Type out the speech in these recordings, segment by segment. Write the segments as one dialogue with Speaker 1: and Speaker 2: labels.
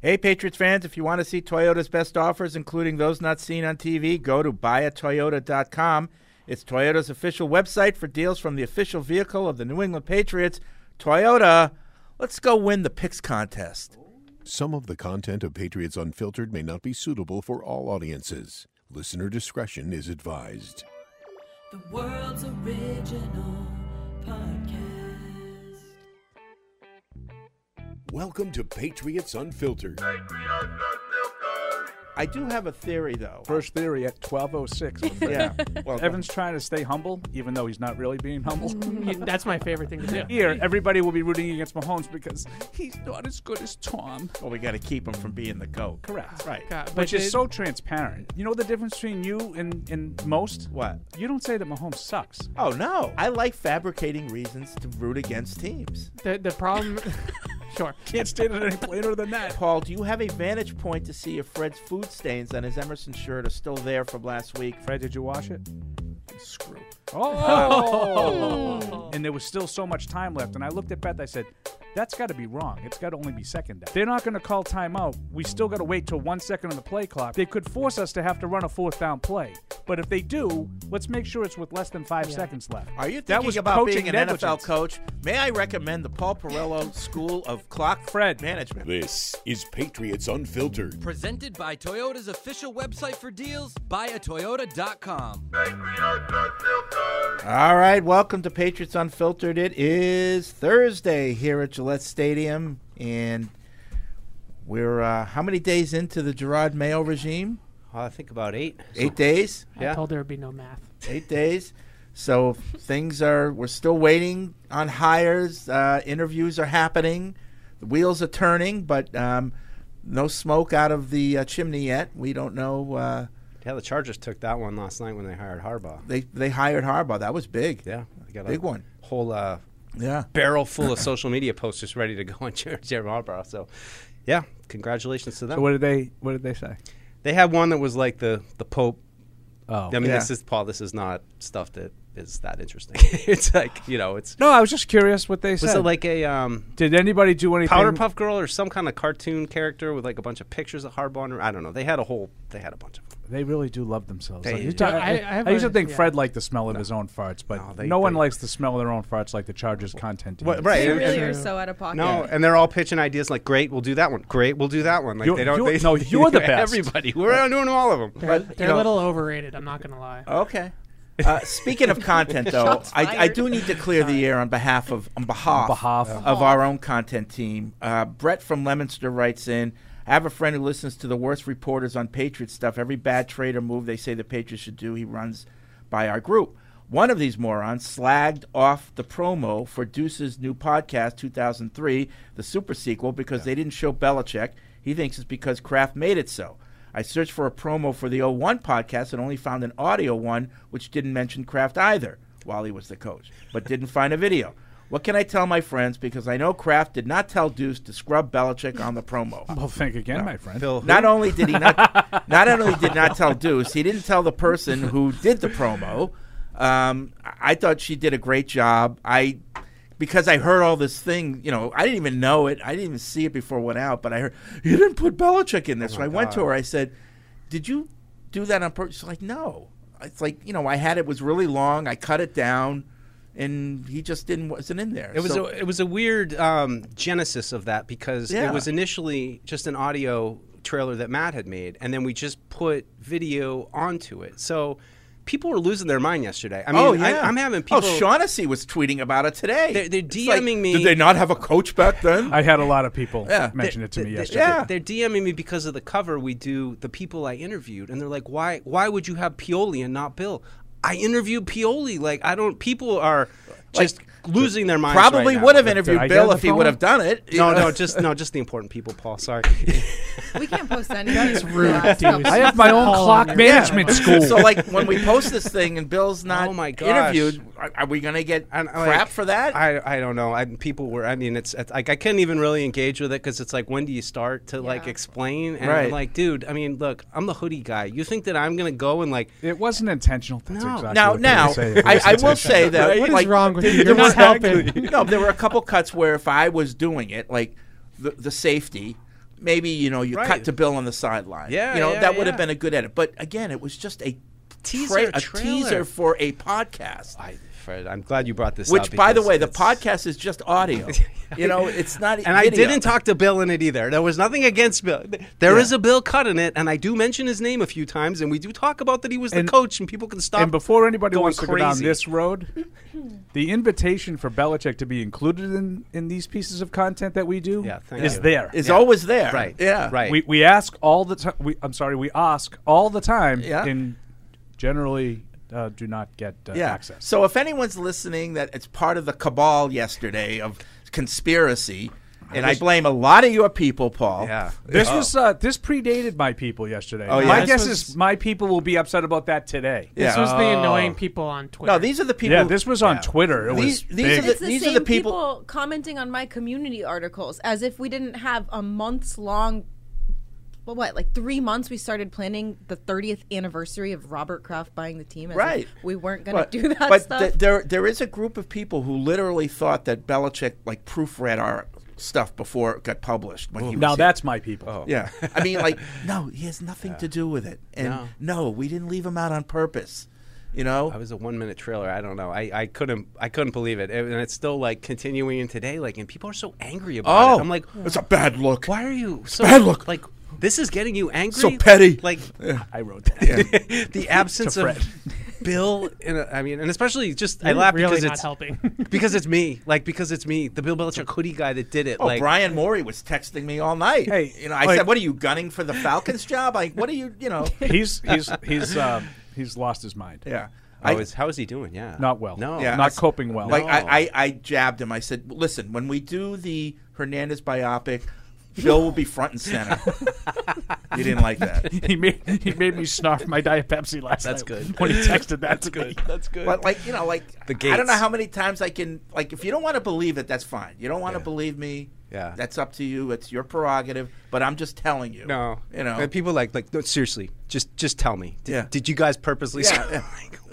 Speaker 1: Hey, Patriots fans, if you want to see Toyota's best offers, including those not seen on TV, go to buyatoyota.com. It's Toyota's official website for deals from the official vehicle of the New England Patriots. Toyota, let's go win the picks contest.
Speaker 2: Some of the content of Patriots Unfiltered may not be suitable for all audiences. Listener discretion is advised.
Speaker 3: The world's original podcast.
Speaker 2: Welcome to Patriots Unfiltered.
Speaker 1: I do have a theory, though.
Speaker 4: First theory at 1206. was that.
Speaker 1: Yeah. Well,
Speaker 4: Evan's trying to stay humble, even though he's not really being humble.
Speaker 5: Yeah, that's my favorite thing to do.
Speaker 4: Here, everybody will be rooting against Mahomes because he's not as good as Tom.
Speaker 1: well, we got to keep him from being the GOAT.
Speaker 4: Correct.
Speaker 1: Right.
Speaker 5: God, but
Speaker 4: Which is
Speaker 5: it-
Speaker 4: so transparent. You know the difference between you and, and most?
Speaker 1: What?
Speaker 4: You don't say that Mahomes sucks.
Speaker 1: Oh, no. I like fabricating reasons to root against teams.
Speaker 5: the, the problem. sure.
Speaker 4: Can't state it any plainer than that.
Speaker 1: Paul, do you have a vantage point to see if Fred's food stains on his Emerson shirt are still there from last week?
Speaker 4: Fred, did you wash it?
Speaker 1: Screw.
Speaker 4: Oh! and there was still so much time left. And I looked at Beth, I said, that's got to be wrong. It's got to only be second down. They're not going to call timeout. We still got to wait till one second on the play clock. They could force us to have to run a fourth down play. But if they do, let's make sure it's with less than five seconds left.
Speaker 1: Are you thinking
Speaker 4: that was
Speaker 1: about
Speaker 4: coaching
Speaker 1: being an NFL
Speaker 4: negligence.
Speaker 1: coach? May I recommend the Paul Perello School of Clock
Speaker 4: Fred.
Speaker 1: Management?
Speaker 2: This is Patriots Unfiltered.
Speaker 6: Presented by Toyota's official website for deals, buyatoyota.com.
Speaker 1: All right, welcome to Patriots Unfiltered. It is Thursday here at Gillette Stadium, and we're uh, how many days into the Gerard Mayo regime?
Speaker 7: I think about eight.
Speaker 1: Eight days.
Speaker 5: I told there would be no math.
Speaker 1: eight days. So things are we're still waiting on hires. Uh, interviews are happening. The wheels are turning, but um, no smoke out of the uh, chimney yet. We don't know. Uh,
Speaker 7: Yeah, the Chargers took that one last night when they hired Harbaugh.
Speaker 1: they they hired Harbaugh. That was big.
Speaker 7: Yeah, they got
Speaker 1: Big one.
Speaker 7: Whole uh,
Speaker 1: Yeah.
Speaker 7: barrel full of social media posts just ready to go on Jer- Jeremy Harbaugh. So, yeah, congratulations to them.
Speaker 4: So what did they? What did they say?
Speaker 7: they had one that was like the the Pope.
Speaker 4: Oh,
Speaker 7: I mean,
Speaker 1: Yeah.
Speaker 7: this is Paul. This is not stuff that is that interesting. it's like you know, it's
Speaker 4: no, I was just curious what they said.
Speaker 7: was it like a um,
Speaker 4: Did anybody do anything?
Speaker 7: Powder Puff Girl or some kind of cartoon character with like a bunch of pictures of Harbaugh? and- I don't know. They had a whole. They had a bunch of.
Speaker 4: They really do love themselves.
Speaker 7: They-
Speaker 4: Like, you talk-
Speaker 5: Yeah,
Speaker 4: I,
Speaker 5: I- I have
Speaker 4: I used
Speaker 5: a-
Speaker 4: to think
Speaker 5: yeah.
Speaker 4: Fred liked the smell of his own farts, but no,
Speaker 7: No, they-
Speaker 4: one
Speaker 7: they-
Speaker 4: likes the smell of their own farts like the Chargers content. team.
Speaker 7: Well, right.
Speaker 8: They
Speaker 7: and-
Speaker 8: really
Speaker 7: and-
Speaker 8: are so out of pocket.
Speaker 7: No, and they're all pitching ideas like, "Great, we'll do that one. Great, we'll do that one." Like
Speaker 4: You're-
Speaker 7: they don't.
Speaker 4: you're-
Speaker 7: they,
Speaker 4: no, you're the best.
Speaker 7: Everybody, we're doing all of them.
Speaker 5: They're,
Speaker 1: But, you
Speaker 5: they're
Speaker 1: know-
Speaker 5: a little overrated. I'm not going to lie.
Speaker 1: Okay. Uh, speaking of content, though,
Speaker 8: Shots
Speaker 1: I, I
Speaker 8: fired.
Speaker 1: do need to clear the air on behalf of on behalf,
Speaker 4: behalf.
Speaker 1: of our own content team. Uh, Brett from Lemonster writes in. I have a friend who listens to the worst reporters on Patriot stuff. Every bad trade or move they say the Patriots should do, he runs by our group. One of these morons slagged off the promo for Deuce's new podcast, 2003, the super sequel, because they didn't show Belichick. He thinks it's because Kraft made it so. I searched for a promo for the 01 podcast and only found an audio one which didn't mention Kraft either while he was the coach, but didn't find a video. What can I tell my friends? Because I know Kraft did not tell Deuce to scrub Belichick on the promo.
Speaker 4: Well, think again, my friend.
Speaker 1: Not only did he not, not only did not tell Deuce, he didn't tell the person who did the promo. Um, I- I thought she did a great job. I because I heard all this thing, you know, I didn't even know it. I didn't even see it before it went out, but I heard you didn't put Belichick in this. so I went to her. I said, "Did you do that on purpose?" She's like, "No." It's like you know, I had it was really long. I cut it down, and he just didn't wasn't in there.
Speaker 7: It was
Speaker 1: So-
Speaker 7: a, it was a weird um, genesis of that because
Speaker 1: Yeah.
Speaker 7: it was initially just an audio trailer that Matt had made, and then we just put video onto it. So people were losing their mind yesterday. I mean,
Speaker 1: oh yeah,
Speaker 7: I, am having people.
Speaker 1: Oh, Shaughnessy was tweeting about it today.
Speaker 7: They're- they're
Speaker 1: It's like,
Speaker 7: DMing me-
Speaker 1: Did they not have a coach back then?
Speaker 4: I had a lot of people
Speaker 1: Yeah.
Speaker 4: mention it to
Speaker 7: th-
Speaker 4: me
Speaker 7: th-
Speaker 4: yesterday.
Speaker 1: Yeah.
Speaker 7: They're DMing me because of the cover we do, the people I interviewed, and they're like, "Why? Why would you have Pioli and not Bill?" I interviewed Pioli. Like I don't. People are just losing their minds.
Speaker 1: Probably
Speaker 7: right now.
Speaker 1: would have
Speaker 4: Did I
Speaker 1: interviewed
Speaker 4: get on
Speaker 1: Bill
Speaker 4: the
Speaker 1: if he
Speaker 4: phone?
Speaker 1: would have done it.
Speaker 7: No,
Speaker 1: You know?
Speaker 7: no, just no, just the important people, Paul. Sorry.
Speaker 8: we can't post anything. That's
Speaker 5: rude, dude.
Speaker 4: I have my own
Speaker 5: Call
Speaker 4: clock
Speaker 5: on your-
Speaker 4: management
Speaker 5: Yeah.
Speaker 4: school.
Speaker 1: so like when we post this thing and Bill's not
Speaker 7: Oh, my gosh.
Speaker 1: interviewed, are, are we gonna get
Speaker 7: And, like,
Speaker 1: crap for that?
Speaker 7: I, I don't know. I, people were. I mean, it's it's like I couldn't even really engage with it because it's like, when do you start to like
Speaker 8: Yeah.
Speaker 7: explain? And
Speaker 1: Right.
Speaker 7: I'm like, dude. I mean, look, I'm the hoodie guy. You think that I'm gonna go and like?
Speaker 4: it wasn't intentional. That's
Speaker 7: No.
Speaker 4: exactly
Speaker 1: now,
Speaker 4: what they were
Speaker 1: now,
Speaker 4: saying. It
Speaker 1: I,
Speaker 4: was
Speaker 1: I will
Speaker 4: intentional.
Speaker 1: say that
Speaker 5: What is
Speaker 1: like,
Speaker 5: wrong with
Speaker 1: there-
Speaker 5: you?
Speaker 1: there
Speaker 5: You're not
Speaker 1: were-
Speaker 5: helping.
Speaker 1: No, there were a couple cuts where if I was doing it, like the the safety, maybe you know you
Speaker 7: Right.
Speaker 1: cut to Bill on the sideline.
Speaker 7: Yeah,
Speaker 1: you know
Speaker 7: yeah,
Speaker 1: that would have
Speaker 7: yeah.
Speaker 1: been a good edit. But again, it was just a
Speaker 7: Teaser,
Speaker 1: a
Speaker 7: trailer.
Speaker 1: teaser for a podcast.
Speaker 7: I, Fred, I'm glad you brought this up.
Speaker 1: Which, by the
Speaker 7: because
Speaker 1: way, the
Speaker 7: it's-
Speaker 1: podcast is just audio. you know, it's not.
Speaker 7: And I didn't talk to Bill in it either. There was nothing against Bill. There is a Bill cut in it, and I do mention his name a few times, and we do talk about that he was the
Speaker 4: And-
Speaker 7: coach, and people can stop.
Speaker 4: And before anybody
Speaker 7: going
Speaker 4: wants to go down
Speaker 7: crazy.
Speaker 4: this road, the invitation for Belichick to be included in, in these pieces of content that we do
Speaker 7: Yeah, thank
Speaker 4: is
Speaker 7: you.
Speaker 4: there.
Speaker 1: Is always there.
Speaker 7: Right.
Speaker 1: Yeah.
Speaker 7: Right.
Speaker 4: We, we ask all the time. I'm sorry, we ask all the time
Speaker 1: Yeah.
Speaker 4: and generally uh, do not get uh,
Speaker 1: Yeah.
Speaker 4: access.
Speaker 1: So if anyone's listening, that it's part of the cabal yesterday of conspiracy, and I blame a lot of your people, Paul.
Speaker 7: yeah.
Speaker 4: This was uh, this predated my people yesterday.
Speaker 1: Oh, yeah.
Speaker 4: My
Speaker 1: This
Speaker 4: guess
Speaker 5: was-
Speaker 4: is my people will be upset about that today. Oh.
Speaker 5: This
Speaker 1: Yeah.
Speaker 5: was the annoying people on Twitter.
Speaker 1: No, these are the people.
Speaker 4: Yeah, this was on Twitter. It
Speaker 1: These-
Speaker 4: was
Speaker 1: these
Speaker 4: big.
Speaker 1: are the-
Speaker 8: It's the
Speaker 1: These
Speaker 8: same
Speaker 1: the people-
Speaker 8: people, commenting on my community articles as if we didn't have a months long. Well, what like three months? We started planning the 30th anniversary of Robert Kraft buying the team. as if
Speaker 1: Right.
Speaker 8: we weren't going
Speaker 1: But,
Speaker 8: to do that
Speaker 1: but
Speaker 8: stuff.
Speaker 1: th- there, there is a group of people who literally thought that Belichick like proofread our stuff before it got published. When he was
Speaker 4: now
Speaker 1: here.
Speaker 4: that's my people.
Speaker 1: Yeah. I mean, like, no, he has nothing to do with it. And no. we didn't leave him out on purpose. You
Speaker 7: I
Speaker 1: know?
Speaker 7: was a one minute trailer. I don't know. I, I couldn't I couldn't believe it. And it's still like continuing in today, like and people are so angry about it. I'm like
Speaker 1: Oh, it's a bad look.
Speaker 7: why are you so
Speaker 1: bad look.
Speaker 7: like this is getting you angry?
Speaker 1: So petty.
Speaker 7: Like
Speaker 4: I wrote that.
Speaker 7: the absence of
Speaker 4: Fred.
Speaker 7: Bill and I mean and especially just I
Speaker 5: You're
Speaker 7: laugh
Speaker 5: really
Speaker 7: because
Speaker 5: not
Speaker 7: it's
Speaker 5: helping.
Speaker 7: because it's me. Like because it's me, the Bill Belichick hoodie guy that did it.
Speaker 1: Oh,
Speaker 7: like
Speaker 1: Brian Morey was texting me all night.
Speaker 4: Hey,
Speaker 1: you know, I
Speaker 4: like-
Speaker 1: said, "What are you gunning for the Falcons job? Like, what are you? You know,
Speaker 4: he's he's he's um, he's lost his mind.
Speaker 1: yeah."
Speaker 7: How
Speaker 1: I-
Speaker 7: is how is he doing? Yeah.
Speaker 4: Not well.
Speaker 7: No.
Speaker 1: Yeah.
Speaker 4: Not coping well.
Speaker 1: Like I, I, I jabbed him. I said, "Listen, when we do the Hernandez biopic, Bill will be front and center." you didn't like that,
Speaker 4: he made he made me snarf my diet Pepsi last
Speaker 7: That's
Speaker 4: night
Speaker 7: good.
Speaker 4: when he texted that to me.
Speaker 7: That's good.
Speaker 1: but like you know, like
Speaker 7: The
Speaker 1: I don't know
Speaker 7: Gates.
Speaker 1: how many times I can like. If you don't want to believe it, that's fine. You don't want to
Speaker 7: Yeah.
Speaker 1: believe me.
Speaker 7: Yeah.
Speaker 1: that's up to you. It's your prerogative. But I'm just telling you.
Speaker 7: no,
Speaker 1: you know,
Speaker 7: And people like like no, seriously, just just tell me. Did,
Speaker 1: Yeah.
Speaker 7: did you guys purposely?
Speaker 1: Yeah, yeah.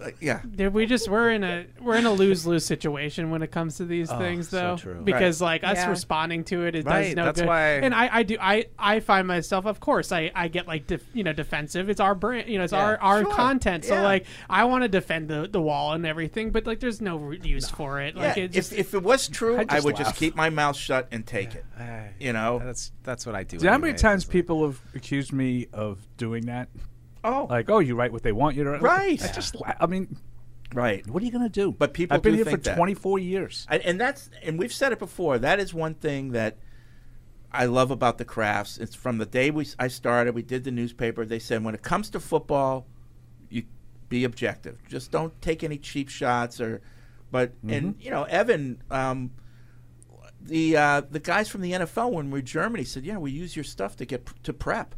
Speaker 1: Like, yeah.
Speaker 5: Dude, we just we're in a we're in a lose lose situation when it comes to these things
Speaker 7: so
Speaker 5: though
Speaker 7: true.
Speaker 5: because like us
Speaker 8: Yeah.
Speaker 5: responding to it it
Speaker 7: Right,
Speaker 5: does no
Speaker 7: that's
Speaker 5: good
Speaker 7: why-
Speaker 5: and I, I do I I find myself of course I I get like def, you know defensive it's our brand you know it's our our
Speaker 1: sure,
Speaker 5: content so
Speaker 1: yeah.
Speaker 5: like I want to defend the, the wall and everything but like there's no re- use for it like
Speaker 1: Yeah,
Speaker 5: it just
Speaker 1: if, if it was true, I,
Speaker 4: I just
Speaker 1: would just
Speaker 4: laugh.
Speaker 1: keep my mouth shut and take it. You know?
Speaker 7: That's that's what I do.
Speaker 4: Do you know how many
Speaker 7: anyways.
Speaker 4: times people have accused me of doing that?
Speaker 1: Oh,
Speaker 4: Like, oh, you write what they want you to write.
Speaker 1: Right.
Speaker 4: I just, la- I mean,
Speaker 1: right.
Speaker 4: what are you gonna do?
Speaker 1: But people
Speaker 4: I've been
Speaker 1: do
Speaker 4: here
Speaker 1: think
Speaker 5: that.
Speaker 4: for 24 years.
Speaker 1: And, and that's and we've said it before. That is one thing that I love about the crafts. It's from the day we I started. We did the newspaper. They said when it comes to football, you be objective. Just don't take any cheap shots or. But and you know Evan, um, the uh, the guys from the NFL when we were in Germany said, yeah, we use your stuff to get to prep.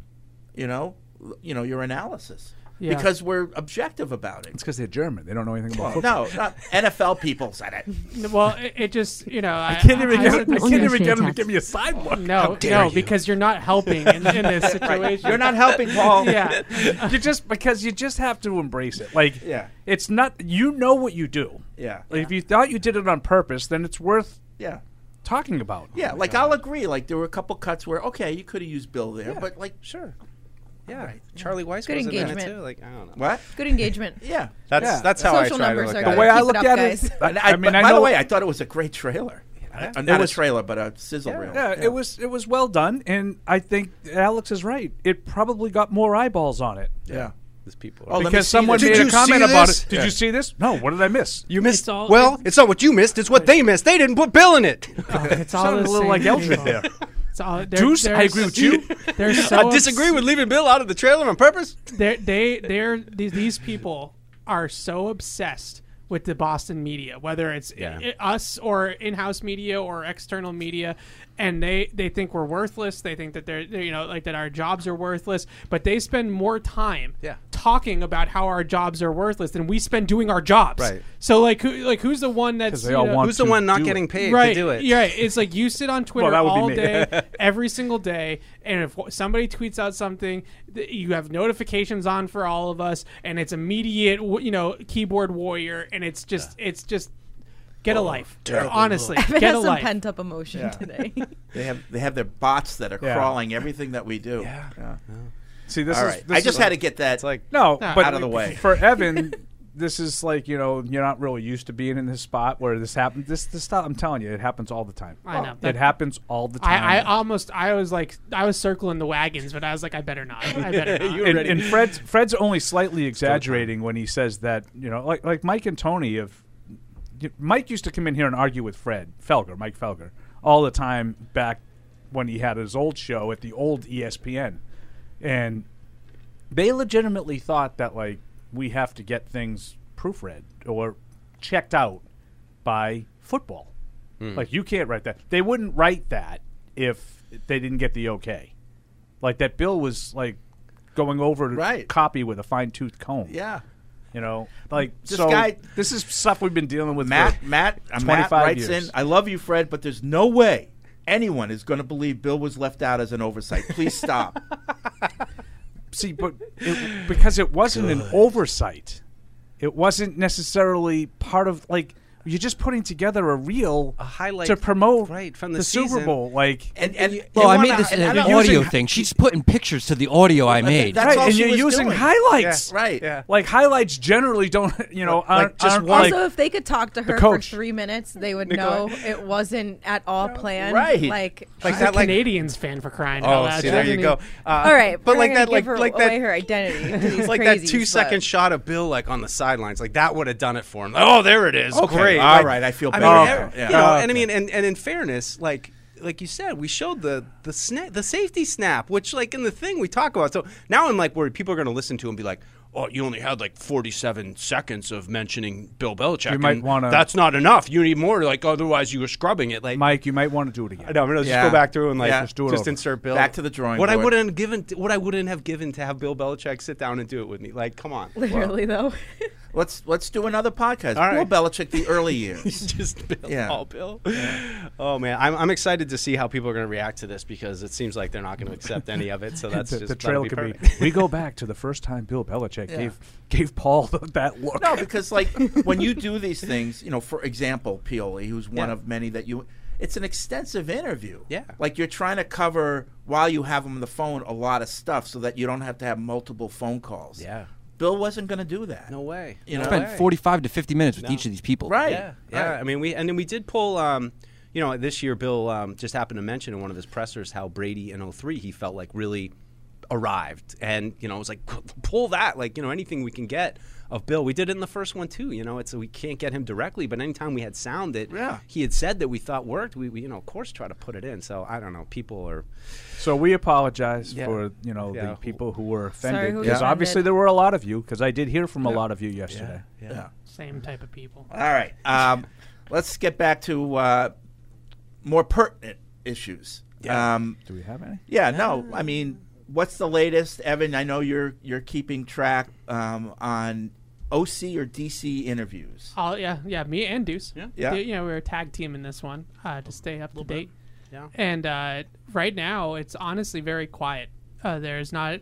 Speaker 1: You know, you know your analysis
Speaker 5: Yeah.
Speaker 1: because we're objective about it.
Speaker 4: It's because they're German. They don't know anything about
Speaker 1: Well,
Speaker 4: football.
Speaker 1: no, not NFL people said it.
Speaker 5: well it, it just you know I,
Speaker 4: can't even
Speaker 5: I
Speaker 4: get,
Speaker 5: would-
Speaker 4: I can't even get them to
Speaker 9: Understand.
Speaker 4: give me a side look.
Speaker 5: no no because you're not helping in, in this situation
Speaker 1: Right. You're not helping, Paul.
Speaker 5: yeah
Speaker 4: you just because you just have to embrace it. Like,
Speaker 1: Yeah.
Speaker 4: it's not. You know what you do.
Speaker 1: Yeah.
Speaker 4: Like, If you thought you did it on purpose, then it's worth
Speaker 1: Yeah.
Speaker 4: talking about.
Speaker 1: Yeah, like I'll agree. Like there were a couple cuts where okay, you could have used Bill there, but like
Speaker 7: Sure. Yeah. Charlie Weiss
Speaker 8: Good
Speaker 7: was in it
Speaker 8: engagement.
Speaker 7: too. Like I don't know.
Speaker 1: what?
Speaker 8: Good engagement.
Speaker 1: Yeah.
Speaker 7: That's
Speaker 4: Yeah.
Speaker 7: that's how
Speaker 8: Social
Speaker 7: I try to
Speaker 8: numbers
Speaker 7: look
Speaker 8: are
Speaker 7: at
Speaker 8: good.
Speaker 4: The way I
Speaker 8: Keep it
Speaker 4: looked
Speaker 8: up,
Speaker 4: at
Speaker 8: guys.
Speaker 4: it, I, I mean,
Speaker 1: by
Speaker 4: I
Speaker 1: by
Speaker 4: know-
Speaker 1: the way, I thought it was a great trailer. Uh, Not
Speaker 7: was-
Speaker 1: a trailer, but a sizzle reel.
Speaker 4: Yeah, it was it was well done, and I think Alex is right. It probably got more eyeballs on it
Speaker 1: Yeah.
Speaker 7: These people.
Speaker 1: Oh,
Speaker 7: are-
Speaker 1: let me
Speaker 4: because
Speaker 1: see
Speaker 4: someone
Speaker 1: this.
Speaker 4: made
Speaker 7: Did
Speaker 4: a
Speaker 7: you
Speaker 4: comment
Speaker 7: see
Speaker 4: about
Speaker 7: this?
Speaker 4: it. Did you see this? No, what did I miss?
Speaker 7: you missed.
Speaker 5: It's all-
Speaker 7: well, it's not what you missed. It's what they missed. They didn't put Bill in it.
Speaker 5: Oh, it's all
Speaker 4: Sounded
Speaker 5: the
Speaker 4: a little
Speaker 5: same
Speaker 4: like Eldred
Speaker 5: people.
Speaker 4: there.
Speaker 5: It's all, they're,
Speaker 4: Deuce,
Speaker 5: they're
Speaker 4: I agree with you.
Speaker 5: s- They're so
Speaker 7: I disagree with leaving Bill out of the trailer on purpose.
Speaker 5: they're, they they're these, these people are so obsessed with the Boston media, whether it's
Speaker 7: Yeah.
Speaker 5: i- i- us or in-house media or external media, and they they think we're worthless. They think that they're, they you know like that our jobs are worthless, but they spend more time
Speaker 7: Yeah.
Speaker 5: talking about how our jobs are worthless than we spend doing our jobs.
Speaker 7: Right.
Speaker 5: So like who like who's the one that's
Speaker 4: 'Cause they
Speaker 5: you
Speaker 4: all
Speaker 5: know-
Speaker 4: want
Speaker 7: Who's the
Speaker 4: to
Speaker 7: one not
Speaker 4: do
Speaker 7: getting
Speaker 4: it.
Speaker 7: paid
Speaker 5: right,
Speaker 7: to do it?
Speaker 5: Yeah, it's like you sit on Twitter
Speaker 4: that would be
Speaker 5: all
Speaker 4: me.
Speaker 5: day, every single day, and if wh- somebody tweets out something, th- you have notifications on for all of us, and it's immediate, w- you know, keyboard warrior, and it's just, it's just. Get a
Speaker 7: Oh,
Speaker 5: life. Honestly, get
Speaker 8: has
Speaker 5: a
Speaker 8: some
Speaker 5: life.
Speaker 8: pent up emotion today.
Speaker 1: They have they have their bots that are
Speaker 4: Yeah.
Speaker 1: crawling everything that we do. Yeah.
Speaker 4: See, this
Speaker 1: All
Speaker 4: is
Speaker 1: right.
Speaker 4: this
Speaker 1: I
Speaker 4: is
Speaker 1: just had to get that.
Speaker 9: It's like
Speaker 4: No, but
Speaker 1: out of the way.
Speaker 4: for Evan. This is like you know you're not really used to being in this spot where this happens. This this stuff I'm telling you it happens all the time.
Speaker 5: I know.
Speaker 4: it happens all the time.
Speaker 5: I, I almost I was like I was circling the wagons, but I was like I better not. I better not.
Speaker 4: and, and Fred's Fred's only slightly exaggerating when he says that you know like like Mike and Tony of Mike used to come in here and argue with Fred Felger Mike Felger all the time back when he had his old show at the old E ESPN and they legitimately thought that like we have to get things proofread or checked out by football like you can't write that they wouldn't write that if they didn't get the okay like that bill was like going over to
Speaker 1: Right.
Speaker 4: copy with a fine tooth comb.
Speaker 1: yeah.
Speaker 4: You know, like
Speaker 1: This
Speaker 4: so
Speaker 1: guy-
Speaker 4: this is stuff we've been dealing with.
Speaker 1: Matt
Speaker 4: for-
Speaker 1: Matt uh, Matt
Speaker 4: 25
Speaker 1: writes
Speaker 4: years.
Speaker 1: in. I love you, Fred, but there's no way anyone is going to believe Bill was left out as an oversight. Please stop.
Speaker 4: see, but it, because it wasn't an oversight, it wasn't necessarily part of like you're just putting together a reel a
Speaker 7: highlight-
Speaker 4: to promote
Speaker 7: right, from the
Speaker 4: Super
Speaker 7: season.
Speaker 4: Bowl. Like
Speaker 1: And and
Speaker 9: well,
Speaker 1: they
Speaker 9: I made
Speaker 1: wanna-
Speaker 9: this
Speaker 1: and
Speaker 9: an
Speaker 1: I don't-
Speaker 9: audio
Speaker 1: using-
Speaker 9: thing. She's putting pictures to the audio I made.
Speaker 1: That's
Speaker 4: right,
Speaker 1: all
Speaker 4: and
Speaker 1: she
Speaker 4: you're
Speaker 1: was
Speaker 4: using
Speaker 1: doing.
Speaker 4: highlights,
Speaker 1: right.
Speaker 4: Yeah. Like highlights generally don't, you know, aren't,
Speaker 9: like, just
Speaker 4: aren't,
Speaker 9: one-
Speaker 4: like-
Speaker 8: also, if they could talk to her for
Speaker 4: coach.
Speaker 8: three minutes, they would
Speaker 4: Nikolai.
Speaker 8: know it wasn't at all planned.
Speaker 1: Right.
Speaker 8: Like,
Speaker 9: like
Speaker 5: She's a Canadians fan for crying out
Speaker 9: Oh,
Speaker 5: loud.
Speaker 9: see, there you
Speaker 5: doesn't
Speaker 9: go.
Speaker 5: he?
Speaker 7: Uh,
Speaker 8: all right,
Speaker 7: but
Speaker 8: we're
Speaker 7: like
Speaker 8: gonna
Speaker 7: that, like
Speaker 8: give her
Speaker 7: like
Speaker 8: away
Speaker 7: that,
Speaker 8: her identity. to these
Speaker 7: It's like that
Speaker 8: crazies,
Speaker 7: two second
Speaker 8: but-
Speaker 7: shot of Bill like on the sidelines, like that would have done it for him. Like, oh, there it is. Great.
Speaker 1: all
Speaker 7: Like,
Speaker 1: right, I feel
Speaker 7: I mean,
Speaker 1: better.
Speaker 7: er-
Speaker 1: Okay. Yeah.
Speaker 7: you know,
Speaker 1: Oh,
Speaker 7: and I mean, and, and in fairness, like like you said, we showed the the snap, the safety snap, which like in the thing we talk about. So now I'm like worried people are going to listen to and be like. Oh, you only had like 47 seconds of mentioning Bill Belichick.
Speaker 4: You might
Speaker 7: and
Speaker 4: wanna-
Speaker 7: That's not enough. You need more. Like otherwise, you were scrubbing it. Like
Speaker 4: Mike, you might want to do it again.
Speaker 7: no, I'm gonna
Speaker 1: Yeah.
Speaker 7: just go back through and like
Speaker 1: Yeah.
Speaker 7: just,
Speaker 4: Just do it over.
Speaker 7: insert Bill
Speaker 1: Back to the drawing
Speaker 7: What I
Speaker 1: board.
Speaker 7: wouldn't have given, what I wouldn't have given to have Bill Belichick sit down and do it with me. Like, come on,
Speaker 8: Literally, though.
Speaker 1: Let's let's do another podcast.
Speaker 7: All right.
Speaker 1: Bill Belichick, the early years.
Speaker 7: just Bill,
Speaker 1: Yeah.
Speaker 7: all Bill. Oh man, I'm, I'm excited to see how people are gonna react to this because it seems like they're not gonna accept any of it. So that's
Speaker 4: the,
Speaker 7: just
Speaker 4: the
Speaker 7: that'll
Speaker 4: trail
Speaker 7: be
Speaker 4: could be.
Speaker 7: perfect.
Speaker 4: We go back to the first time Bill Belichick gave gave Paul that look.
Speaker 1: No, because like when you do these things, you know, for example, Pioli, who's one of many that you, it's an extensive interview.
Speaker 7: Yeah.
Speaker 1: like you're trying to cover while you have him on the phone a lot of stuff so that you don't have to have multiple phone calls.
Speaker 7: Yeah.
Speaker 1: Bill wasn't going to do that.
Speaker 7: No way.
Speaker 1: You
Speaker 7: No
Speaker 1: know,
Speaker 7: way.
Speaker 9: Spent 45 to 50 minutes with each of these people.
Speaker 1: right?
Speaker 7: Yeah, yeah. I mean, we and then we did pull. Um, you know, this year Bill um, just happened to mention in one of his pressers how Brady in 03 he felt like really arrived, and you know, it was like pull that, like you know, anything we can get of Bill. We did it in the first one too. You know, it's we can't get him directly, but anytime we had sound that
Speaker 1: Yeah.
Speaker 7: he had said that we thought worked, we, we you know of course try to put it in. So I don't know, people are
Speaker 4: So we apologize
Speaker 7: Yeah.
Speaker 4: for you know
Speaker 7: Yeah.
Speaker 4: the people who were
Speaker 8: Sorry,
Speaker 4: offended
Speaker 8: who
Speaker 4: because
Speaker 8: offended?
Speaker 4: obviously there were a lot of you because I did hear from a lot of you yesterday.
Speaker 5: Same type of people.
Speaker 1: All right. Um, let's get back to uh, more pertinent issues. Yeah. Um,
Speaker 4: Do we have any?
Speaker 1: Yeah, no.
Speaker 5: Uh,
Speaker 1: I mean, what's the latest, Evan? I know you're you're keeping track um, on OC or DC interviews.
Speaker 5: Oh yeah, yeah. Me and Deuce. Yeah,
Speaker 1: Yeah.
Speaker 5: You know, we were tag team in this one uh, to stay up to date.
Speaker 7: Yeah.
Speaker 5: And uh, right now, it's honestly very quiet. Uh, there's not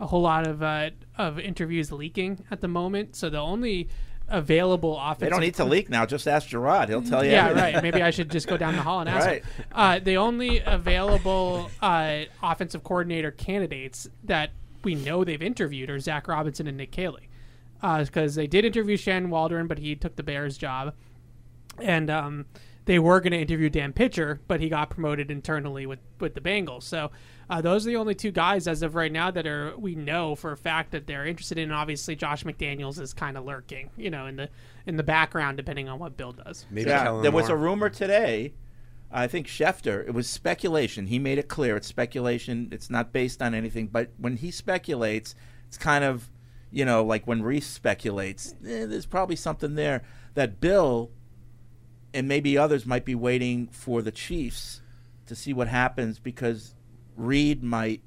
Speaker 5: a whole lot of uh, of interviews leaking at the moment. So the only available offensive
Speaker 1: They don't need to leak now. Just ask Gerard; he'll tell you.
Speaker 5: yeah,
Speaker 1: everything.
Speaker 5: right. Maybe I should just go down the hall and ask.
Speaker 1: Right.
Speaker 5: him. Uh, the only available uh, offensive coordinator candidates that we know they've interviewed are Zach Robinson and Nick Cayley, because they did interview Shannon Waldron, but he took the Bears job, and um, they were going to interview Dan Pitcher, but he got promoted internally with with the Bengals. So. Uh, those are the only two guys as of right now that are we know for a fact that they're interested in. Obviously, Josh McDaniels is kind of lurking, you know, in the in the background, depending on what Bill does.
Speaker 7: maybe
Speaker 1: Yeah.
Speaker 7: Kellen
Speaker 1: There was a
Speaker 7: Moore.
Speaker 1: rumor today. I think Schefter. It was speculation. He made it clear it's speculation. It's not based on anything. But when he speculates, it's kind of, you know, like when Reese speculates. eh, there's probably something there that Bill and maybe others might be waiting for the Chiefs to see what happens because Reed might,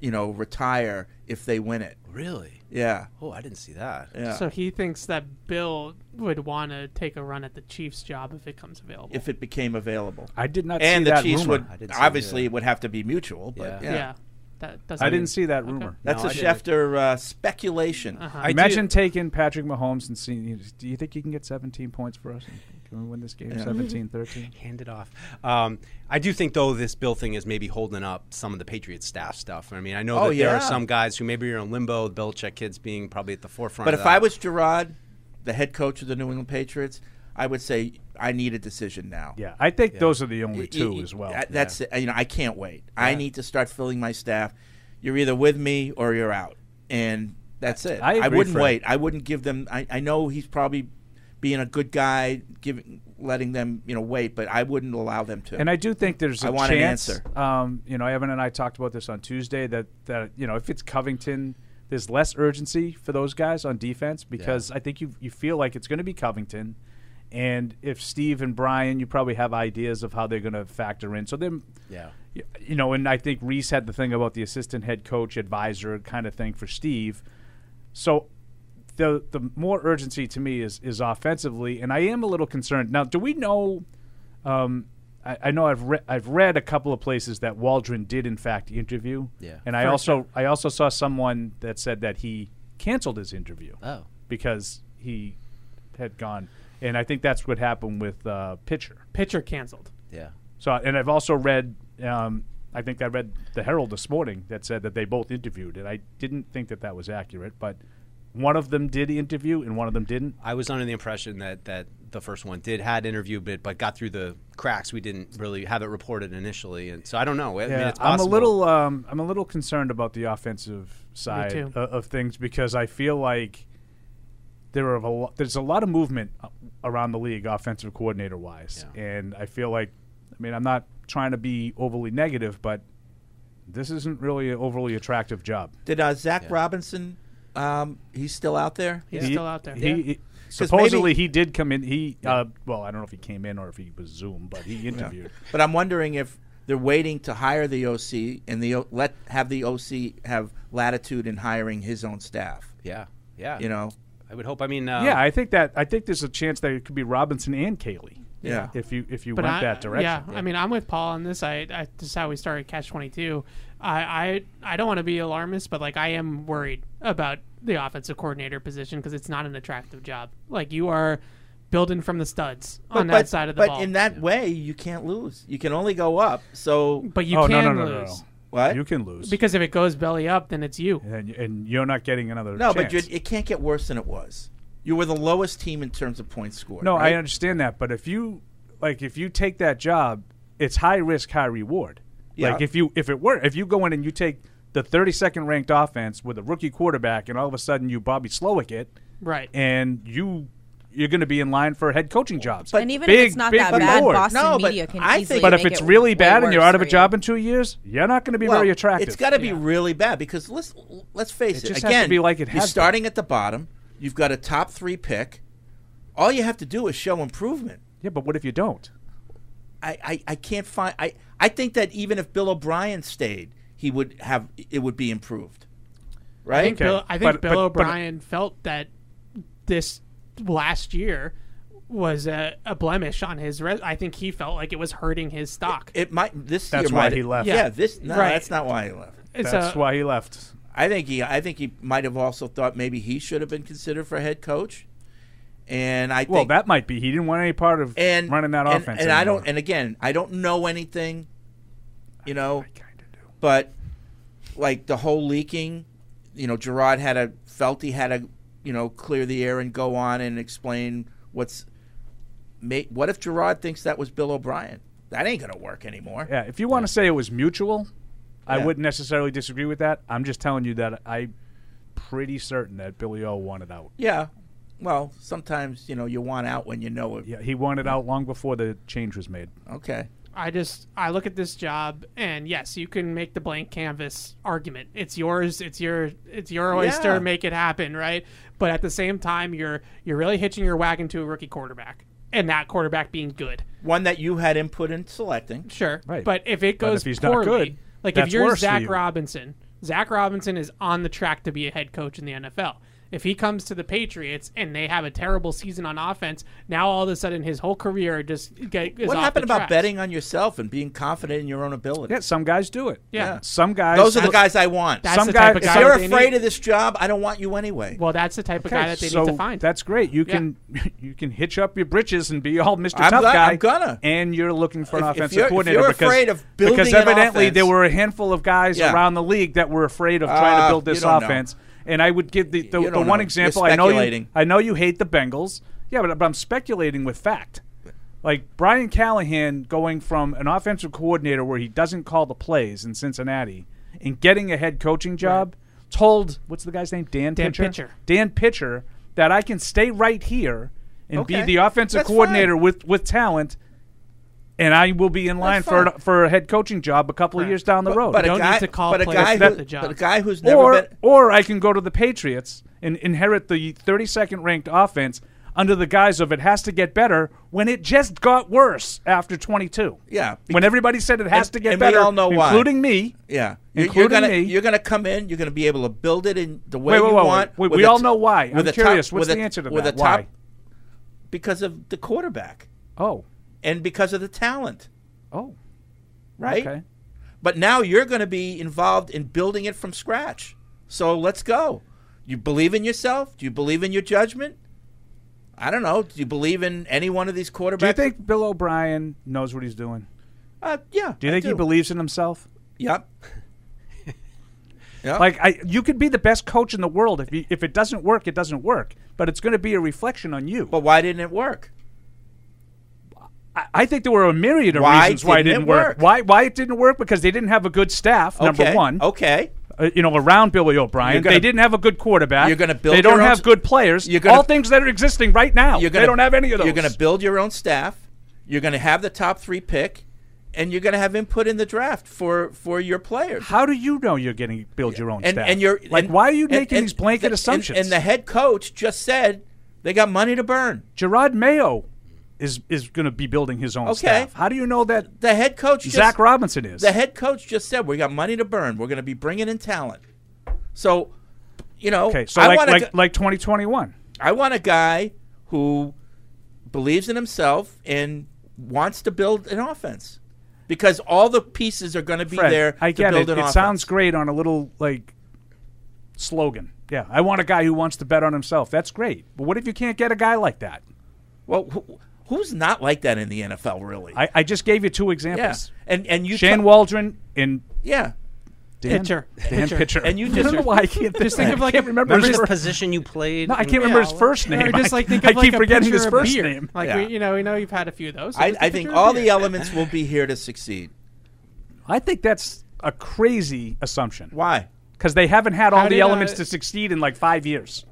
Speaker 1: you know, retire if they win it.
Speaker 7: really.
Speaker 1: Yeah.
Speaker 7: Oh, I didn't see that.
Speaker 1: Yeah.
Speaker 5: So he thinks that Bill would want to take a run at the Chiefs job if it comes available.
Speaker 1: if it became available.
Speaker 4: I did not
Speaker 1: and
Speaker 4: see
Speaker 1: the
Speaker 4: that
Speaker 1: Chiefs
Speaker 4: rumor.
Speaker 1: would
Speaker 7: I did see
Speaker 1: obviously
Speaker 7: that.
Speaker 1: it would have to be mutual, but yeah.
Speaker 5: yeah. That doesn't.
Speaker 4: I didn't see that rumor.
Speaker 1: That's
Speaker 7: No,
Speaker 1: a
Speaker 7: I didn't.
Speaker 1: Schefter uh, speculation.
Speaker 5: Uh-huh.
Speaker 4: Imagine taking Patrick Mahomes and seeing. Do you think you can get 17 points for us? Can we win this game 17 13?
Speaker 7: hand it off. Um, I do think though this bill thing is maybe holding up some of the Patriots staff stuff. I mean, I know
Speaker 1: Oh,
Speaker 7: that there
Speaker 1: yeah.
Speaker 7: are some guys who maybe are in limbo. The Belichick kids being probably at the forefront.
Speaker 1: But
Speaker 7: of
Speaker 1: if
Speaker 7: that.
Speaker 1: I was Gerard, the head coach of the New England Patriots, I would say I need a decision now.
Speaker 4: Yeah, I think those are the only
Speaker 1: Y-
Speaker 4: two
Speaker 1: y-
Speaker 4: as well.
Speaker 1: that- That's it. you know I can't wait. I need to start filling my staff. You're either with me or you're out, and that's it.
Speaker 4: I agree,
Speaker 1: wouldn't
Speaker 4: Fred.
Speaker 1: wait. I wouldn't give them. I, I know he's probably being a good guy, giving letting them you know wait, but I wouldn't allow them to.
Speaker 4: And I do think there's a
Speaker 1: I want an
Speaker 4: chance.
Speaker 1: answer.
Speaker 4: Um, you know, Evan and I talked about this on Tuesday that that you know if it's Covington, there's less urgency for those guys on defense because I think you you feel like it's going to be Covington, and if Steve and Brian, you probably have ideas of how they're going to factor in. So then,
Speaker 7: Yeah.
Speaker 4: y- you know, and I think Reese had the thing about the assistant head coach advisor kind of thing for Steve. So. The, the more urgency to me is, is offensively, and I am a little concerned. Now, do we know um, I, I know I've re- I've read a couple of places that Waldron did in fact interview.
Speaker 7: Yeah.
Speaker 4: And I also I also saw someone that said that he canceled his interview
Speaker 7: oh
Speaker 4: because he had gone, and I think that's what happened with uh, Pitcher.
Speaker 5: Pitcher canceled.
Speaker 7: yeah,
Speaker 4: So and I've also read um, I think I read the Herald this morning that said that they both interviewed, and I didn't think that that was accurate, but one of them did interview and one of them didn't.
Speaker 7: I was under the impression that that the first one did had interview, but but got through the cracks. We didn't really have it reported initially, and so I don't know. I mean, it's
Speaker 4: I'm a
Speaker 7: possible.
Speaker 4: little um, I'm a little concerned about the offensive side
Speaker 5: too.
Speaker 4: o- of things because I feel like there are a lo- there's a lot of movement a- around the league offensive coordinator wise,
Speaker 7: Yeah.
Speaker 4: and I feel like I mean I'm not trying to be overly negative, but this isn't really an overly attractive job.
Speaker 1: Did uh, Zach Robinson? Um, he's still out there.
Speaker 5: He's
Speaker 4: He-
Speaker 5: still out there.
Speaker 4: He,
Speaker 5: Yeah.
Speaker 4: he- supposedly he did come in. He uh, well I don't know if he came in or if he was Zoom, but he interviewed.
Speaker 1: But I'm wondering if they're waiting to hire the OC and the O- let have the OC have latitude in hiring his own staff.
Speaker 7: Yeah, yeah.
Speaker 1: You know,
Speaker 7: I would hope. I mean, uh,
Speaker 4: yeah, I think that I think there's a chance that it could be Robinson and Kaylee.
Speaker 1: Yeah.
Speaker 4: if you if you
Speaker 5: But
Speaker 4: went
Speaker 5: I,
Speaker 4: that direction.
Speaker 5: Yeah, I mean, I'm with Paul on this. I, I this is how we started Catch 22. I I, I don't want to be alarmist, but like I am worried about the offensive coordinator position because it's not an attractive job. Like you are building from the studs on that side of the
Speaker 1: but
Speaker 5: ball.
Speaker 1: in that way, you can't lose. You can only go up. So
Speaker 5: but you
Speaker 4: oh
Speaker 5: can
Speaker 4: no, no, no,
Speaker 5: lose
Speaker 4: no, no.
Speaker 1: What?
Speaker 4: You can lose
Speaker 5: because if it goes belly up, then it's you.
Speaker 4: and, and you're not getting another.
Speaker 1: no, but
Speaker 4: chance.
Speaker 1: you it can't get worse than it was. You were the lowest team in terms of points scored.
Speaker 4: no,
Speaker 1: right?
Speaker 4: I understand that. But if you like, if you take that job, it's high risk, high reward. Like
Speaker 1: Yeah.
Speaker 4: if you if it were if you go in and you take the 32nd ranked offense with a rookie quarterback, and all of a sudden you Bobby Slowick it,
Speaker 5: Right.
Speaker 4: and you you're going to be in line for head coaching jobs.
Speaker 8: and even
Speaker 4: big,
Speaker 8: if it's not
Speaker 4: big
Speaker 8: that bad,
Speaker 4: reward.
Speaker 8: Boston
Speaker 1: No, but
Speaker 8: media can
Speaker 1: I think-
Speaker 8: easily.
Speaker 4: But if
Speaker 8: make
Speaker 4: it's
Speaker 8: it
Speaker 4: really
Speaker 8: way
Speaker 4: bad and you're
Speaker 8: worse
Speaker 4: out of a
Speaker 8: for
Speaker 4: job
Speaker 8: you.
Speaker 4: in two years, you're not going to be
Speaker 1: Well,
Speaker 4: very attractive.
Speaker 1: It's got to be really bad because let's let's face it.
Speaker 4: It just has
Speaker 1: Again,
Speaker 4: to be like it
Speaker 1: you're
Speaker 4: has been.
Speaker 1: starting at the bottom. You've got a top three pick. All you have to do is show improvement.
Speaker 4: yeah, but what if you don't?
Speaker 1: I, I, I can't find. I, I think that even if Bill O'Brien stayed, he would have it would be improved. Right?
Speaker 5: I think
Speaker 4: Okay.
Speaker 5: Bill, I think
Speaker 4: But-
Speaker 5: Bill
Speaker 4: but- but-
Speaker 5: O'Brien felt that this last year was a, a blemish on his. Re- I think he felt like it was hurting his stock.
Speaker 1: it might. This
Speaker 4: That's
Speaker 1: year
Speaker 4: why
Speaker 1: might-
Speaker 4: he left.
Speaker 1: Yeah.
Speaker 5: Yeah.
Speaker 1: This. No,
Speaker 5: Right.
Speaker 1: that's not why he left.
Speaker 5: It's
Speaker 4: That's
Speaker 5: a-
Speaker 4: why he left.
Speaker 1: I think he. I think he might have also thought maybe he should have been considered for head coach. And I
Speaker 4: Well,
Speaker 1: think
Speaker 4: that might be. He didn't want any part of
Speaker 1: and
Speaker 4: running that
Speaker 1: and,
Speaker 4: offense.
Speaker 1: And I don't.
Speaker 4: anymore.
Speaker 1: And again, I don't know anything. You know,
Speaker 4: I kinda do.
Speaker 1: but like the whole leaking, you know, Gerard had a felt he had to, you know, clear the air and go on and explain what's. Ma- what if Gerard thinks that was Bill O'Brien? That ain't gonna work anymore.
Speaker 4: Yeah, if you want to say it was mutual, I
Speaker 1: Yeah.
Speaker 4: wouldn't necessarily disagree with that. I'm just telling you that I'm pretty certain that Billy O wanted out.
Speaker 1: Yeah. Well, sometimes you know you want out when you know it.
Speaker 4: Yeah, he wanted out long before the change was made.
Speaker 1: Okay.
Speaker 5: I just I look at this job and yes, you can make the blank canvas argument. It's yours, it's your it's your oyster,
Speaker 1: Yeah.
Speaker 5: make it happen, right? But at the same time you're you're really hitching your wagon to a rookie quarterback. And that quarterback being good.
Speaker 1: One that you had input in selecting.
Speaker 5: Sure.
Speaker 4: Right.
Speaker 5: But if it
Speaker 4: But
Speaker 5: goes
Speaker 4: if he's not
Speaker 5: poorly,
Speaker 4: good,
Speaker 5: like
Speaker 4: that's
Speaker 5: if you're
Speaker 4: worse for
Speaker 5: Zach
Speaker 4: you.
Speaker 5: Robinson, Zach Robinson is on the track to be a head coach in the NFL. If he comes to the Patriots and they have a terrible season on offense, now all of a sudden his whole career just get, is
Speaker 1: What
Speaker 5: off
Speaker 1: happened
Speaker 5: the
Speaker 1: about
Speaker 5: tracks.
Speaker 1: betting on yourself and being confident in your own ability?
Speaker 4: Yeah, some guys do it.
Speaker 5: Yeah.
Speaker 4: Some guys.
Speaker 1: Those are the guys I want.
Speaker 5: That's
Speaker 4: Some
Speaker 5: the type
Speaker 4: guy-
Speaker 5: of
Speaker 1: if
Speaker 5: guy
Speaker 1: you're
Speaker 5: that they
Speaker 1: afraid
Speaker 5: need.
Speaker 1: of this job, I don't want you anyway.
Speaker 5: Well, that's the type of guy
Speaker 4: Okay,
Speaker 5: that they
Speaker 4: so
Speaker 5: need to find.
Speaker 4: That's great. You
Speaker 5: Yeah.
Speaker 4: can you can hitch up your britches and be all mister
Speaker 1: I'm
Speaker 4: Tough
Speaker 1: gonna-
Speaker 4: Guy.
Speaker 1: I'm gonna.
Speaker 4: And you're looking for an
Speaker 1: If- if
Speaker 4: offensive
Speaker 1: you're- if
Speaker 4: coordinator
Speaker 1: you're
Speaker 4: because,
Speaker 1: afraid of
Speaker 4: because
Speaker 1: building an
Speaker 4: evidently there
Speaker 1: offense-
Speaker 4: were a handful of guys
Speaker 1: Yeah.
Speaker 4: around the league that were afraid of trying
Speaker 1: Ah,
Speaker 4: to build this
Speaker 1: you don't know.
Speaker 4: offense. And I would give the, the,
Speaker 1: You
Speaker 4: the
Speaker 1: don't
Speaker 4: one
Speaker 1: know.
Speaker 4: example.
Speaker 1: You're
Speaker 4: I know you.
Speaker 1: speculating.
Speaker 4: I know you hate the Bengals. Yeah, but, but I'm speculating with fact. Like Brian Callahan going from an offensive coordinator where he doesn't call the plays in Cincinnati and getting a head coaching job. Told what's the guy's name? Dan
Speaker 5: Dan
Speaker 4: Pitcher?
Speaker 5: Pitcher.
Speaker 4: Dan Pitcher that I can stay right here and
Speaker 1: Okay.
Speaker 4: be the offensive
Speaker 1: That's
Speaker 4: coordinator
Speaker 1: fine.
Speaker 4: with with talent, and I will be in line for
Speaker 1: fine.
Speaker 4: a, for a head coaching job a couple of years down the road.
Speaker 5: You
Speaker 1: a
Speaker 5: don't
Speaker 1: guy,
Speaker 5: need to call
Speaker 1: but a
Speaker 5: players
Speaker 1: guy,
Speaker 5: for
Speaker 1: who,
Speaker 5: the job.
Speaker 1: but a guy who's never
Speaker 4: or
Speaker 1: been.
Speaker 4: or I can go to the Patriots and inherit the 32nd ranked offense under the guise of it has to get better when it just got worse after 22.
Speaker 1: Yeah,
Speaker 4: when
Speaker 1: bec-
Speaker 4: everybody said it has
Speaker 1: and-
Speaker 4: to get
Speaker 1: and we
Speaker 4: better,
Speaker 1: all know why.
Speaker 4: including me.
Speaker 1: Yeah, You're- you're,
Speaker 4: Including
Speaker 1: gonna
Speaker 4: me.
Speaker 1: you're gonna come in. You're gonna be able to build it in the way
Speaker 4: Wait, wait,
Speaker 1: you
Speaker 4: wait, wait.
Speaker 1: want.
Speaker 4: We-
Speaker 1: with
Speaker 4: we
Speaker 1: a
Speaker 4: all
Speaker 1: t-
Speaker 4: know why.
Speaker 1: with
Speaker 4: I'm
Speaker 1: a top-
Speaker 4: curious. What's
Speaker 1: with a-
Speaker 4: the answer to
Speaker 1: with
Speaker 4: that?
Speaker 1: a top-
Speaker 4: Why?
Speaker 1: Because of the quarterback
Speaker 4: Oh,
Speaker 1: and because of the talent,
Speaker 4: oh,
Speaker 1: right?
Speaker 4: okay.
Speaker 1: But now you're going to be involved in building it from scratch. So let's go. You believe in yourself? Do you believe in your judgment? I don't know. Do you believe in any one of these quarterbacks?
Speaker 4: Do you think Bill O'Brien knows what he's doing?
Speaker 1: Uh, yeah.
Speaker 4: Do you
Speaker 1: I
Speaker 4: think he believes in himself?
Speaker 1: Yep. yep.
Speaker 4: Like I, you could be the best coach in the world if you, if it doesn't work, it doesn't work. But it's going to be a reflection on you.
Speaker 1: but why didn't it work?
Speaker 4: I, I think there were a myriad of
Speaker 1: Why
Speaker 4: reasons why it
Speaker 1: didn't it
Speaker 4: didn't work.
Speaker 1: work?
Speaker 4: Why why it didn't work because they didn't have a good staff. Number
Speaker 1: okay.
Speaker 4: one,
Speaker 1: Okay.
Speaker 4: Uh, you know, around Billy O'Brien,
Speaker 1: You're gonna-
Speaker 4: they didn't have a good quarterback.
Speaker 1: You're gonna build
Speaker 4: They don't
Speaker 1: your own
Speaker 4: have
Speaker 1: s-
Speaker 4: good players.
Speaker 1: you're gonna-
Speaker 4: All things that are existing right now.
Speaker 1: You're
Speaker 4: they don't have any of those.
Speaker 1: You're going to build your own staff. You're going to have the top three pick, and you're going to have input in the draft for for your players.
Speaker 4: How do you know you're getting build your own
Speaker 1: and
Speaker 4: staff?
Speaker 1: and you're
Speaker 4: like,
Speaker 1: and-
Speaker 4: why are you
Speaker 1: and-
Speaker 4: making
Speaker 1: and
Speaker 4: these blanket
Speaker 1: the- and-
Speaker 4: assumptions?
Speaker 1: And, the head coach just said they got money to burn.
Speaker 4: Gerard Mayo is is going to be building his own
Speaker 1: Okay.
Speaker 4: staff. How do you know that
Speaker 1: The head coach, just,
Speaker 4: Zach Robinson is?
Speaker 1: the head coach just said we got money to burn. We're going to be bringing in talent. So, you know,
Speaker 4: okay, so
Speaker 1: I
Speaker 4: like
Speaker 1: want
Speaker 4: like,
Speaker 1: a, gu-
Speaker 4: like 2021.
Speaker 1: I want a guy who believes in himself and wants to build an offense because all the pieces are going to be
Speaker 4: Fred,
Speaker 1: there
Speaker 4: I
Speaker 1: to
Speaker 4: get
Speaker 1: build
Speaker 4: it.
Speaker 1: an
Speaker 4: It
Speaker 1: offense.
Speaker 4: sounds great on a little like slogan. Yeah, I want a guy who wants to bet on himself. That's great. But what if you can't get a guy like that?
Speaker 1: well. Who, who's not like that in the NFL? Really?
Speaker 4: I, I just gave you two
Speaker 1: yeah.
Speaker 4: examples.
Speaker 1: And and you
Speaker 4: Shane
Speaker 1: t-
Speaker 4: Waldron and
Speaker 1: yeah.
Speaker 4: Dan
Speaker 5: Pitcher.
Speaker 4: Dan Pitcher.
Speaker 1: And you
Speaker 4: I
Speaker 1: just-
Speaker 4: don't know why I can't
Speaker 5: Just think of
Speaker 4: I
Speaker 5: like
Speaker 4: can't
Speaker 5: a-
Speaker 4: remember
Speaker 7: Remember
Speaker 4: his
Speaker 7: his
Speaker 4: fir-
Speaker 7: position you played?
Speaker 4: No, I can't
Speaker 7: Yeah.
Speaker 4: remember his first name.
Speaker 5: Or just like
Speaker 4: I,
Speaker 5: think of
Speaker 4: I
Speaker 5: like
Speaker 4: keep
Speaker 5: a
Speaker 4: forgetting
Speaker 5: picture
Speaker 4: his
Speaker 5: of
Speaker 4: first
Speaker 5: beer.
Speaker 4: name.
Speaker 5: Like
Speaker 1: Yeah.
Speaker 5: we, you know, we know you've had a few of those. so
Speaker 1: I,
Speaker 5: just a
Speaker 1: I
Speaker 5: picture
Speaker 1: think
Speaker 5: of
Speaker 1: all
Speaker 5: beer.
Speaker 1: the elements will be here to succeed.
Speaker 4: I think that's a crazy assumption.
Speaker 1: Why?
Speaker 4: because they haven't had all
Speaker 5: How do
Speaker 4: the
Speaker 5: you know
Speaker 4: elements
Speaker 5: it-
Speaker 4: to succeed in like five years.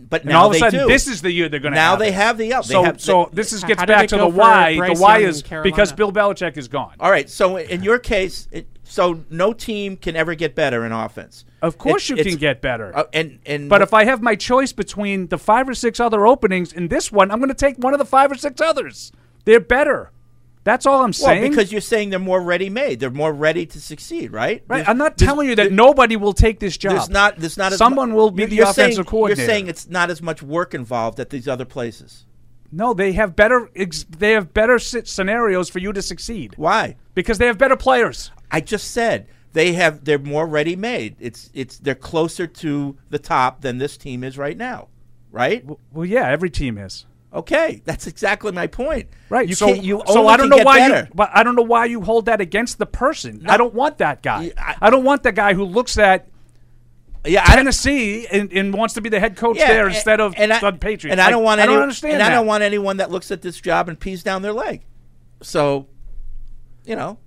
Speaker 1: But
Speaker 4: And
Speaker 1: now
Speaker 4: all of a
Speaker 1: they
Speaker 4: sudden,
Speaker 1: do.
Speaker 4: this is the year they're going to.
Speaker 1: now
Speaker 4: have
Speaker 1: they
Speaker 4: it.
Speaker 1: have the up.
Speaker 4: So,
Speaker 1: they have,
Speaker 4: so this is gets
Speaker 5: How did
Speaker 4: back
Speaker 5: they
Speaker 4: to
Speaker 5: go
Speaker 4: the
Speaker 5: for
Speaker 4: why. The
Speaker 5: Bryce
Speaker 4: why
Speaker 5: Young
Speaker 4: is
Speaker 5: in
Speaker 4: because
Speaker 5: Carolina?
Speaker 4: Bill Belichick is gone.
Speaker 1: all right. So in your case, it, so no team can ever get better in offense.
Speaker 4: Of course,
Speaker 1: It-
Speaker 4: you
Speaker 1: it's-
Speaker 4: can get better.
Speaker 1: uh, and and
Speaker 4: but if I have my choice between the five or six other openings in this one, I'm going to take one of the five or six others. They're better. That's all I'm
Speaker 1: well,
Speaker 4: saying.
Speaker 1: because you're saying they're more ready-made, they're more ready to succeed, right?
Speaker 4: right?
Speaker 1: There's-
Speaker 4: I'm not
Speaker 1: there's-
Speaker 4: telling you that
Speaker 1: there-
Speaker 4: nobody will take this job.
Speaker 1: There's not. There's not. As
Speaker 4: Someone
Speaker 1: mu-
Speaker 4: will be
Speaker 1: you're-
Speaker 4: the
Speaker 1: you're
Speaker 4: offensive
Speaker 1: saying,
Speaker 4: coordinator.
Speaker 1: You're saying it's not as much work involved at these other places.
Speaker 4: no, they have better. Ex- they have better sc- scenarios for you to succeed
Speaker 1: Why?
Speaker 4: because they have better players.
Speaker 1: I just said they have. They're more ready-made. It's it's they're closer to the top than this team is right now, right?
Speaker 4: Well, yeah, every team is.
Speaker 1: Okay, that's exactly my point.
Speaker 4: Right.
Speaker 1: You
Speaker 4: so
Speaker 1: can't, you
Speaker 4: so
Speaker 1: only
Speaker 4: I don't
Speaker 1: can
Speaker 4: know
Speaker 1: get
Speaker 4: why
Speaker 1: better.
Speaker 4: you but I don't know why you hold that against the person. I don't want that guy.
Speaker 1: Yeah,
Speaker 4: I,
Speaker 1: I-
Speaker 4: don't want the guy who looks at
Speaker 1: yeah, I don't,
Speaker 4: Tennessee and, and wants to be the head coach
Speaker 1: yeah,
Speaker 4: there
Speaker 1: and-
Speaker 4: instead of
Speaker 1: and I,
Speaker 4: the Patriots.
Speaker 1: And I
Speaker 4: Like,
Speaker 1: don't want
Speaker 4: I
Speaker 1: any,
Speaker 4: don't understand
Speaker 1: And
Speaker 4: that.
Speaker 1: I don't want anyone that looks at this job and pees down their leg. So, you know,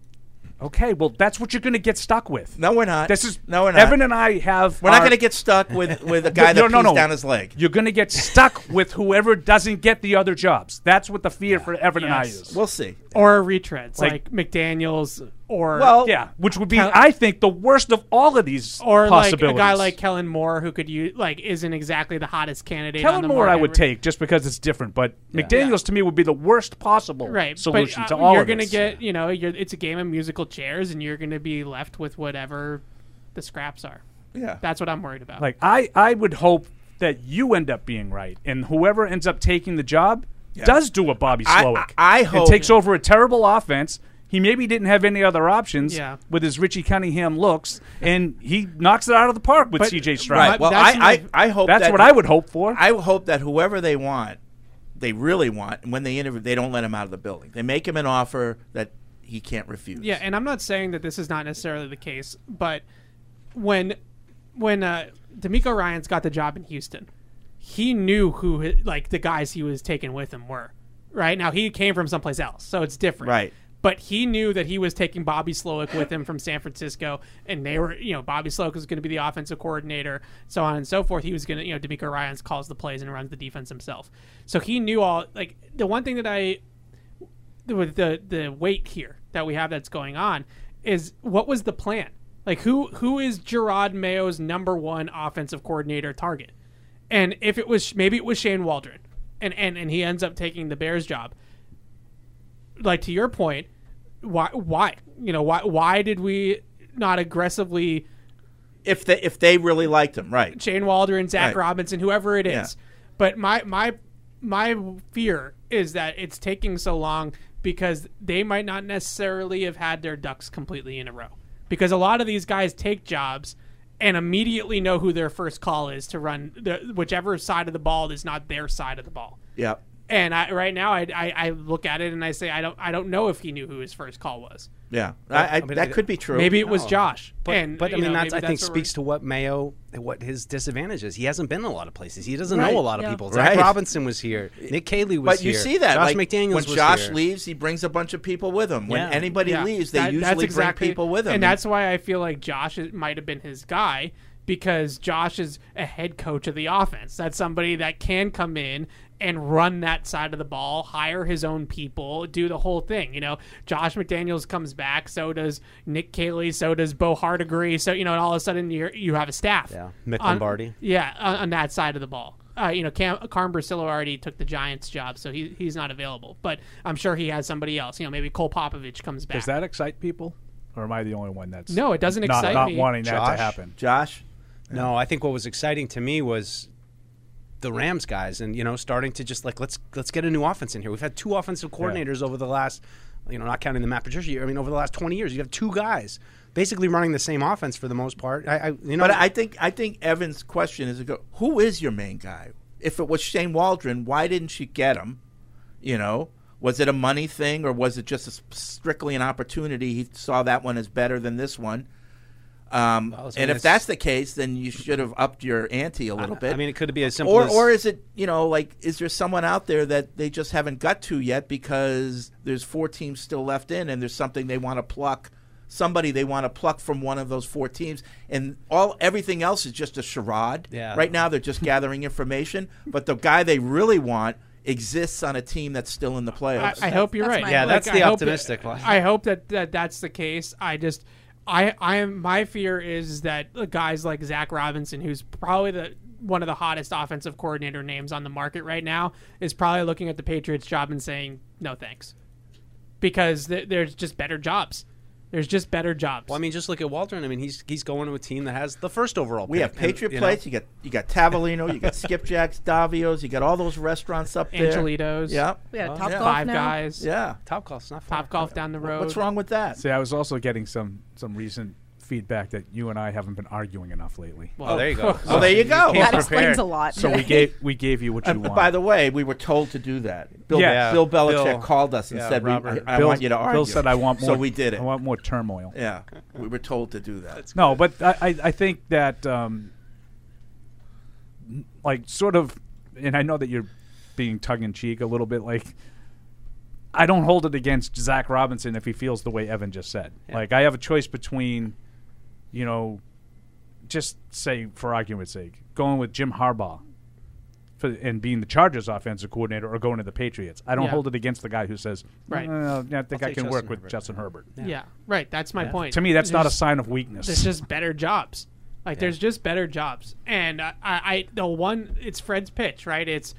Speaker 4: Okay, well that's what you're going to get stuck with.
Speaker 1: no, we're not.
Speaker 4: This is
Speaker 1: no, we're not.
Speaker 4: Evan and I have
Speaker 1: we're not
Speaker 4: our-
Speaker 1: going to get stuck with with a guy
Speaker 4: No,
Speaker 1: that
Speaker 4: no,
Speaker 1: pees
Speaker 4: no.
Speaker 1: down his leg.
Speaker 4: You're going to get stuck with whoever doesn't get the other jobs. That's what the fear for Evan and I
Speaker 5: Yes.
Speaker 4: is.
Speaker 1: We'll see.
Speaker 5: or retreads
Speaker 4: Like-
Speaker 5: like, McDaniel's or
Speaker 1: Well,
Speaker 4: yeah, which would be
Speaker 5: Cal-
Speaker 4: I think the worst of all of these
Speaker 5: or like
Speaker 4: possibilities.
Speaker 5: a guy like Kellen Moore who could use like isn't exactly the hottest candidate. on
Speaker 4: Kellen
Speaker 5: the
Speaker 4: Moore I
Speaker 5: market.
Speaker 4: would take just because it's different, but McDaniels to me would be the worst possible
Speaker 5: right
Speaker 4: solution
Speaker 5: but,
Speaker 4: to
Speaker 5: uh,
Speaker 4: all
Speaker 5: You're
Speaker 4: of
Speaker 5: gonna
Speaker 4: this.
Speaker 5: get you know you're, it's a game of musical chairs and you're gonna be left with whatever the scraps are.
Speaker 1: Yeah.
Speaker 5: That's what I'm worried about.
Speaker 4: like I, I would hope that you end up being right, and whoever ends up taking the job does do a Bobby
Speaker 1: I-
Speaker 4: Slowick.
Speaker 1: I- I
Speaker 4: and
Speaker 1: hope-
Speaker 4: takes over a terrible offense. He maybe didn't have any other options
Speaker 5: Yeah.
Speaker 4: with his Richie Cunningham looks, and he knocks it out of the park with C.J. Stroud.
Speaker 1: Right. Well,
Speaker 5: that's
Speaker 1: I,
Speaker 5: my-
Speaker 1: I, I hope
Speaker 4: That's
Speaker 1: that-
Speaker 4: what I would hope for.
Speaker 1: I hope that whoever they want, they really want, and when they interview, they don't let him out of the building. They make him an offer that he can't refuse.
Speaker 5: Yeah, and I'm not saying that this is not necessarily the case, but when when uh, D'Amico Ryan's got the job in Houston, he knew who hi- like the guys he was taking with him were. Right now, he came from someplace else, so it's different.
Speaker 1: Right.
Speaker 5: But he knew that he was taking Bobby Slowick with him from San Francisco, and they were, you know, Bobby Slowick was going to be the offensive coordinator, so on and so forth. He was going to, you know, D'Amico Ryan's calls the plays and runs the defense himself. So he knew all. Like the one thing that I the- with the the weight here that we have that's going on is what was the plan? Like who who is Gerard Mayo's number one offensive coordinator target? And if it was maybe it was Shane Waldron, and and and he ends up taking the Bears job. Like to your point, why why you know why why did we not aggressively
Speaker 1: If they if they really liked him, right?
Speaker 5: Shane Waldron, Zach
Speaker 1: Right.
Speaker 5: Robinson, whoever it is.
Speaker 1: Yeah.
Speaker 5: But my my my fear is that it's taking so long because they might not necessarily have had their ducks completely in a row. Because a lot of these guys take jobs and immediately know who their first call is to run the, whichever side of the ball is not their side of the ball.
Speaker 1: Yeah.
Speaker 5: And I, right now, I, I, I look at it and I say I don't I don't know if he knew who his first call was.
Speaker 1: Yeah. I, I,
Speaker 7: mean,
Speaker 1: that
Speaker 7: I-
Speaker 1: could be true.
Speaker 5: Maybe it was Josh.
Speaker 7: But,
Speaker 5: and,
Speaker 7: but I
Speaker 5: you
Speaker 7: mean,
Speaker 5: know,
Speaker 7: that's, I
Speaker 5: maybe
Speaker 7: think
Speaker 5: that's what we're-
Speaker 7: speaks to what Mayo, what his disadvantage is. He hasn't been in a lot of places. He doesn't
Speaker 1: Right.
Speaker 7: know a lot of
Speaker 8: Yeah.
Speaker 7: people. Zach
Speaker 1: Right.
Speaker 7: Robinson was here. Nick Cayley was
Speaker 1: But
Speaker 7: here.
Speaker 1: you see that
Speaker 7: Josh
Speaker 1: like,
Speaker 7: McDaniels
Speaker 1: when
Speaker 7: was
Speaker 1: Josh
Speaker 7: here.
Speaker 1: leaves, he brings a bunch of people with him. When
Speaker 7: Yeah.
Speaker 1: anybody
Speaker 5: Yeah.
Speaker 1: leaves, they
Speaker 5: That-
Speaker 1: usually bring people with him.
Speaker 5: And that's why I feel like Josh is- might have been his guy because Josh is a head coach of the offense. That's somebody that can come in and run that side of the ball, hire his own people, do the whole thing. You know, Josh McDaniels comes back, so does Nick Cayley, so does Bo Hardigree. So you know, and all of a sudden you you have a staff.
Speaker 7: Yeah. Mick
Speaker 5: on-
Speaker 7: Lombardi.
Speaker 5: yeah, on, on that side of the ball. Uh, you know, Cam, Carm Brasillo already took the Giants' job, so he, he's not available. But I'm sure he has somebody else. You know, maybe Cole Popovich comes back.
Speaker 4: Does that excite people, or am I the only one that's
Speaker 5: No, it doesn't
Speaker 4: not,
Speaker 5: excite
Speaker 4: not
Speaker 5: me.
Speaker 4: wanting that
Speaker 7: Josh?
Speaker 4: to happen?
Speaker 1: Josh.
Speaker 7: No, I think what was exciting to me was the Rams guys, and you know, starting to just like let's let's get a new offense in here. We've had two offensive coordinators over the last, you know, not counting the Matt Patricia. year, I mean, over the last twenty years, you have two guys basically running the same offense for the most part. I, I you know,
Speaker 1: But I think I think Evan's question is a go. Who is your main guy? If it was Shane Waldron, why didn't you get him? You know, was it a money thing or was it just a s strictly an opportunity? He saw that one as better than this one. Um,
Speaker 7: Well, I mean,
Speaker 1: and
Speaker 7: it's-
Speaker 1: if that's the case, then you should have upped your ante a little bit.
Speaker 7: I mean, it could be as simple
Speaker 1: or
Speaker 7: as
Speaker 1: or is it you know like is there someone out there that they just haven't got to yet because there's four teams still left in and there's something they want to pluck somebody they want to pluck from one of those four teams and all everything else is just a charade
Speaker 7: Yeah.
Speaker 1: right now they're just gathering information but the guy they really want exists on a team that's still in the
Speaker 5: I,
Speaker 1: playoffs
Speaker 5: I hope you're
Speaker 8: That's
Speaker 5: right.
Speaker 8: my
Speaker 7: Yeah,
Speaker 8: Like,
Speaker 7: that's
Speaker 5: I
Speaker 7: the
Speaker 5: hope
Speaker 7: optimistic
Speaker 5: that-
Speaker 7: one.
Speaker 5: I hope that, that that's the case. I just, I, I am. My fear is that guys like Zach Robinson, who's probably the one of the hottest offensive coordinator names on the market right now, is probably looking at the Patriots job and saying no thanks, because th- there's just better jobs. There's just better jobs.
Speaker 7: Well, I mean, just look at Waldron. I mean, he's he's going to a team that has the first overall.
Speaker 1: we
Speaker 7: pick,
Speaker 1: have
Speaker 7: and,
Speaker 1: Patriot
Speaker 7: you know,
Speaker 1: plates. You got you got Tavolino. you got Skipjacks, Davio's. You got all those restaurants up there.
Speaker 5: Angelitos.
Speaker 1: Yeah,
Speaker 8: We got a top
Speaker 1: yeah.
Speaker 8: golf
Speaker 5: five
Speaker 8: now.
Speaker 5: guys.
Speaker 1: yeah.
Speaker 7: Top golf's not far.
Speaker 5: Top golf down the road.
Speaker 1: What's wrong with that?
Speaker 4: See, I was also getting some some recent feedback that you and I haven't been arguing enough lately.
Speaker 7: Oh, there you go.
Speaker 1: Oh, there you go.
Speaker 8: That explains a lot.
Speaker 4: So we gave we gave you what you
Speaker 1: And
Speaker 4: want.
Speaker 1: by the way, we were told to do that. Bill,
Speaker 4: Yeah.
Speaker 1: Bill Belichick
Speaker 7: Bill-
Speaker 1: called us and
Speaker 7: yeah,
Speaker 1: said, we,
Speaker 7: Robert.
Speaker 1: I, I
Speaker 4: Bill,
Speaker 1: want you to argue.
Speaker 4: Bill said, "I want more."
Speaker 1: So we did it.
Speaker 4: I want more turmoil.
Speaker 1: yeah, we were told to do that.
Speaker 4: No, but I, I I think that um, like sort of, and I know that you're being tongue in cheek a little bit. Like, I don't hold it against Zach Robinson if he feels the way Evan just said. Like, I have a choice between, you know, just say for argument's sake, going with Jim Harbaugh. For, and being the Chargers' offensive coordinator, or going to the Patriots, I don't
Speaker 5: Yeah.
Speaker 4: hold it against the guy who says,
Speaker 5: Right.
Speaker 4: "Uh, I think
Speaker 7: I'll
Speaker 4: I
Speaker 7: take
Speaker 4: can
Speaker 7: Justin
Speaker 4: work with
Speaker 7: Herbert."
Speaker 4: Justin Herbert."
Speaker 5: yeah. right. That's my point.
Speaker 4: To me, that's not a
Speaker 5: There's-
Speaker 4: sign of weakness.
Speaker 5: there's just better jobs. Like there's just better jobs, and I, I, I the one it's Fred's pitch, right? It's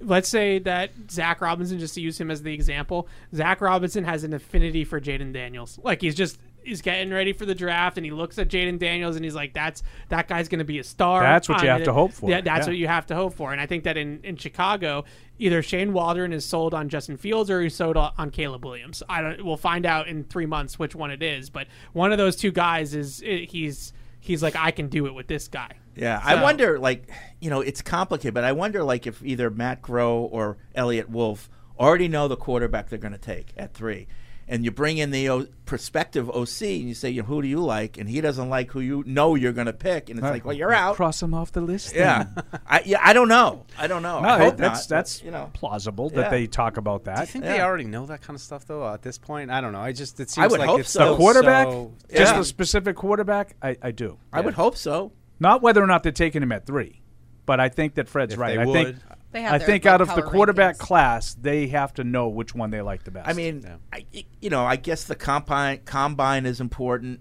Speaker 5: let's say that Zach Robinson, just to use him as the example, Zach Robinson has an affinity for Jaden Daniels. Like he's just is getting ready for the draft, and he looks at Jaden Daniels, and he's like, "That's that guy's going to be a star."
Speaker 4: That's what you have
Speaker 5: I'm gonna-
Speaker 4: to hope for.
Speaker 5: Yeah, that's
Speaker 4: Yeah.
Speaker 5: what you have to hope for. And I think that in in Chicago, either Shane Waldron is sold on Justin Fields or he's sold on Caleb Williams. I don't. We'll find out in three months which one it is, but one of those two guys is he's he's like, "I can do it with this guy."
Speaker 1: Yeah,
Speaker 5: So-
Speaker 1: I wonder, like, you know, it's complicated, but I wonder, like, if either Matt Groh or Elliot Wolf already know the quarterback they're going to take at three, and you bring in the o- prospective OC and you say, you know, who do you like? And he doesn't like who you know you're going to pick, and it's like, well, you're out.
Speaker 4: Cross him off the list.
Speaker 1: Yeah,
Speaker 4: then.
Speaker 1: I yeah, I don't know. I don't know. I
Speaker 4: No,
Speaker 1: hope not,
Speaker 4: that's that's
Speaker 1: but, you know.
Speaker 4: plausible that
Speaker 1: Yeah.
Speaker 4: they talk about
Speaker 7: I
Speaker 4: that.
Speaker 7: think they already know that kind of stuff though. At this point, I don't know. I just it seems
Speaker 1: would
Speaker 7: like
Speaker 1: hope
Speaker 7: it's
Speaker 1: so.
Speaker 7: still
Speaker 1: The
Speaker 4: quarterback,
Speaker 7: so-
Speaker 4: just
Speaker 1: Yeah.
Speaker 4: the specific quarterback. I, I do.
Speaker 1: I would hope so.
Speaker 4: Not whether or not they're taking him at three, but I think that Fred's
Speaker 7: If
Speaker 4: right.
Speaker 7: they
Speaker 4: I think
Speaker 7: would.
Speaker 8: They have
Speaker 4: I
Speaker 8: their,
Speaker 4: think
Speaker 8: like,
Speaker 4: out of the
Speaker 8: power
Speaker 4: quarterback
Speaker 8: rankings.
Speaker 4: class, they have to know which one they like the best.
Speaker 1: I mean, I, you know, I guess the combine combine is important.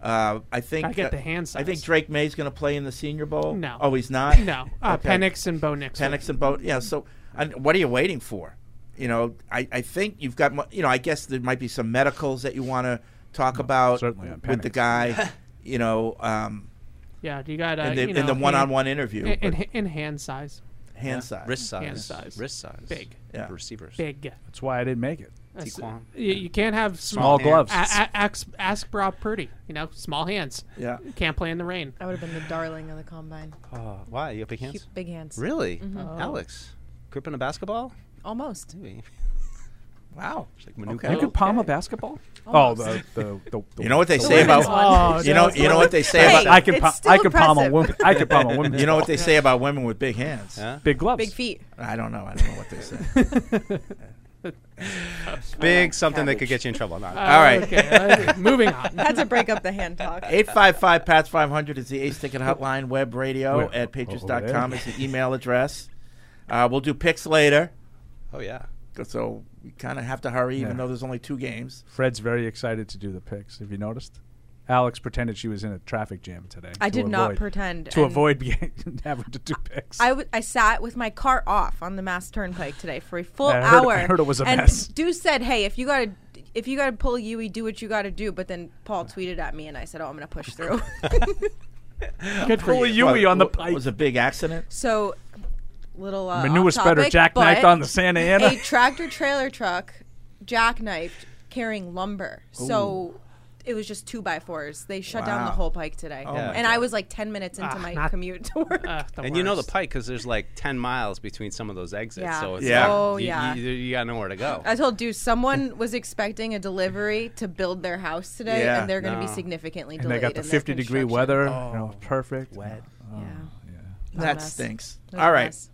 Speaker 1: Uh, I think
Speaker 5: Gotta get
Speaker 1: uh,
Speaker 5: the hand
Speaker 1: I think
Speaker 5: size.
Speaker 1: Drake May's going to play in the Senior Bowl.
Speaker 5: No.
Speaker 1: oh, he's not.
Speaker 5: No, uh,
Speaker 1: Okay.
Speaker 5: Penix and Bo Nix.
Speaker 1: Penix and Bo. Yeah. So, and what are you waiting for? You know, I, I think you've got. mo- You know, I guess there might be some medicals that you want to talk about
Speaker 4: certainly on
Speaker 1: with the
Speaker 4: Penix.
Speaker 1: guy. you know, um,
Speaker 5: Yeah, you got uh,
Speaker 1: in the,
Speaker 5: you know,
Speaker 1: in the one-on-one interview,
Speaker 5: hand,
Speaker 1: but
Speaker 5: and, and hand size,
Speaker 1: hand size.
Speaker 7: wrist size,
Speaker 5: Hand size.
Speaker 7: wrist size,
Speaker 5: Big.
Speaker 1: Yeah.
Speaker 7: receivers,
Speaker 5: big.
Speaker 4: that's why I didn't make it.
Speaker 5: That's-
Speaker 7: Taquan.
Speaker 5: You, you can't have small,
Speaker 4: Small gloves.
Speaker 5: A- a- ask, ask Rob Purdy. You know, small hands.
Speaker 1: Yeah.
Speaker 5: Can't play in the rain.
Speaker 8: I would have been the darling of the combine.
Speaker 7: Uh, why you have big hands?
Speaker 8: Cute, big hands.
Speaker 7: Really, Alex? Gripping a basketball?
Speaker 8: Almost.
Speaker 1: Wow.
Speaker 7: Like Manu
Speaker 1: Okay.
Speaker 4: You could palm a basketball. Oh, the, the, the, the
Speaker 1: You know what they
Speaker 4: the
Speaker 1: say
Speaker 8: women's
Speaker 1: about
Speaker 5: one. Oh,
Speaker 1: you know
Speaker 5: that's
Speaker 1: you know what they say
Speaker 8: Hey,
Speaker 1: about
Speaker 4: I could
Speaker 8: It's
Speaker 4: pa-
Speaker 8: still
Speaker 4: I could palm a
Speaker 8: impressive.
Speaker 4: woman. I could palm a woman.
Speaker 1: you know what they say about women with big hands.
Speaker 7: Yeah.
Speaker 4: Big gloves.
Speaker 8: Big feet.
Speaker 1: I don't know. I don't know what they say.
Speaker 7: Big something that could get you in trouble. No.
Speaker 1: All right.
Speaker 5: Okay, uh, moving on.
Speaker 8: Had to break up the hand talk.
Speaker 1: 855 PATS 500 is the Ace Ticket Hotline. Web radio
Speaker 4: Wait,
Speaker 1: at
Speaker 4: over
Speaker 1: patriots.com
Speaker 4: there?
Speaker 1: is the email address. Uh, we'll do picks later.
Speaker 7: oh yeah.
Speaker 1: So we kind of have to hurry, even
Speaker 4: Yeah.
Speaker 1: though there's only two games.
Speaker 4: Fred's very excited to do the picks. Have you noticed? Alex pretended she was in a traffic jam today.
Speaker 8: I
Speaker 4: to
Speaker 8: did not
Speaker 4: avoid-
Speaker 8: pretend.
Speaker 4: to
Speaker 8: and
Speaker 4: avoid being, having to do picks.
Speaker 8: I, w- I sat with my car off on the Mass Turnpike today for a full
Speaker 4: I heard-
Speaker 8: hour.
Speaker 4: I heard it was a
Speaker 8: and
Speaker 4: mess.
Speaker 8: Deuce said, "Hey, if you gotta, if you gotta pull a Yui, do what you gotta do." But then Paul tweeted at me, and I said, "Oh, I'm gonna push through."
Speaker 5: Good for
Speaker 4: Pull a
Speaker 5: you.
Speaker 4: Yui on the
Speaker 1: Well,
Speaker 4: pipe.
Speaker 1: was a big accident.
Speaker 8: so, little uh,
Speaker 4: Manure
Speaker 8: off
Speaker 4: spreader jackknifed
Speaker 8: topic, but
Speaker 4: on the Santa
Speaker 8: a
Speaker 4: Ana.
Speaker 8: tractor trailer truck jackknifed carrying lumber. So. It was just two by fours. They shut down the
Speaker 1: Wow.
Speaker 8: whole pike today,
Speaker 4: Oh
Speaker 1: my
Speaker 8: and I was like ten minutes into
Speaker 5: Ah,
Speaker 8: my
Speaker 5: not-
Speaker 8: commute to work.
Speaker 5: Ugh, the
Speaker 7: And you know the
Speaker 5: worst.
Speaker 7: pike because there's like ten miles between some of those exits.
Speaker 8: Yeah.
Speaker 7: So it's
Speaker 1: Yeah.
Speaker 7: like,
Speaker 8: Oh,
Speaker 7: you,
Speaker 8: yeah.
Speaker 7: You, you got nowhere to go.
Speaker 8: I told you someone was expecting a delivery to build their house today,
Speaker 1: Yeah.
Speaker 8: and they're going to
Speaker 7: No.
Speaker 8: be significantly
Speaker 4: and they
Speaker 8: delayed.
Speaker 4: got the
Speaker 8: in their
Speaker 4: 50 degree
Speaker 8: construction.
Speaker 4: weather. you know, perfect.
Speaker 1: Oh,
Speaker 4: Uh,
Speaker 1: Wet.
Speaker 8: Yeah.
Speaker 1: That
Speaker 8: mess.
Speaker 1: stinks.
Speaker 8: It was
Speaker 1: All
Speaker 8: a
Speaker 1: right.
Speaker 8: mess.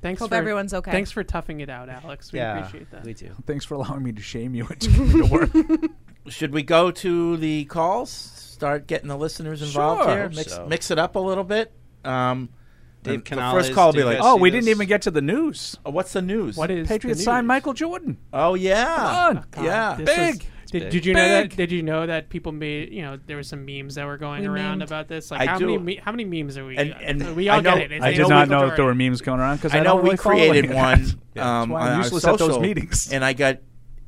Speaker 5: Thanks
Speaker 8: Hope
Speaker 5: for,
Speaker 8: everyone's okay.
Speaker 5: Thanks for toughing it out, Alex. We
Speaker 7: yeah,
Speaker 5: appreciate that.
Speaker 7: we do.
Speaker 4: Thanks for allowing me to shame you and taking me to work.
Speaker 1: Should we go to the calls? Start getting the listeners involved
Speaker 4: Sure.
Speaker 1: here.
Speaker 7: Hope
Speaker 1: Mix,
Speaker 7: so.
Speaker 1: mix it up a little bit. Um, the,
Speaker 7: Dave
Speaker 1: the
Speaker 7: Canales,
Speaker 1: first call will be
Speaker 7: Dave
Speaker 1: like,
Speaker 7: Estes.
Speaker 1: oh,
Speaker 4: oh,
Speaker 7: see
Speaker 4: we didn't
Speaker 7: this?
Speaker 4: even get to the news.
Speaker 1: what's the news?
Speaker 5: What is
Speaker 4: Patriots
Speaker 5: the
Speaker 4: signed
Speaker 5: Uh, news?
Speaker 4: Michael Jordan.
Speaker 1: Oh yeah,
Speaker 4: Come on.
Speaker 5: God,
Speaker 1: yeah.
Speaker 5: this
Speaker 4: Big.
Speaker 5: was- did,
Speaker 7: big.
Speaker 5: did you know that?
Speaker 4: Big.
Speaker 5: Did you know that people made? You know, there were some memes that were going
Speaker 8: We
Speaker 5: around
Speaker 8: memed.
Speaker 5: about this. Like,
Speaker 1: I
Speaker 5: how
Speaker 1: do-
Speaker 5: many me- how many memes are we?
Speaker 1: And- and
Speaker 5: we all
Speaker 1: I know-
Speaker 5: get it. It's
Speaker 4: I
Speaker 1: I
Speaker 5: like,
Speaker 4: did
Speaker 1: know
Speaker 4: not
Speaker 5: we-
Speaker 4: know that there were memes going around because I,
Speaker 1: I know
Speaker 4: don't
Speaker 1: we
Speaker 4: really follow any
Speaker 1: created
Speaker 4: of
Speaker 1: one
Speaker 4: that.
Speaker 1: um,
Speaker 4: why
Speaker 1: on
Speaker 4: I'm
Speaker 1: our
Speaker 4: useless at those
Speaker 1: social,
Speaker 4: meetings.
Speaker 1: and I got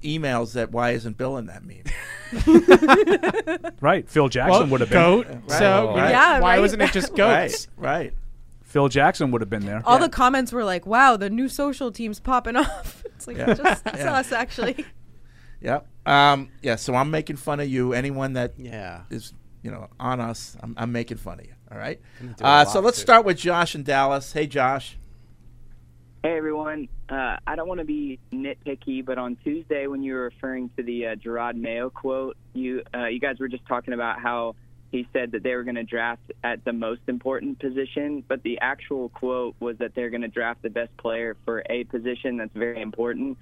Speaker 1: emails that why isn't Bill in that meme?
Speaker 4: Right. Phil Jackson
Speaker 5: Well,
Speaker 4: would have been.
Speaker 5: goat. So
Speaker 7: Right.
Speaker 5: you know,
Speaker 8: Yeah,
Speaker 5: why
Speaker 8: right.
Speaker 5: wasn't it just
Speaker 1: right,
Speaker 5: goats?
Speaker 1: right.
Speaker 4: Phil Jackson would have been
Speaker 10: Oh,
Speaker 4: there.
Speaker 8: All the comments were like, "Wow, the new social team's popping off." It's like
Speaker 1: Yeah.
Speaker 8: just it's
Speaker 1: Yeah.
Speaker 8: us actually.
Speaker 1: Yep. Um, yeah. So I'm making fun of you. Anyone that is,
Speaker 7: Yeah.
Speaker 1: you know, on us, I'm, I'm making fun of you. All right.
Speaker 7: do a
Speaker 1: Uh, so
Speaker 7: lot,
Speaker 1: let's
Speaker 7: too.
Speaker 1: start with Josh in Dallas. Hey, Josh.
Speaker 10: Hey everyone, uh, I don't want to be nitpicky, but on Tuesday when you were referring to the uh, Gerard Mayo quote, you uh, you guys were just talking about how he said that they were going to draft at the most important position, but the actual quote was that they're going to draft the best player for a position that's very important,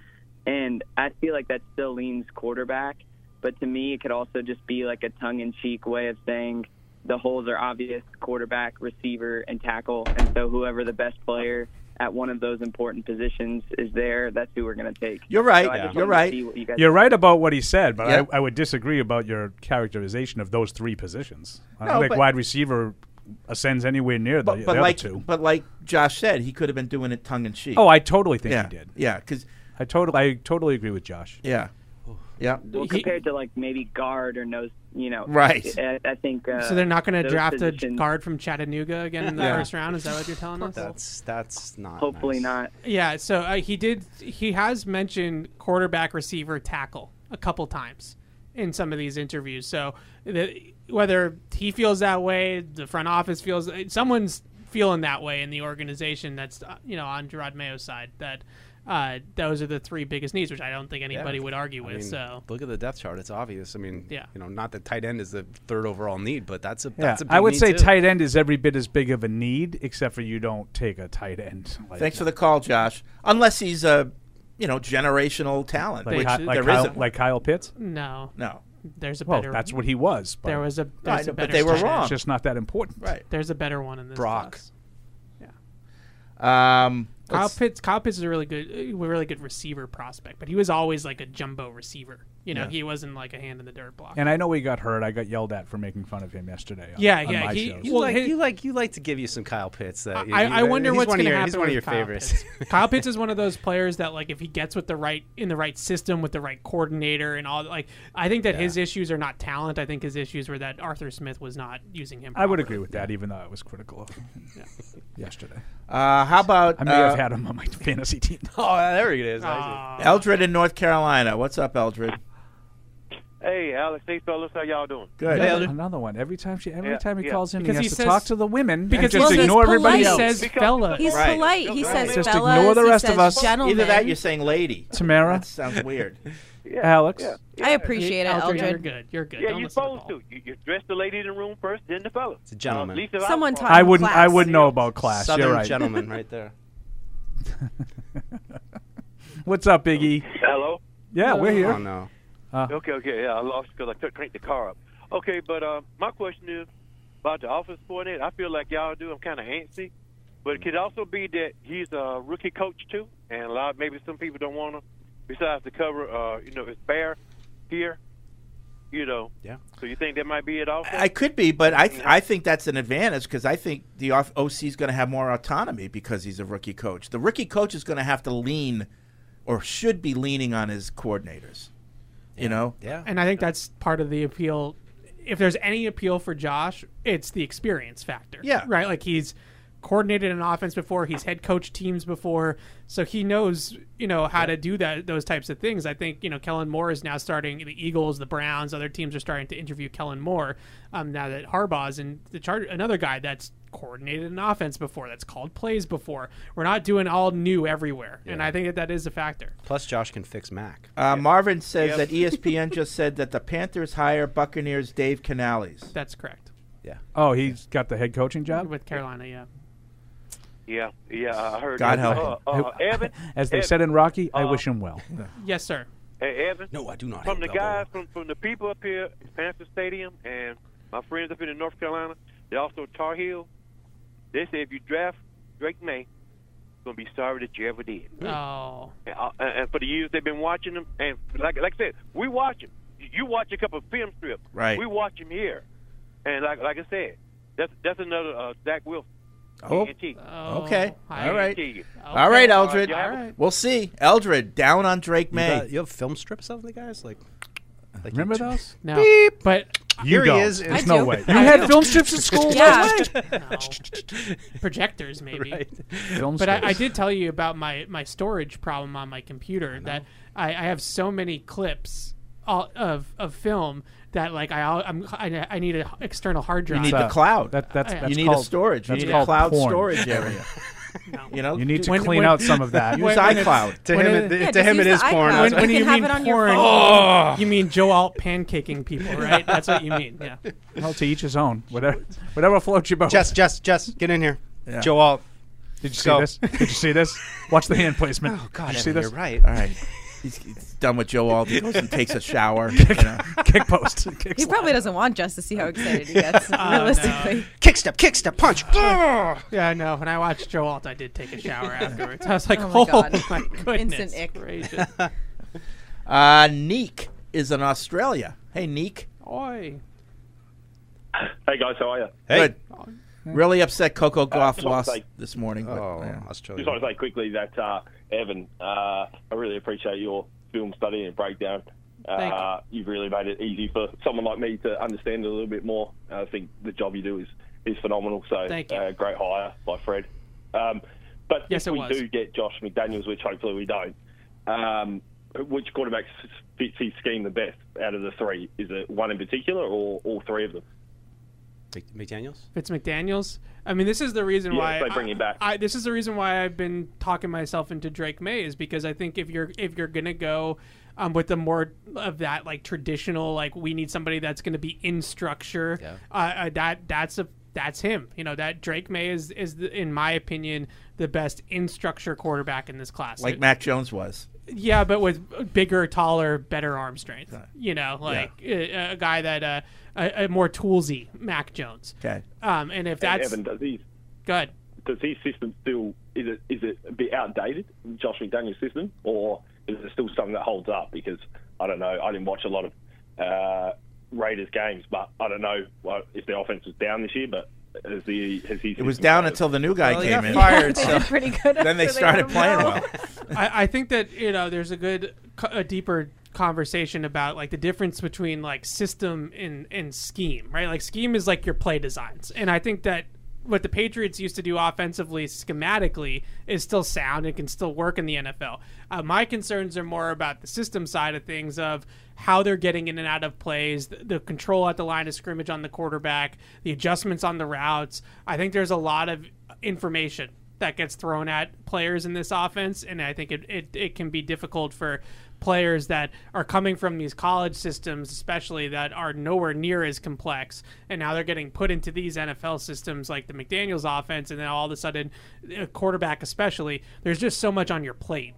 Speaker 10: and I feel like that still leans quarterback, but to me it could also just be like a tongue-in-cheek way of saying the holes are obvious quarterback, receiver, and tackle. And so whoever the best player at one of those important positions is there, that's who we're going to take.
Speaker 1: You're right.
Speaker 10: So I just
Speaker 1: You're
Speaker 10: wanted to
Speaker 1: right.
Speaker 10: see what you guys
Speaker 4: You're right about what he said, but
Speaker 1: Yeah.
Speaker 4: I, I would disagree about your characterization of those three positions. I don't
Speaker 1: No,
Speaker 4: think
Speaker 1: but-
Speaker 4: wide receiver ascends anywhere near the,
Speaker 1: But, but
Speaker 4: the
Speaker 1: like,
Speaker 4: other two.
Speaker 1: but like Josh said, he could have been doing it tongue in cheek.
Speaker 4: oh, I totally think
Speaker 1: yeah,
Speaker 4: he did.
Speaker 1: yeah, because
Speaker 4: I totally, I totally agree with Josh.
Speaker 1: yeah, Yeah.
Speaker 10: Well, compared to like maybe guard or nose, you know.
Speaker 1: Right.
Speaker 10: I, I think. Uh,
Speaker 5: so they're not going to
Speaker 10: those
Speaker 5: draft a
Speaker 10: positions-
Speaker 5: guard from Chattanooga again in the
Speaker 10: Yeah.
Speaker 5: first round. Is that what you're telling us?
Speaker 7: That's that's not.
Speaker 10: Hopefully not.
Speaker 5: Yeah, so uh, he did. He has mentioned quarterback, receiver, tackle a couple times in some of these interviews. So the, whether he feels that way, the front office feels uh, someone's feeling that way in the organization. That's uh, you know on Gerard Mayo's side that uh, those are the three biggest needs, which I don't think anybody
Speaker 7: Yeah.
Speaker 5: would argue
Speaker 7: I
Speaker 5: with.
Speaker 7: mean,
Speaker 5: so
Speaker 7: look at the depth chart; it's obvious. I mean,
Speaker 5: Yeah.
Speaker 7: you know, not that tight end is the third overall need, but that's a
Speaker 4: Yeah,
Speaker 7: that's a big
Speaker 4: I would
Speaker 7: need
Speaker 4: say
Speaker 7: too.
Speaker 4: tight end is every bit as big of a need, except for you don't take a tight end. Like,
Speaker 1: Thanks for the call, Josh. Unless he's a, you know, generational talent,
Speaker 4: Like
Speaker 1: which
Speaker 4: Ky- like
Speaker 1: there
Speaker 4: Kyle-
Speaker 1: isn't.
Speaker 4: like Kyle Pitts?
Speaker 5: No.
Speaker 1: No.
Speaker 5: There's a
Speaker 4: Well,
Speaker 5: better.
Speaker 4: that's what he was, but-
Speaker 5: There was a.
Speaker 4: No,
Speaker 5: there's
Speaker 4: I
Speaker 5: a
Speaker 4: know, but
Speaker 5: better
Speaker 4: they were
Speaker 5: tight end.
Speaker 4: wrong. It's just not that important.
Speaker 1: Right.
Speaker 5: There's a better one in this.
Speaker 1: Brock.
Speaker 5: class.
Speaker 1: Um,
Speaker 5: Kyle
Speaker 1: let's-
Speaker 5: Pitts, Kyle Pitts is a really good, uh, a really good receiver prospect, but he was always like a jumbo receiver. You know,
Speaker 4: Yeah.
Speaker 5: he wasn't like a hand in the dirt block.
Speaker 4: And I know he got hurt. I got yelled at for making fun of him yesterday. on-
Speaker 5: Yeah,
Speaker 4: on
Speaker 5: yeah,
Speaker 4: my
Speaker 5: he-
Speaker 4: shows.
Speaker 7: You
Speaker 5: Well,
Speaker 7: like
Speaker 5: his-
Speaker 7: you like you like to give you some Kyle Pitts. That you-
Speaker 5: I,
Speaker 7: you-
Speaker 5: I wonder
Speaker 7: he's
Speaker 5: what's
Speaker 7: one of
Speaker 5: going to
Speaker 7: your-
Speaker 5: happen.
Speaker 7: He's one of
Speaker 5: with
Speaker 7: your
Speaker 5: Kyle
Speaker 7: favorites.
Speaker 5: Pitts. Kyle Pitts is one of those players that, like, if he gets with the right in the right system with the right coordinator and all, like, I think that his issues are not talent. I think his issues were that Arthur Smith was not using him.
Speaker 4: I would
Speaker 5: properly.
Speaker 4: agree with that, even though I was critical of him yesterday.
Speaker 1: Uh, how about
Speaker 4: I may
Speaker 1: uh,
Speaker 4: have had him on my fantasy team.
Speaker 7: oh, there it is.
Speaker 1: Eldred in North Carolina? What's up, Eldred?
Speaker 11: Hey, Alex, these fellas, how y'all doing?
Speaker 1: Good.
Speaker 4: Another, another one. Every time she, every
Speaker 11: Yeah,
Speaker 4: time he
Speaker 11: yeah.
Speaker 4: calls in,
Speaker 11: Because
Speaker 4: he
Speaker 11: he
Speaker 4: has to
Speaker 11: says-
Speaker 4: talk to the women
Speaker 5: because
Speaker 4: and just
Speaker 5: he's
Speaker 4: ignore everybody
Speaker 5: polite.
Speaker 4: else.
Speaker 5: He says fella.
Speaker 8: He's
Speaker 1: Right.
Speaker 8: polite. He says
Speaker 4: Just
Speaker 8: fellas.
Speaker 4: ignore the
Speaker 8: he
Speaker 4: rest
Speaker 8: says
Speaker 4: of us.
Speaker 8: Gentlemen.
Speaker 1: Either that, you're saying lady.
Speaker 4: Tamara?
Speaker 1: That sounds weird.
Speaker 4: Alex.
Speaker 8: I appreciate it,
Speaker 5: Eldred,
Speaker 8: Eldred.
Speaker 5: You're good. You're good.
Speaker 11: Yeah,
Speaker 5: Don't
Speaker 11: you're
Speaker 5: listen to
Speaker 11: supposed to. You, you dress the lady in the room first, then the fella. It's
Speaker 7: a gentleman.
Speaker 8: Someone taught
Speaker 4: I wouldn't. I wouldn't know about class.
Speaker 7: Southern
Speaker 4: You're right.
Speaker 7: gentleman, right there.
Speaker 4: What's up, Biggie?
Speaker 11: Hello?
Speaker 4: Yeah, we're here.
Speaker 7: Oh no.
Speaker 4: Uh,
Speaker 11: Okay, okay, yeah, I lost because I took, cranked the car up. Okay, but uh, my question is about the office coordinator. I feel like y'all do. I'm kind of antsy, but it could also be that he's a rookie coach too, and a lot maybe some people don't want him. Besides the cover, uh, you know, it's bare here, you know.
Speaker 7: Yeah.
Speaker 11: So you think that might be it also?
Speaker 1: I could be, but I th- I think that's an advantage because I think the off- OC is going to have more autonomy because he's a rookie coach. The rookie coach is going to have to lean, or should be leaning on his coordinators. You know.
Speaker 7: Yeah.
Speaker 5: And I think that's part of the appeal. If there's any appeal for Josh, it's the experience factor.
Speaker 1: Yeah.
Speaker 5: Right? Like he's coordinated an offense before, he's head coached teams before, so he knows, you know, how to do that those types of things. I think, you know, Kellen Moore is now starting the Eagles, the Browns, other teams are starting to interview Kellen Moore um, now that Harbaugh's and the Charger another guy that's coordinated an offense before, that's called plays before. We're not doing all new everywhere. And I think that that is a factor.
Speaker 7: Plus, Josh can fix Mac.
Speaker 1: Uh, Marvin says
Speaker 5: Yep.
Speaker 1: that ESPN just said that the Panthers hire Buccaneers Dave Canales.
Speaker 5: That's correct.
Speaker 4: oh, he's got the head coaching job.
Speaker 5: With Carolina, yeah.
Speaker 11: yeah, yeah, I heard.
Speaker 4: God
Speaker 11: that.
Speaker 4: help
Speaker 11: Uh,
Speaker 4: him.
Speaker 11: uh, Evan,
Speaker 4: As they
Speaker 11: Evan, Uh,
Speaker 4: said in Rocky, I wish him well.
Speaker 5: Yes, sir.
Speaker 11: Hey, Evan.
Speaker 7: No, I do not.
Speaker 11: From the
Speaker 7: hate
Speaker 11: guys, from, from the people up here at Panther Stadium and my friends up here in North Carolina, they also Tar Heel, they say if you draft Drake May, you're going to be sorry that you ever did.
Speaker 5: Oh.
Speaker 11: And, uh, and for the years they've been watching him, and like like I said, we watch him. You- You watch a couple of film strips.
Speaker 1: Right.
Speaker 11: We watch him here. And like like I said, that's that's another uh, Zach Wilson.
Speaker 1: Oh,
Speaker 11: TNT.
Speaker 1: okay. Oh,
Speaker 11: I
Speaker 1: All right.
Speaker 11: guarantee you.
Speaker 1: All right, Eldred.
Speaker 11: All right, y'all.
Speaker 1: We'll see. Eldred down on Drake
Speaker 7: You,
Speaker 1: May.
Speaker 7: got- you have film strips of the guys, like, like you
Speaker 4: Remember
Speaker 7: t-
Speaker 4: those?
Speaker 5: No. But
Speaker 7: Here
Speaker 4: don't.
Speaker 7: he is.
Speaker 4: There's
Speaker 7: in-
Speaker 4: no way. You had film strips in school.
Speaker 5: Yeah.
Speaker 4: No way.
Speaker 5: projectors maybe.
Speaker 4: Film
Speaker 5: But I, I
Speaker 4: strips.
Speaker 5: did tell you about my, my storage problem on my computer that I, I have so many clips all, of of film that like I al- I'm, I I need an external hard
Speaker 1: You
Speaker 5: drive.
Speaker 1: need the
Speaker 4: Uh,
Speaker 1: cloud.
Speaker 4: that- that's-
Speaker 5: I-
Speaker 1: you
Speaker 4: that's
Speaker 1: need a
Speaker 4: called-
Speaker 1: storage. You
Speaker 4: that's
Speaker 1: need a
Speaker 4: called
Speaker 1: cloud
Speaker 4: porn.
Speaker 1: storage area. You know.
Speaker 4: You need to
Speaker 5: When-
Speaker 4: clean
Speaker 5: when-
Speaker 4: out some of that.
Speaker 1: use iCloud.
Speaker 7: To
Speaker 5: When
Speaker 7: him, it,
Speaker 5: it-
Speaker 8: Yeah,
Speaker 7: to
Speaker 8: just
Speaker 7: him it
Speaker 8: use
Speaker 7: is
Speaker 8: the
Speaker 7: porn.
Speaker 8: iCloud.
Speaker 5: when,
Speaker 8: You
Speaker 5: when
Speaker 8: can
Speaker 5: you
Speaker 8: have
Speaker 5: mean
Speaker 8: it on your
Speaker 5: porn,
Speaker 8: phone.
Speaker 5: you mean Joe Alt pancaking people, right? That's what you mean. Yeah.
Speaker 4: Well, to each his own. Whatever, whatever floats your boat.
Speaker 7: Jess, Jess, Jess, get in here. Joe Alt.
Speaker 4: Did you see
Speaker 7: go.
Speaker 4: this? Did you see this? Watch the hand placement. Oh
Speaker 7: God,
Speaker 4: Did you
Speaker 7: Evan,
Speaker 4: see this?
Speaker 7: you're right.
Speaker 1: All right. He's, he's done with Joe Aldi. He goes and takes a shower. you know.
Speaker 4: Kick post. Kick
Speaker 8: He
Speaker 4: slap.
Speaker 8: probably doesn't want Jess to see how excited he gets. realistically,
Speaker 7: Kick step, kick step, punch. Ugh.
Speaker 5: Yeah, I know. When I watched Joe Alt, I did take a shower afterwards. I was like,
Speaker 8: Oh
Speaker 5: oh
Speaker 8: my
Speaker 5: my,
Speaker 8: God.
Speaker 5: goodness.
Speaker 8: Instant ick.
Speaker 5: gracious.
Speaker 1: Uh, Neek is in Australia. Hey, Neek.
Speaker 5: Oi.
Speaker 12: Hey guys, how are you?
Speaker 1: Good. Really upset Coco Golf
Speaker 12: just wanna
Speaker 1: lost
Speaker 12: say-
Speaker 1: this morning. But,
Speaker 7: Oh,
Speaker 1: yeah.
Speaker 12: Just want to say quickly that uh, Evan, uh, I really appreciate your film study and breakdown
Speaker 5: Thank
Speaker 12: Uh, you've really made it easy for someone like me to understand it a little bit more. I think the job you do is, is phenomenal. So
Speaker 5: Thank you.
Speaker 12: Uh, great hire by Fred. Um, but
Speaker 5: Yes,
Speaker 12: if
Speaker 5: it
Speaker 12: we
Speaker 5: was.
Speaker 12: do get Josh McDaniels, which hopefully we don't, um, which quarterback fits his scheme the best out of the three? Is it one in particular or all three of them?
Speaker 7: McDaniels?
Speaker 5: Fitz McDaniels. I mean, this is the reason
Speaker 12: Yeah,
Speaker 5: why
Speaker 12: if they bring
Speaker 5: I,
Speaker 12: him back.
Speaker 5: I- this is the reason why I've been talking myself into Drake May is because I think if you're if you're gonna go um, with the more of that like traditional like we need somebody that's gonna be in structure uh, uh, that that's a that's him. You know that Drake May is is the, in my opinion the best in structure quarterback in this class.
Speaker 1: like Mac Jones was.
Speaker 5: Yeah, but with bigger, taller, better arm strength. You know, like a, a guy that uh, a, a more toolsy Mac Jones.
Speaker 1: Okay.
Speaker 5: Um, and if that's
Speaker 12: Evan, does his
Speaker 5: good,
Speaker 12: does his system still is it is it a bit outdated, Josh McDaniel's system, or is it still something that holds up? Because I don't know, I didn't watch a lot of uh, Raiders games, but I don't know what, if the offense was down this year, but. Has the, has his
Speaker 1: It was
Speaker 12: system
Speaker 1: down
Speaker 12: failed?
Speaker 1: until the new guy
Speaker 12: Well, he
Speaker 1: came
Speaker 12: got
Speaker 1: in.
Speaker 12: fired, They so- did pretty good
Speaker 1: then they
Speaker 12: after they
Speaker 1: started
Speaker 12: got him
Speaker 1: playing
Speaker 12: out.
Speaker 1: well.
Speaker 5: I, I think that you know there's a good, co- a deeper conversation about like the difference between like system and and scheme, right? Like scheme is like your play designs, and I think that what the Patriots used to do offensively, schematically, is still sound and can still work in the NFL. Uh, my concerns are more about the system side of things of how they're getting in and out of plays, the, the control at the line of scrimmage on the quarterback, the adjustments on the routes. I think there's a lot of information that gets thrown at players in this offense, and I think it, it, it can be difficult for players that are coming from these college systems, especially that are nowhere near as complex, and now they're getting put into these NFL systems like the McDaniels offense, and then all of a sudden, a quarterback especially, there's just so much on your plate.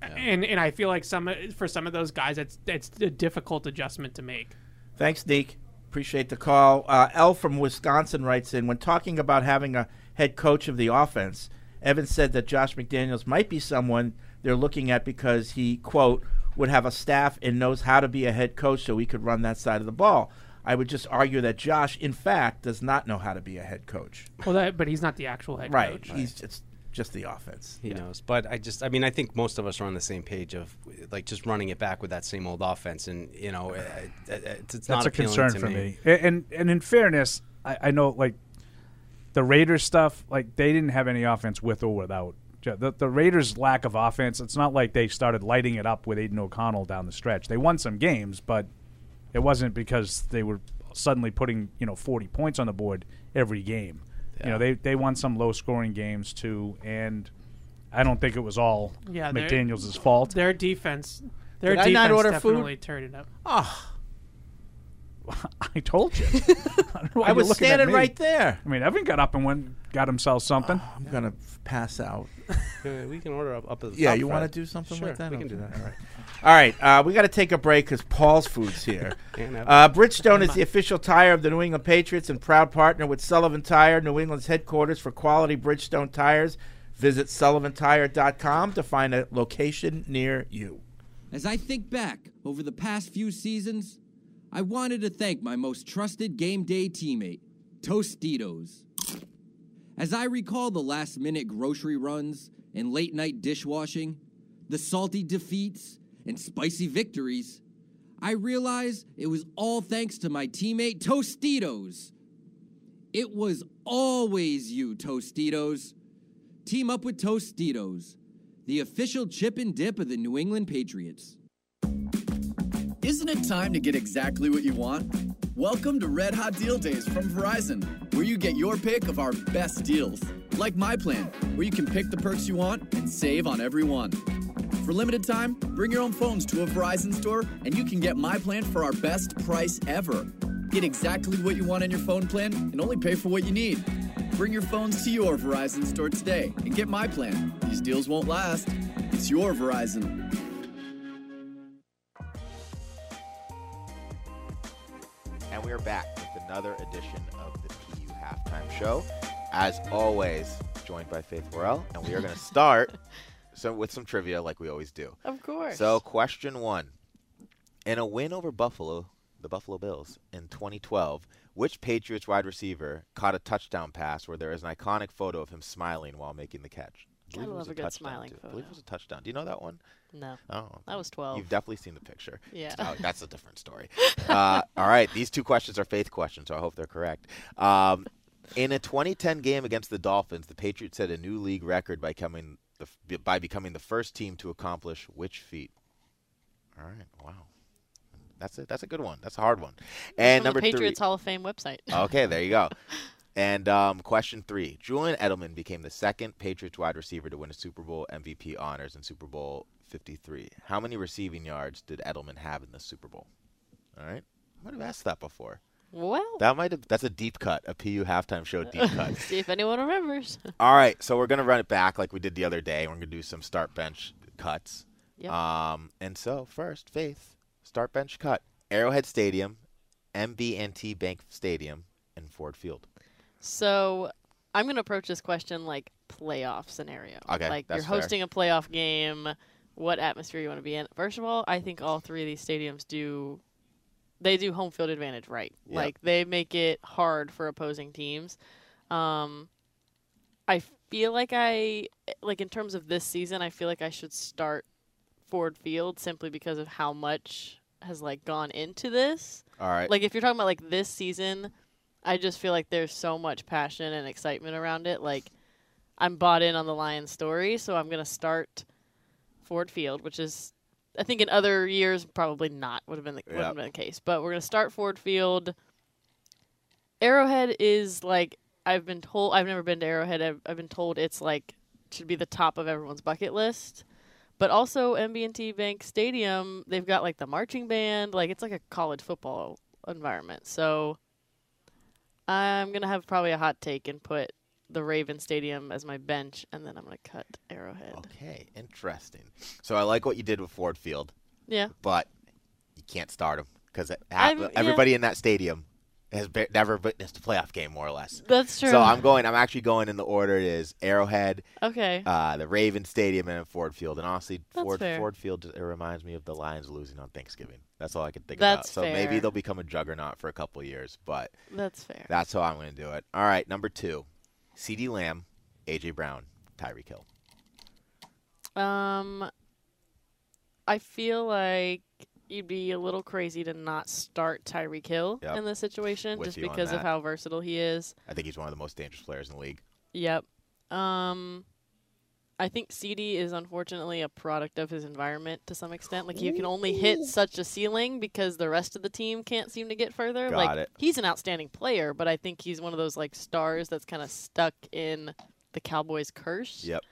Speaker 5: And and I feel like some for some of those guys, that's that's a difficult adjustment to make.
Speaker 1: Thanks, Neek. Appreciate the call. Uh, L from Wisconsin writes in when talking about having a head coach of the offense, Evans said that Josh McDaniels might be someone they're looking at because he, quote, would have a staff and knows how to be a head coach so he could run that side of the ball. I would just argue that Josh, in fact, does not know how to be a head coach.
Speaker 5: Well, that but he's not the actual head
Speaker 1: right.
Speaker 5: coach.
Speaker 1: He's just, just the offense.
Speaker 7: He knows. But I just, I mean, I think most of us are on the same page of like just running it back with that same old offense. And, you know, it, it, it's it's
Speaker 4: That's
Speaker 7: not
Speaker 4: a
Speaker 7: appealing
Speaker 4: concern
Speaker 7: to
Speaker 4: for me. A- And and in fairness, I, I know like the Raiders stuff, like they didn't have any offense with or without. Ja- The, the Raiders' lack of offense, it's not like they started lighting it up with Aiden O'Connell down the stretch. They won some games, but it wasn't because they were suddenly putting, you know, 40 points on the board every game. You know, they, they won some low scoring games too, and I don't think it was all
Speaker 5: Yeah, they're-
Speaker 4: McDaniels' fault.
Speaker 5: Their defense, their
Speaker 1: Did I
Speaker 5: defense
Speaker 1: not order food?
Speaker 5: definitely turned it up.
Speaker 1: Oh,
Speaker 4: I told you. I, don't know why
Speaker 1: I
Speaker 4: you're
Speaker 1: was
Speaker 4: looking at
Speaker 1: standing
Speaker 4: me.
Speaker 1: right there.
Speaker 4: I mean, Evan got up and went, got himself something.
Speaker 1: Oh, I'm gonna pass out.
Speaker 7: me. We can order up, up at the
Speaker 1: Yeah,
Speaker 7: top,
Speaker 1: you
Speaker 7: Fred.
Speaker 1: want to do something
Speaker 7: Sure,
Speaker 1: like that?
Speaker 7: We
Speaker 1: I'll
Speaker 7: can do that.
Speaker 1: All right. All right, uh, we got to take a break because Paul's Foods here.
Speaker 7: And Evan.
Speaker 1: Uh, Bridgestone is the official tire of the New England Patriots and proud partner with Sullivan Tire, New England's headquarters for quality Bridgestone tires. Visit sullivantire.com to find a location near you.
Speaker 13: As I think back over the past few seasons, I wanted to thank my most trusted game day teammate, Tostitos. As I recall the last minute grocery runs and late night dishwashing, the salty defeats and spicy victories, I realize it was all thanks to my teammate, Tostitos. It was always you, Tostitos. Team up with Tostitos, the official chip and dip of the New England Patriots.
Speaker 14: Isn't it time to get exactly what you want? Welcome to Red Hot Deal Days from Verizon, where you get your pick of our best deals. Like My Plan, where you can pick the perks you want and save on every one. For limited time, bring your own phones to a Verizon store and you can get My Plan for our best price ever. Get exactly what you want in your phone plan and only pay for what you need. Bring your phones to your Verizon store today and get My Plan. These deals won't last. It's your Verizon.
Speaker 15: And we are back with another edition of the PU Halftime Show. As always, joined by Faith Worrell, and we are going to start so with some trivia like we always do.
Speaker 16: Of course.
Speaker 15: So, question one. In a win over Buffalo, the Buffalo Bills, in 2012, which Patriots wide receiver caught a touchdown pass where there is an iconic photo of him smiling while making the catch?
Speaker 16: Gotta
Speaker 15: believe it
Speaker 16: love
Speaker 15: was
Speaker 16: a good
Speaker 15: touchdown,
Speaker 16: smiling
Speaker 15: too. I believe it
Speaker 16: photo.
Speaker 15: was a touchdown. Do you know that one?
Speaker 16: No.
Speaker 15: Oh,
Speaker 16: That was 12.
Speaker 15: You've definitely seen the picture.
Speaker 16: Yeah.
Speaker 15: Oh, that's a different story. uh, all right, these two questions are faith questions, so I hope they're correct. Um, in a 2010 game against the Dolphins, the Patriots set a new league record by coming the, f- by becoming the first team to accomplish which feat? All right, wow, that's it. That's a good one. That's a hard one. And
Speaker 16: From
Speaker 15: number
Speaker 16: the Patriots
Speaker 15: three.
Speaker 16: Hall of Fame website.
Speaker 15: okay, there you go. And um, question three: Julian Edelman became the second Patriots wide receiver to win a Super Bowl MVP honors in Super Bowl 53. How many receiving yards did Edelman have in the Super Bowl? All right, I might have asked that before.
Speaker 16: Well,
Speaker 15: That might have. That's a deep cut, a PU halftime show deep cut.
Speaker 16: see if anyone remembers.
Speaker 15: All right, so we're gonna run it back like we did the other day. We're gonna do some start bench cuts.
Speaker 16: Yep.
Speaker 15: Um, and so first, Faith, start bench cut. Arrowhead Stadium, MBNT Bank Stadium, and Ford Field.
Speaker 16: So I'm going to approach this question like playoff scenario.
Speaker 15: Okay,
Speaker 16: Like
Speaker 15: that's
Speaker 16: you're
Speaker 15: fair.
Speaker 16: hosting a playoff game. What atmosphere you want to be in? First of all, I think all three of these stadiums do. They do home field advantage right.
Speaker 17: Yep.
Speaker 16: Like they make it hard for opposing teams. Um, I feel like I like in terms of this season, I feel like I should start Ford Field simply because of how much has like gone into this.
Speaker 15: All right.
Speaker 16: Like if you're talking about like this season, I just feel like there's so much passion and excitement around it. Like I'm bought in on the Lions story, so I'm gonna start Ford Field, which is I think in other years probably not would have been the, would
Speaker 17: Yep.
Speaker 16: have been the case. But we're gonna start Ford Field. Arrowhead is like I've been told I've never been to Arrowhead. I've, I've been told it's like should be the top of everyone's bucket list. But also MB&T Bank Stadium, they've got like the marching band, like it's like a college football environment. So I'm going to have probably a hot take and put the Raven Stadium as my bench and then I'm going to cut Arrowhead.
Speaker 15: Okay. Interesting. So I like what you did with Ford Field.
Speaker 16: Yeah.
Speaker 15: But you can't start them because
Speaker 16: I'm- yeah.
Speaker 15: everybody in that stadium has be- never witnessed a playoff game, more or less.
Speaker 16: That's true.
Speaker 15: So I'm going. I'm actually going in the order it is: Arrowhead,
Speaker 16: Okay.
Speaker 15: uh, the Raven Stadium, and Ford Field. And honestly,
Speaker 16: That's
Speaker 15: Ford
Speaker 16: fair.
Speaker 15: Ford Field it reminds me of the Lions losing on Thanksgiving. That's all I can think about.
Speaker 16: That's
Speaker 15: So maybe
Speaker 16: fair.
Speaker 15: they'll become a juggernaut for a couple years, but
Speaker 16: That's fair.
Speaker 15: That's how I'm going to do it. All right, number two: C.D. Lamb, A.J. Brown, Tyreek Hill.
Speaker 16: Um, I feel like you'd be a little crazy to not start Tyreek Hill
Speaker 15: Yep.
Speaker 16: in this situation
Speaker 15: With
Speaker 16: just
Speaker 15: you on
Speaker 16: because of
Speaker 15: that.
Speaker 16: how versatile he is.
Speaker 15: I think he's one of the most dangerous players in the league.
Speaker 16: Yep. Um, I think CD is unfortunately a product of his environment to some extent. Like you can only hit
Speaker 17: Ooh.
Speaker 16: such a ceiling because the rest of the team can't seem to get further.
Speaker 17: Got
Speaker 16: like
Speaker 17: it.
Speaker 16: he's an outstanding player, but I think he's one of those like stars that's kind of stuck in the Cowboys curse.
Speaker 15: Yep.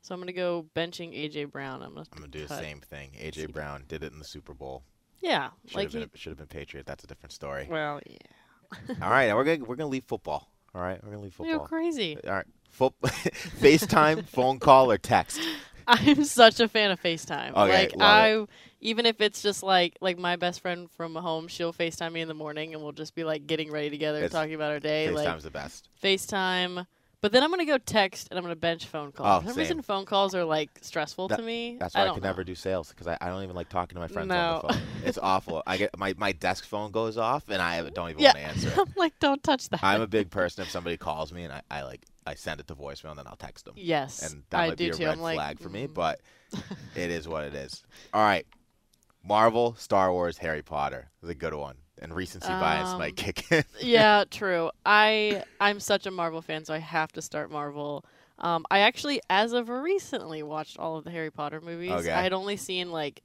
Speaker 16: So I'm gonna go benching AJ Brown. I'm gonna.
Speaker 15: I'm gonna do the
Speaker 16: cut.
Speaker 15: same thing. AJ Brown did it in the Super Bowl.
Speaker 16: Yeah,
Speaker 15: should
Speaker 16: like
Speaker 15: have been,
Speaker 16: he-
Speaker 15: a- should have been Patriot. That's a different story.
Speaker 16: Well, yeah.
Speaker 15: all right, now we're gonna we're gonna leave football. All right, we're gonna leave
Speaker 16: You're
Speaker 15: football.
Speaker 16: crazy.
Speaker 15: All right, Fo- FaceTime, phone call, or text.
Speaker 16: I'm such a fan of FaceTime.
Speaker 15: Okay,
Speaker 16: like
Speaker 15: love
Speaker 16: I even if it's just like like my best friend from home, she'll FaceTime me in the morning and we'll just be like getting ready together,
Speaker 15: It's-
Speaker 16: talking about our day. like
Speaker 15: FaceTime's the best.
Speaker 16: FaceTime. But then I'm gonna go text and I'm gonna bench phone calls.
Speaker 15: Oh,
Speaker 16: For some
Speaker 15: same.
Speaker 16: reason phone calls are like stressful
Speaker 15: That-
Speaker 16: to me.
Speaker 15: That's
Speaker 16: I
Speaker 15: why I,
Speaker 16: don't
Speaker 15: can
Speaker 16: know.
Speaker 15: never do sales because I, I don't even like talking to my friends
Speaker 16: No.
Speaker 15: on the phone. It's awful. I get my, my desk phone goes off and I don't even
Speaker 16: Yeah.
Speaker 15: want to answer. it.
Speaker 16: I'm like, don't touch that.
Speaker 15: I'm a big person. If somebody calls me and I, I like I send it to voicemail and then I'll text them.
Speaker 16: Yes,
Speaker 15: and that
Speaker 16: I
Speaker 15: might
Speaker 16: do
Speaker 15: be a
Speaker 16: too.
Speaker 15: red
Speaker 16: I'm like, "Mm."
Speaker 15: flag for me, but it is what it is. All right, Marvel, Star Wars, Harry Potter is a good one, and recency bias
Speaker 16: Um,
Speaker 15: might kick in.
Speaker 16: yeah, true. I I'm such a Marvel fan, so I have to start Marvel. Um, I actually, as of recently, watched all of the Harry Potter movies.
Speaker 17: Okay.
Speaker 16: I had only seen like,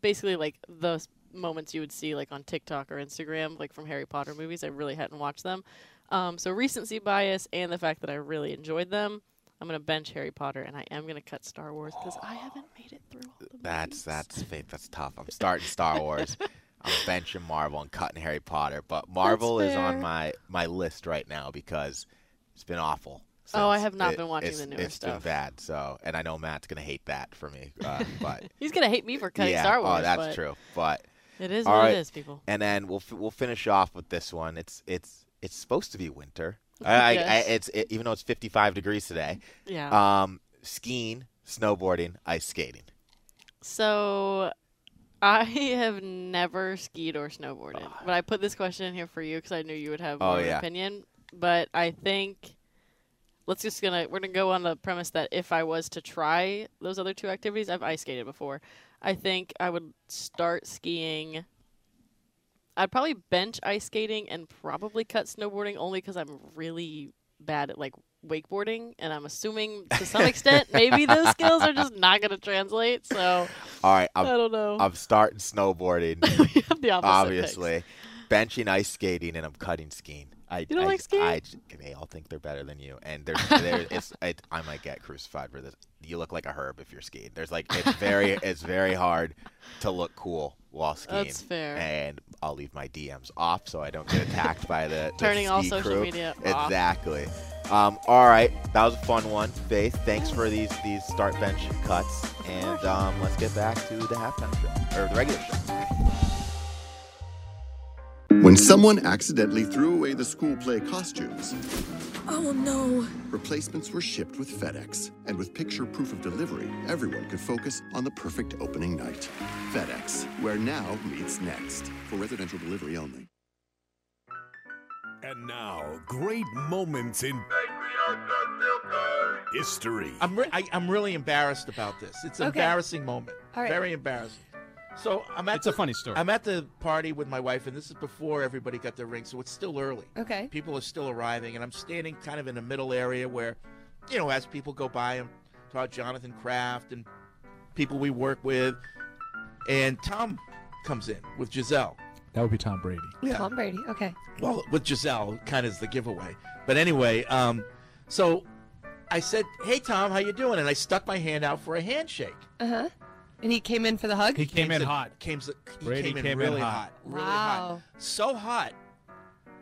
Speaker 16: basically like the s- moments you would see like on TikTok or Instagram, like from Harry Potter movies. I really hadn't watched them. Um, so recency bias and the fact that I really enjoyed them, I'm gonna bench Harry Potter and I am gonna cut Star Wars because I haven't made it through. All the
Speaker 15: That's that's faith. That's tough. I'm starting Star Wars. I'm benching Marvel and cutting Harry Potter, but Marvel is
Speaker 16: fair.
Speaker 15: on my my list right now because it's been awful.
Speaker 16: Oh, I
Speaker 15: since.
Speaker 16: have not been watching
Speaker 15: it's-
Speaker 16: the newer
Speaker 15: It's
Speaker 16: stuff.
Speaker 15: been bad. So, and I know Matt's gonna hate that for me, uh, but
Speaker 16: He's gonna hate me for cutting
Speaker 15: yeah,
Speaker 16: Star Wars.
Speaker 15: Oh, that's
Speaker 16: but-
Speaker 15: true. But
Speaker 16: It is
Speaker 15: All
Speaker 16: what it
Speaker 15: right,
Speaker 16: is, people.
Speaker 15: And then we'll f- we'll finish off with this one. It's it's it's supposed to be winter. I, I, I,
Speaker 16: Yes.
Speaker 15: it's it, even though it's 55 degrees today.
Speaker 16: Yeah.
Speaker 15: Um, skiing, snowboarding, ice skating.
Speaker 16: So, I have never skied or snowboarded, but I put this question in here for you because I knew you would have
Speaker 15: Oh,
Speaker 16: more of an
Speaker 15: yeah.
Speaker 16: opinion. But I think let's just gonna we're gonna go on the premise that if I was to try those other two activities, I've ice skated before. I think I would start skiing. I'd probably bench ice skating and probably cut snowboarding only because I'm really bad at like wakeboarding, and I'm assuming to some extent maybe those skills are just not gonna translate. So
Speaker 15: All right, I'm,
Speaker 16: I don't know.
Speaker 15: I'm starting snowboarding.
Speaker 16: the opposite
Speaker 15: obviously, benching, ice skating, and I'm cutting skiing. I,
Speaker 16: You don't
Speaker 15: I-
Speaker 16: like skiing?
Speaker 15: I j- they all think they're better than you, and there's, there, it's, it, I might get crucified for this. You look like a herb if you're skiing. There's like it's very it's very hard to look cool while skiing.
Speaker 16: That's fair.
Speaker 15: And I'll leave my DMs off so I don't get attacked by the the
Speaker 16: Turning all
Speaker 15: ski
Speaker 16: social
Speaker 15: crew.
Speaker 16: media off.
Speaker 15: Exactly. Um, all right, that was a fun one, Faith. Thanks for these these start bench cuts, and um, let's get back to the halftime show or the regular show.
Speaker 17: When someone accidentally threw away the school play costumes,
Speaker 18: Oh no.
Speaker 17: replacements were shipped with FedEx. And with picture proof of delivery, everyone could focus on the perfect opening night. FedEx, where now meets next. For residential delivery only.
Speaker 2: And now, great moments in history.
Speaker 1: I'm re- I, I'm really embarrassed about this. It's an
Speaker 2: Okay.
Speaker 1: embarrassing moment.
Speaker 2: All right.
Speaker 1: Very embarrassing. So I'm at
Speaker 19: It's a
Speaker 1: the-
Speaker 19: funny story.
Speaker 1: I'm at the party with my wife, and this is before everybody got their rings, so it's still early.
Speaker 19: Okay.
Speaker 1: People are still arriving, and I'm standing kind of in the middle area where, you know, as people go by, I'm about Jonathan Kraft and people we work with, and Tom comes in with Giselle.
Speaker 4: That would be Tom Brady.
Speaker 18: Tom Brady. Okay.
Speaker 1: Well, with Giselle, kind of is the giveaway. But anyway, um, so I said, "Hey Tom, how you doing?" And I stuck my hand out for a handshake.
Speaker 18: Uh huh. And he came in for the hug.
Speaker 1: Came, s- he
Speaker 18: Brady
Speaker 1: came in
Speaker 18: came in
Speaker 1: really
Speaker 18: hot.
Speaker 1: hot. Really
Speaker 18: Wow.
Speaker 1: hot. So hot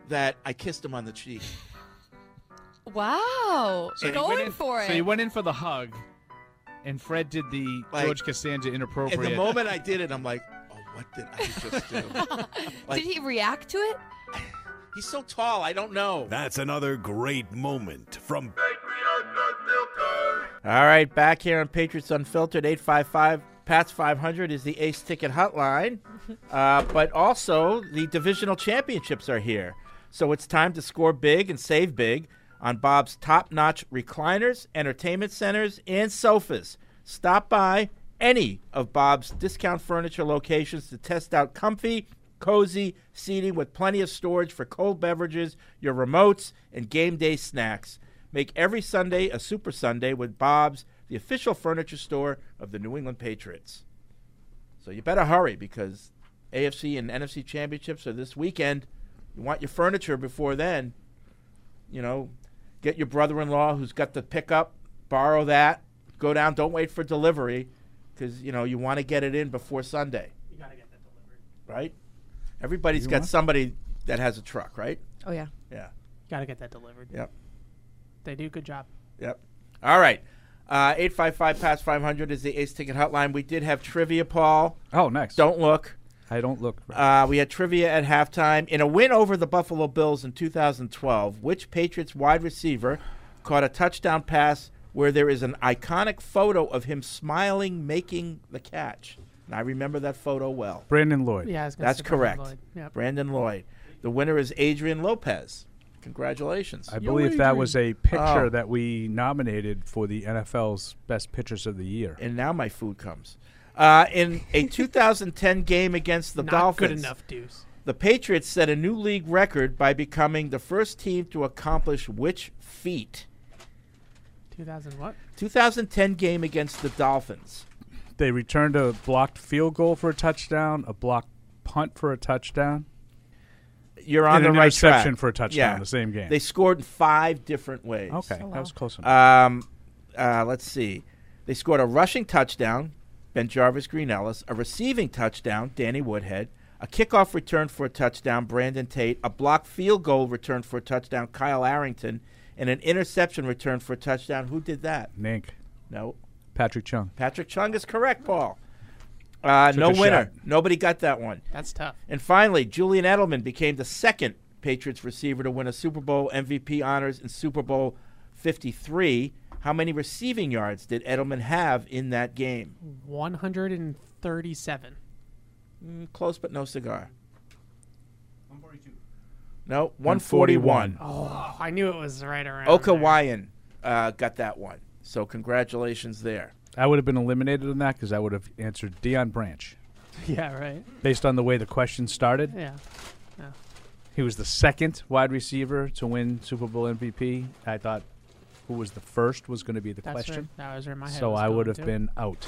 Speaker 1: that I kissed him on the cheek.
Speaker 18: Wow.
Speaker 4: So you
Speaker 18: Going
Speaker 4: went in-
Speaker 18: for it.
Speaker 4: So you went in for the hug, and Fred did the
Speaker 1: Like,
Speaker 4: George Costanza
Speaker 1: And
Speaker 4: inappropriate.
Speaker 1: the moment I did it, I'm like, "Oh, what did I just do?" like-
Speaker 18: Did he react to it?
Speaker 1: He's so tall, I don't know.
Speaker 2: That's another great moment from
Speaker 1: All right, back here on Patriots Unfiltered, 855 Pats 500 is the ace ticket hotline. Uh, but also, the divisional championships are here. So it's time to score big and save big on Bob's top notch recliners, entertainment centers, and sofas. Stop by any of Bob's discount furniture locations to test out comfy, cozy seating with plenty of storage for cold beverages, your remotes, and game day snacks. Make every Sunday a Super Sunday with Bob's, the official furniture store of the New England Patriots. So you better hurry because AFC and NFC championships are this weekend. You want your furniture before then. You know, get your brother in law who's got the pickup, borrow that, go down, don't wait for delivery because, you know, you want to get it in before Sunday. You got to get that delivered. Right? Everybody's
Speaker 5: You
Speaker 1: got
Speaker 5: want-
Speaker 1: somebody that has a truck, right?
Speaker 8: Oh yeah.
Speaker 1: Yeah.
Speaker 5: Gotta get that delivered.
Speaker 1: Yep.
Speaker 5: They do a good job.
Speaker 1: Yep. All right. Uh, 855 past 500 is the Ace Ticket Hotline. We did have trivia, Paul.
Speaker 4: Oh, nice.
Speaker 1: Don't look.
Speaker 4: I don't look.
Speaker 1: Uh, we had trivia at halftime. In a win over the Buffalo Bills in 2012, which Patriots wide receiver caught a touchdown pass where there is an iconic photo of him smiling making the catch? And I remember that photo well.
Speaker 4: Brandon Lloyd. Yeah, I was gonna
Speaker 1: That's
Speaker 4: say Brandon
Speaker 1: correct.
Speaker 4: Lloyd. Yep.
Speaker 1: Brandon Lloyd. The winner is Adrian Lopez. Congratulations.
Speaker 4: I believe that was a picture
Speaker 1: Oh.
Speaker 4: that we nominated for the NFL's best pictures of the year.
Speaker 1: And now my food comes. Uh, in a 2010 game against the
Speaker 5: Not
Speaker 1: Dolphins,
Speaker 5: good enough, Deuce.
Speaker 1: the Patriots set a new league record by becoming the first team to accomplish which feat?
Speaker 5: 2000 what?
Speaker 1: 2010 game against the Dolphins.
Speaker 4: They returned a blocked field goal for a touchdown, a blocked punt for a touchdown.
Speaker 1: You're on
Speaker 4: and
Speaker 1: the
Speaker 4: an
Speaker 1: right track.
Speaker 4: interception for a touchdown.
Speaker 1: Yeah.
Speaker 4: The same game.
Speaker 1: They scored in five different ways.
Speaker 4: Okay, Oh, that wow. was close
Speaker 1: Um, uh, let's see. They scored a rushing touchdown, Ben Jarvis Green Ellis, a receiving touchdown, Danny Woodhead, a kickoff return for a touchdown, Brandon Tate, a blocked field goal return for a touchdown, Kyle Arrington, and an interception return for a touchdown. Who did that?
Speaker 4: Nink.
Speaker 1: No.
Speaker 4: Patrick Chung.
Speaker 1: Patrick Chung is correct, Paul. Uh,
Speaker 4: Took
Speaker 1: no
Speaker 4: a
Speaker 1: winner.
Speaker 4: shot.
Speaker 1: Nobody got that one.
Speaker 5: That's tough.
Speaker 1: And finally, Julian Edelman became the second Patriots receiver to win a Super Bowl MVP honors in Super Bowl 53. How many receiving yards did Edelman have in that game?
Speaker 5: 137.
Speaker 1: Mm, close, but no cigar. No, 141.
Speaker 5: 141. Oh, I knew it was right around.
Speaker 1: Okawayan. uh, got that one. So congratulations there.
Speaker 4: I would have been eliminated in that because I would have answered Dion Branch
Speaker 5: Yeah, right.
Speaker 4: based on the way the question started.
Speaker 5: Yeah. Yeah.
Speaker 4: He was the second wide receiver to win Super Bowl MVP. I thought who was the first was going to be the
Speaker 5: That's where-
Speaker 4: question.
Speaker 5: that was where my head
Speaker 4: so
Speaker 5: was
Speaker 4: I would have
Speaker 5: going, too.
Speaker 4: been out.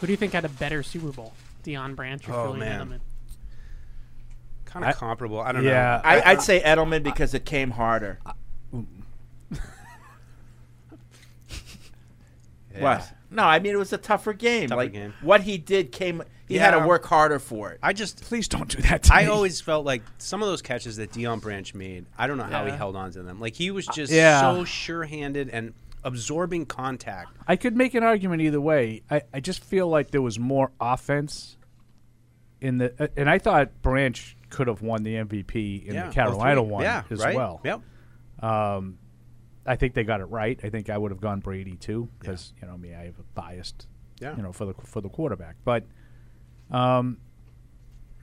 Speaker 5: Who do you think had a better Super Bowl? Dion Branch or
Speaker 7: Oh,
Speaker 5: Julian
Speaker 7: man.
Speaker 5: Edelman?
Speaker 7: Kind of comparable. I don't know.
Speaker 1: I, I'd say Edelman because it came harder. What? No, I mean it was a tougher game.
Speaker 7: Tougher
Speaker 1: like
Speaker 7: game.
Speaker 1: what he did came, he had to
Speaker 7: Yeah.
Speaker 1: work harder for it.
Speaker 7: I just
Speaker 4: please don't do that. To
Speaker 7: I
Speaker 4: me.
Speaker 7: always felt like some of those catches that Dion Branch made. I don't know how
Speaker 4: Yeah.
Speaker 7: he held on to them. Like he was
Speaker 4: Uh,
Speaker 7: just
Speaker 4: yeah.
Speaker 7: so sure-handed and absorbing contact.
Speaker 4: I could make an argument either way. I, I just feel like there was more offense in the, uh, and I thought Branch could have won the MVP in
Speaker 7: Yeah,
Speaker 4: the Carolina
Speaker 7: 03.
Speaker 4: one
Speaker 7: Yeah,
Speaker 4: as
Speaker 7: right?
Speaker 4: well.
Speaker 7: Yep.
Speaker 4: Um, I think they got it right. I think I would have gone Brady too because you know me, I have a biased,
Speaker 7: Yeah.
Speaker 4: you know, for the for the quarterback. But um,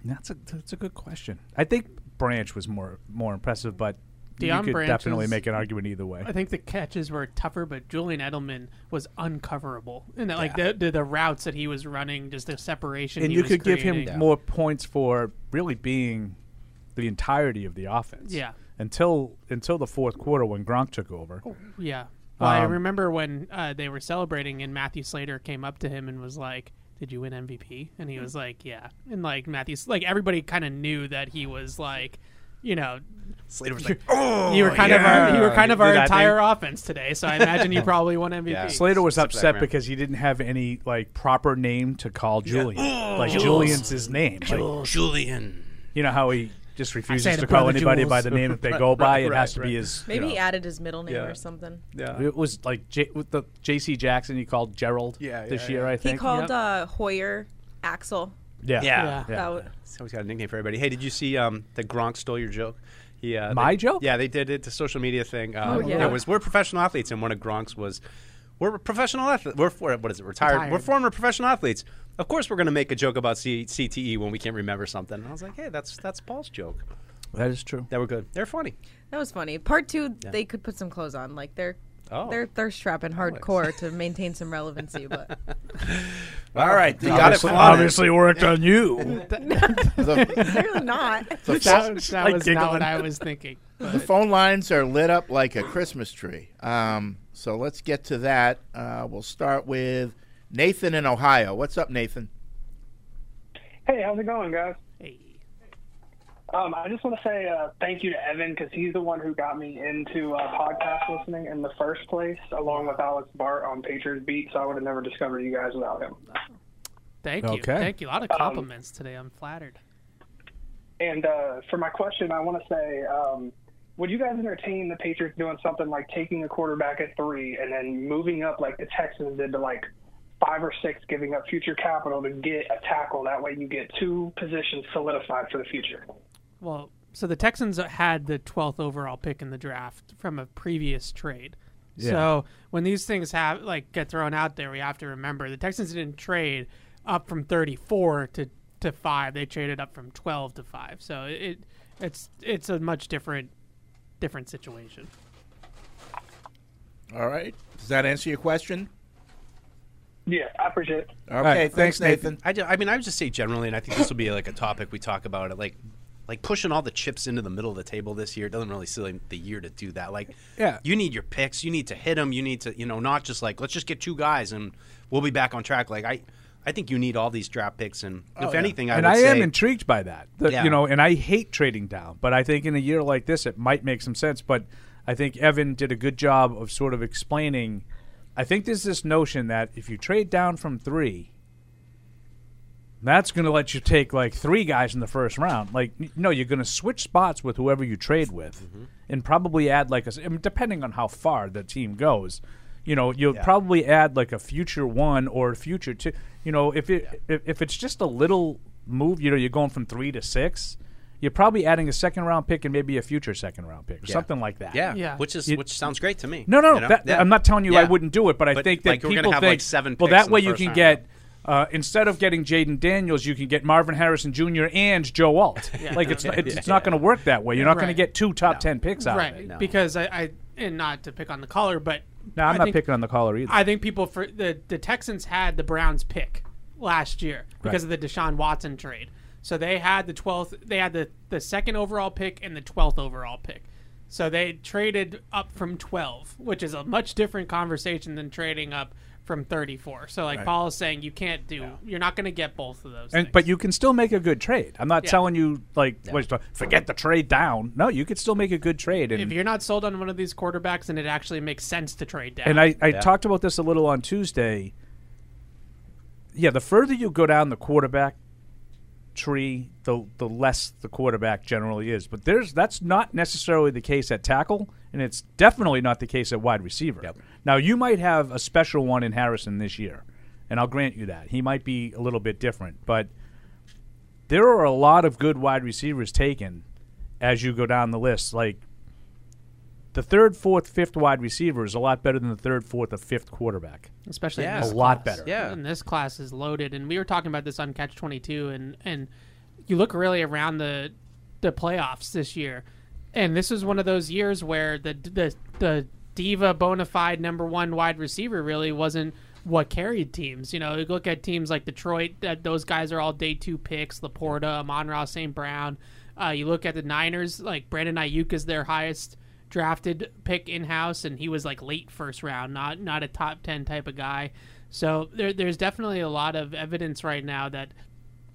Speaker 4: that's a that's a good question. I think Branch was more more impressive, but
Speaker 5: Deion
Speaker 4: you could
Speaker 5: Branch
Speaker 4: definitely
Speaker 5: is-
Speaker 4: make an argument either way.
Speaker 5: I think the catches were tougher, but Julian Edelman was uncoverable, and that, like
Speaker 4: Yeah.
Speaker 5: the, the the routes that he was running, just the separation.
Speaker 4: and
Speaker 5: he
Speaker 4: you
Speaker 5: was
Speaker 4: could give
Speaker 5: creating.
Speaker 4: him more points for really being the entirety of the offense.
Speaker 5: Yeah.
Speaker 4: Until until the fourth quarter when Gronk took over.
Speaker 5: Oh, Yeah. Well, I
Speaker 4: Um,
Speaker 5: remember when uh, they were celebrating, and Matthew Slater came up to him and was like, "Did you win MVP?" And
Speaker 7: Mm.
Speaker 5: he was like, "Yeah." And like Matthew, like everybody kind of knew that he was like, you know,
Speaker 7: Slater was
Speaker 5: you're-
Speaker 7: like, "Oh,
Speaker 5: you were kind of our, you were
Speaker 7: yeah."
Speaker 5: kind of
Speaker 7: Do
Speaker 5: our
Speaker 7: that
Speaker 5: entire
Speaker 7: thing.
Speaker 5: offense today." So I imagine you probably won MVP.
Speaker 4: Slater was
Speaker 5: Except
Speaker 4: upset
Speaker 5: that round.
Speaker 4: because he didn't have any like proper name to call Julian.
Speaker 5: Oh.
Speaker 4: Like
Speaker 5: Jules.
Speaker 4: Julian's his name. Like,
Speaker 5: Jules.
Speaker 7: Julian.
Speaker 4: You know how he just
Speaker 5: say
Speaker 4: refuses
Speaker 5: to
Speaker 4: to call
Speaker 5: brother
Speaker 4: anybody
Speaker 5: Jules.
Speaker 4: by the name that they go
Speaker 5: Right,
Speaker 4: by. it
Speaker 5: right,
Speaker 4: has to be
Speaker 5: right.
Speaker 4: his.
Speaker 8: Maybe
Speaker 4: you
Speaker 8: he
Speaker 4: know.
Speaker 8: added his middle name
Speaker 4: Yeah.
Speaker 8: or something.
Speaker 4: It was like J- with the J.C. Jackson. He called Gerald.
Speaker 8: Yeah,
Speaker 4: this
Speaker 8: yeah,
Speaker 4: year I
Speaker 8: He
Speaker 4: think
Speaker 8: called uh, Hoyer Axel.
Speaker 4: Yeah.
Speaker 7: Yeah.
Speaker 8: Yeah. That w-
Speaker 7: He's always got a nickname for everybody. Hey, did you see um, that Gronk stole your joke? He, uh,
Speaker 4: My
Speaker 7: they-
Speaker 4: joke?
Speaker 7: Yeah, they did it. The social media thing. Uh,
Speaker 4: Oh,
Speaker 7: there
Speaker 4: yeah.
Speaker 7: was we're professional athletes, and one of Gronk's was we're professional athletes. We're for, what is it? Retired. We're
Speaker 4: Retired.
Speaker 7: former professional athletes. Of course, we're going to make a joke about C- CTE when we can't remember something. And I was like, hey, that's that's Paul's joke.
Speaker 4: That is true.
Speaker 7: They were good. They're funny.
Speaker 8: That was funny. Part two,
Speaker 7: Yeah.
Speaker 8: they could put some clothes on. Like they're
Speaker 7: Oh.
Speaker 8: they're thirst trapping
Speaker 7: Alex.
Speaker 8: hardcore to maintain some relevancy. But
Speaker 1: All right, they got it
Speaker 4: Obviously-
Speaker 1: flaunted.
Speaker 4: obviously worked on you.
Speaker 8: clearly not.
Speaker 1: The
Speaker 5: That,
Speaker 1: phone-
Speaker 5: that
Speaker 1: like
Speaker 5: was not
Speaker 1: giggling.
Speaker 5: what I was thinking.
Speaker 1: The phone lines are lit up like a Christmas tree. Um, so let's get to that. Uh, we'll start with Nathan in Ohio. What's up, Nathan?
Speaker 19: Hey, how's it going, guys?
Speaker 5: Hey.
Speaker 19: Um, I just want to say uh, thank you to Evan because he's the one who got me into uh, podcast listening in the first place, along with Alex Bart on Patriots Beat. So I would have never discovered you guys without him.
Speaker 5: Thank you,
Speaker 19: Okay.
Speaker 5: thank you. A lot of
Speaker 19: Um,
Speaker 5: compliments today. I'm flattered.
Speaker 19: And uh, for my question, I want to say, um, would you guys entertain the Patriots doing something like taking a quarterback at three and then moving up like the Texans did to like five or six, giving up future capital to get a tackle? That way, you get two positions solidified for the future.
Speaker 5: Well, so the Texans had the 12th overall pick in the draft from a previous trade.
Speaker 20: Yeah.
Speaker 5: So when these things have like get thrown out there, we have to remember the Texans didn't trade up from 34 to to 5. They traded up from 12 to 5. So it it's it's a much different different situation.
Speaker 1: All right. Does that answer your question?
Speaker 19: Yeah, I appreciate it.
Speaker 1: Okay, thanks, Nathan.
Speaker 7: I, ju- I mean, I would just say generally, and I think this will be like a topic we talk about it, like like pushing all the chips into the middle of the table this year. It doesn't really seem the year to do that. Like,
Speaker 4: Yeah.
Speaker 7: you need your picks, you need to hit them, you need to, you know, not just like let's just get two guys and we'll be back on track. Like, I, I think you need all these draft picks, and if anything, I
Speaker 4: Oh, and
Speaker 7: would
Speaker 4: I
Speaker 7: say,
Speaker 4: am intrigued by that. The-
Speaker 7: Yeah.
Speaker 4: You know, and I hate trading down, but I think in a year like this, it might make some sense. But I think Evan did a good job of sort of explaining. I think there's this notion that if you trade down from three, that's going to let you take like three guys in the first round. Like, n- no, you're going to switch spots with whoever you trade with,
Speaker 7: Mm-hmm.
Speaker 4: and probably add like a. s- I mean, depending on how far the team goes, you know, you'll probably add like a future one or a future two. You know, if it if, if it's just a little move, you know, you're going from three to six. You're probably adding a second round pick and maybe a future second round pick or
Speaker 7: Yeah.
Speaker 4: something like that.
Speaker 7: Yeah, which is which sounds great to me.
Speaker 4: No, no,
Speaker 7: you know?
Speaker 4: that,
Speaker 7: Yeah.
Speaker 4: I'm not telling you I
Speaker 7: Yeah.
Speaker 4: wouldn't do it, but I think that
Speaker 7: like,
Speaker 4: people
Speaker 7: we're gonna have
Speaker 4: think
Speaker 7: like seven.
Speaker 4: well
Speaker 7: picks
Speaker 4: that
Speaker 7: in
Speaker 4: way
Speaker 7: the
Speaker 4: you
Speaker 7: first
Speaker 4: can
Speaker 7: round.
Speaker 4: get uh, instead of getting Jaden Daniels, you can get Marvin Harrison Jr. and Joe Alt.
Speaker 5: Yeah.
Speaker 4: Like it's
Speaker 5: Yeah,
Speaker 4: it's,
Speaker 5: yeah,
Speaker 4: it's not going to work that way. You're not going
Speaker 5: Right.
Speaker 4: to get two top ten picks out
Speaker 5: right
Speaker 4: of it.
Speaker 5: because I, I and not to pick on the caller but
Speaker 4: No, I'm
Speaker 5: I
Speaker 4: not
Speaker 5: think-
Speaker 4: picking on the caller either.
Speaker 5: I think people for the the Texans had the Browns pick last year because of the Deshaun Watson trade. So they had the 12th they had the the second overall pick and the 12th overall pick. So they traded up from 12, which is a much different conversation than trading up from 34. So like
Speaker 4: Right.
Speaker 5: Paul is saying you can't do you're not going to get both of those.
Speaker 4: And, but you can still make a good trade. I'm not
Speaker 5: Yeah.
Speaker 4: telling you like what you're- forget the trade down. No, you could still make a good trade. And
Speaker 5: if you're not sold on one of these quarterbacks and it actually makes sense to trade down.
Speaker 4: And I, I
Speaker 5: Yeah.
Speaker 4: talked about this a little on Tuesday. Yeah, the further you go down the quarterback tree, the the less the quarterback generally is. But there's that's not necessarily the case at tackle, and it's definitely not the case at wide receiver. Now you might have a special one in Harrison this year, and I'll grant you that. He might be a little bit different, but there are a lot of good wide receivers taken as you go down the list. Like the third, fourth, fifth wide receiver is a lot better than the third, fourth, or fifth quarterback.
Speaker 5: especially
Speaker 4: a
Speaker 5: in this
Speaker 4: lot
Speaker 5: class.
Speaker 4: better.
Speaker 5: And this class is loaded. And we were talking about this on Catch Twenty Two, and and you look really around the the playoffs this year, and this is one of those years where the the the diva bona fide number one wide receiver really wasn't what carried teams. You know, you look at teams like Detroit; that those guys are all day two picks. Laporta, Amon Ross, St. Brown. Uh, you look at the Niners; like Brandon Ayuk is their highest drafted pick in house, and he was like late first round, not not a top ten type of guy. So there, there's definitely a lot of evidence right now that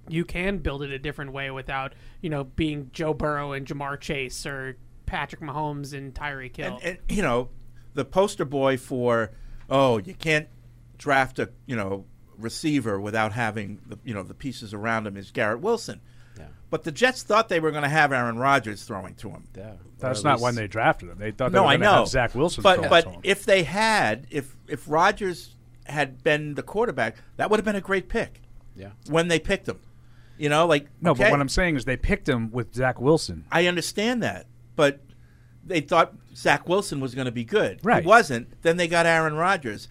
Speaker 5: you can build it a different way without you know being Joe Burrow and Jamar Chase or Patrick Mahomes and Tyreek Hill.
Speaker 1: And, and you know, the poster boy for oh, you can't draft a you know receiver without having the you know the pieces around him is Garrett Wilson. But the Jets thought they were going to have Aaron Rodgers throwing to him. Yeah,
Speaker 4: That's not when they drafted him. They thought they
Speaker 1: no,
Speaker 4: were
Speaker 1: I
Speaker 4: gonna have
Speaker 1: know
Speaker 4: Zach Wilson
Speaker 1: But
Speaker 4: throwing
Speaker 1: but
Speaker 4: to him.
Speaker 1: if they had, if if Rodgers had been the quarterback, that would have been a great pick.
Speaker 7: Yeah.
Speaker 1: when they picked him, you know, like
Speaker 4: No,
Speaker 1: okay.
Speaker 4: but what I'm saying is they picked him with Zach Wilson.
Speaker 1: I understand that, but they thought Zach Wilson was going to be good.
Speaker 4: Right.
Speaker 1: He wasn't. Then they got Aaron Rodgers.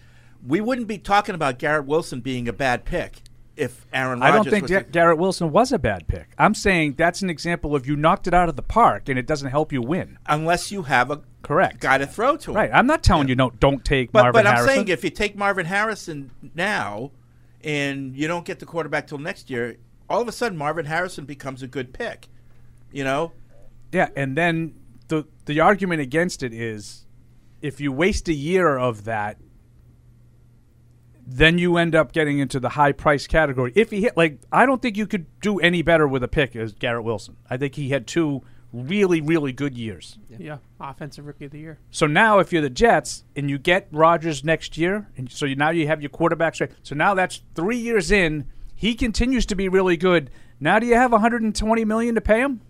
Speaker 1: We wouldn't be talking about Garrett Wilson being a bad pick if Aaron
Speaker 4: I
Speaker 1: Rodgers
Speaker 4: don't think
Speaker 1: was.
Speaker 4: Gar- Garrett Wilson was a bad pick. I'm saying that's an example of you knocked it out of the park and it doesn't help you win
Speaker 1: unless you have a
Speaker 4: correct
Speaker 1: guy to throw to. him.
Speaker 4: Right. I'm not telling you no. Don't take
Speaker 1: but
Speaker 4: Marvin
Speaker 1: but I'm
Speaker 4: Harrison.
Speaker 1: saying if you take Marvin Harrison now, and you don't get the quarterback till next year, all of a sudden Marvin Harrison becomes a good pick. You know,
Speaker 4: Yeah, and then the the argument against it is if you waste a year of that, then you end up getting into the high price category. If he hit like I don't think you could do any better with a pick as Garrett Wilson. I think he had two really, really good years.
Speaker 5: yeah. offensive rookie of the year.
Speaker 4: So now if you're the Jets and you get Rodgers next year, and so you, now you have your quarterback straight. So now that's three years in. He continues to be really good. Now do you have 120 million to pay him?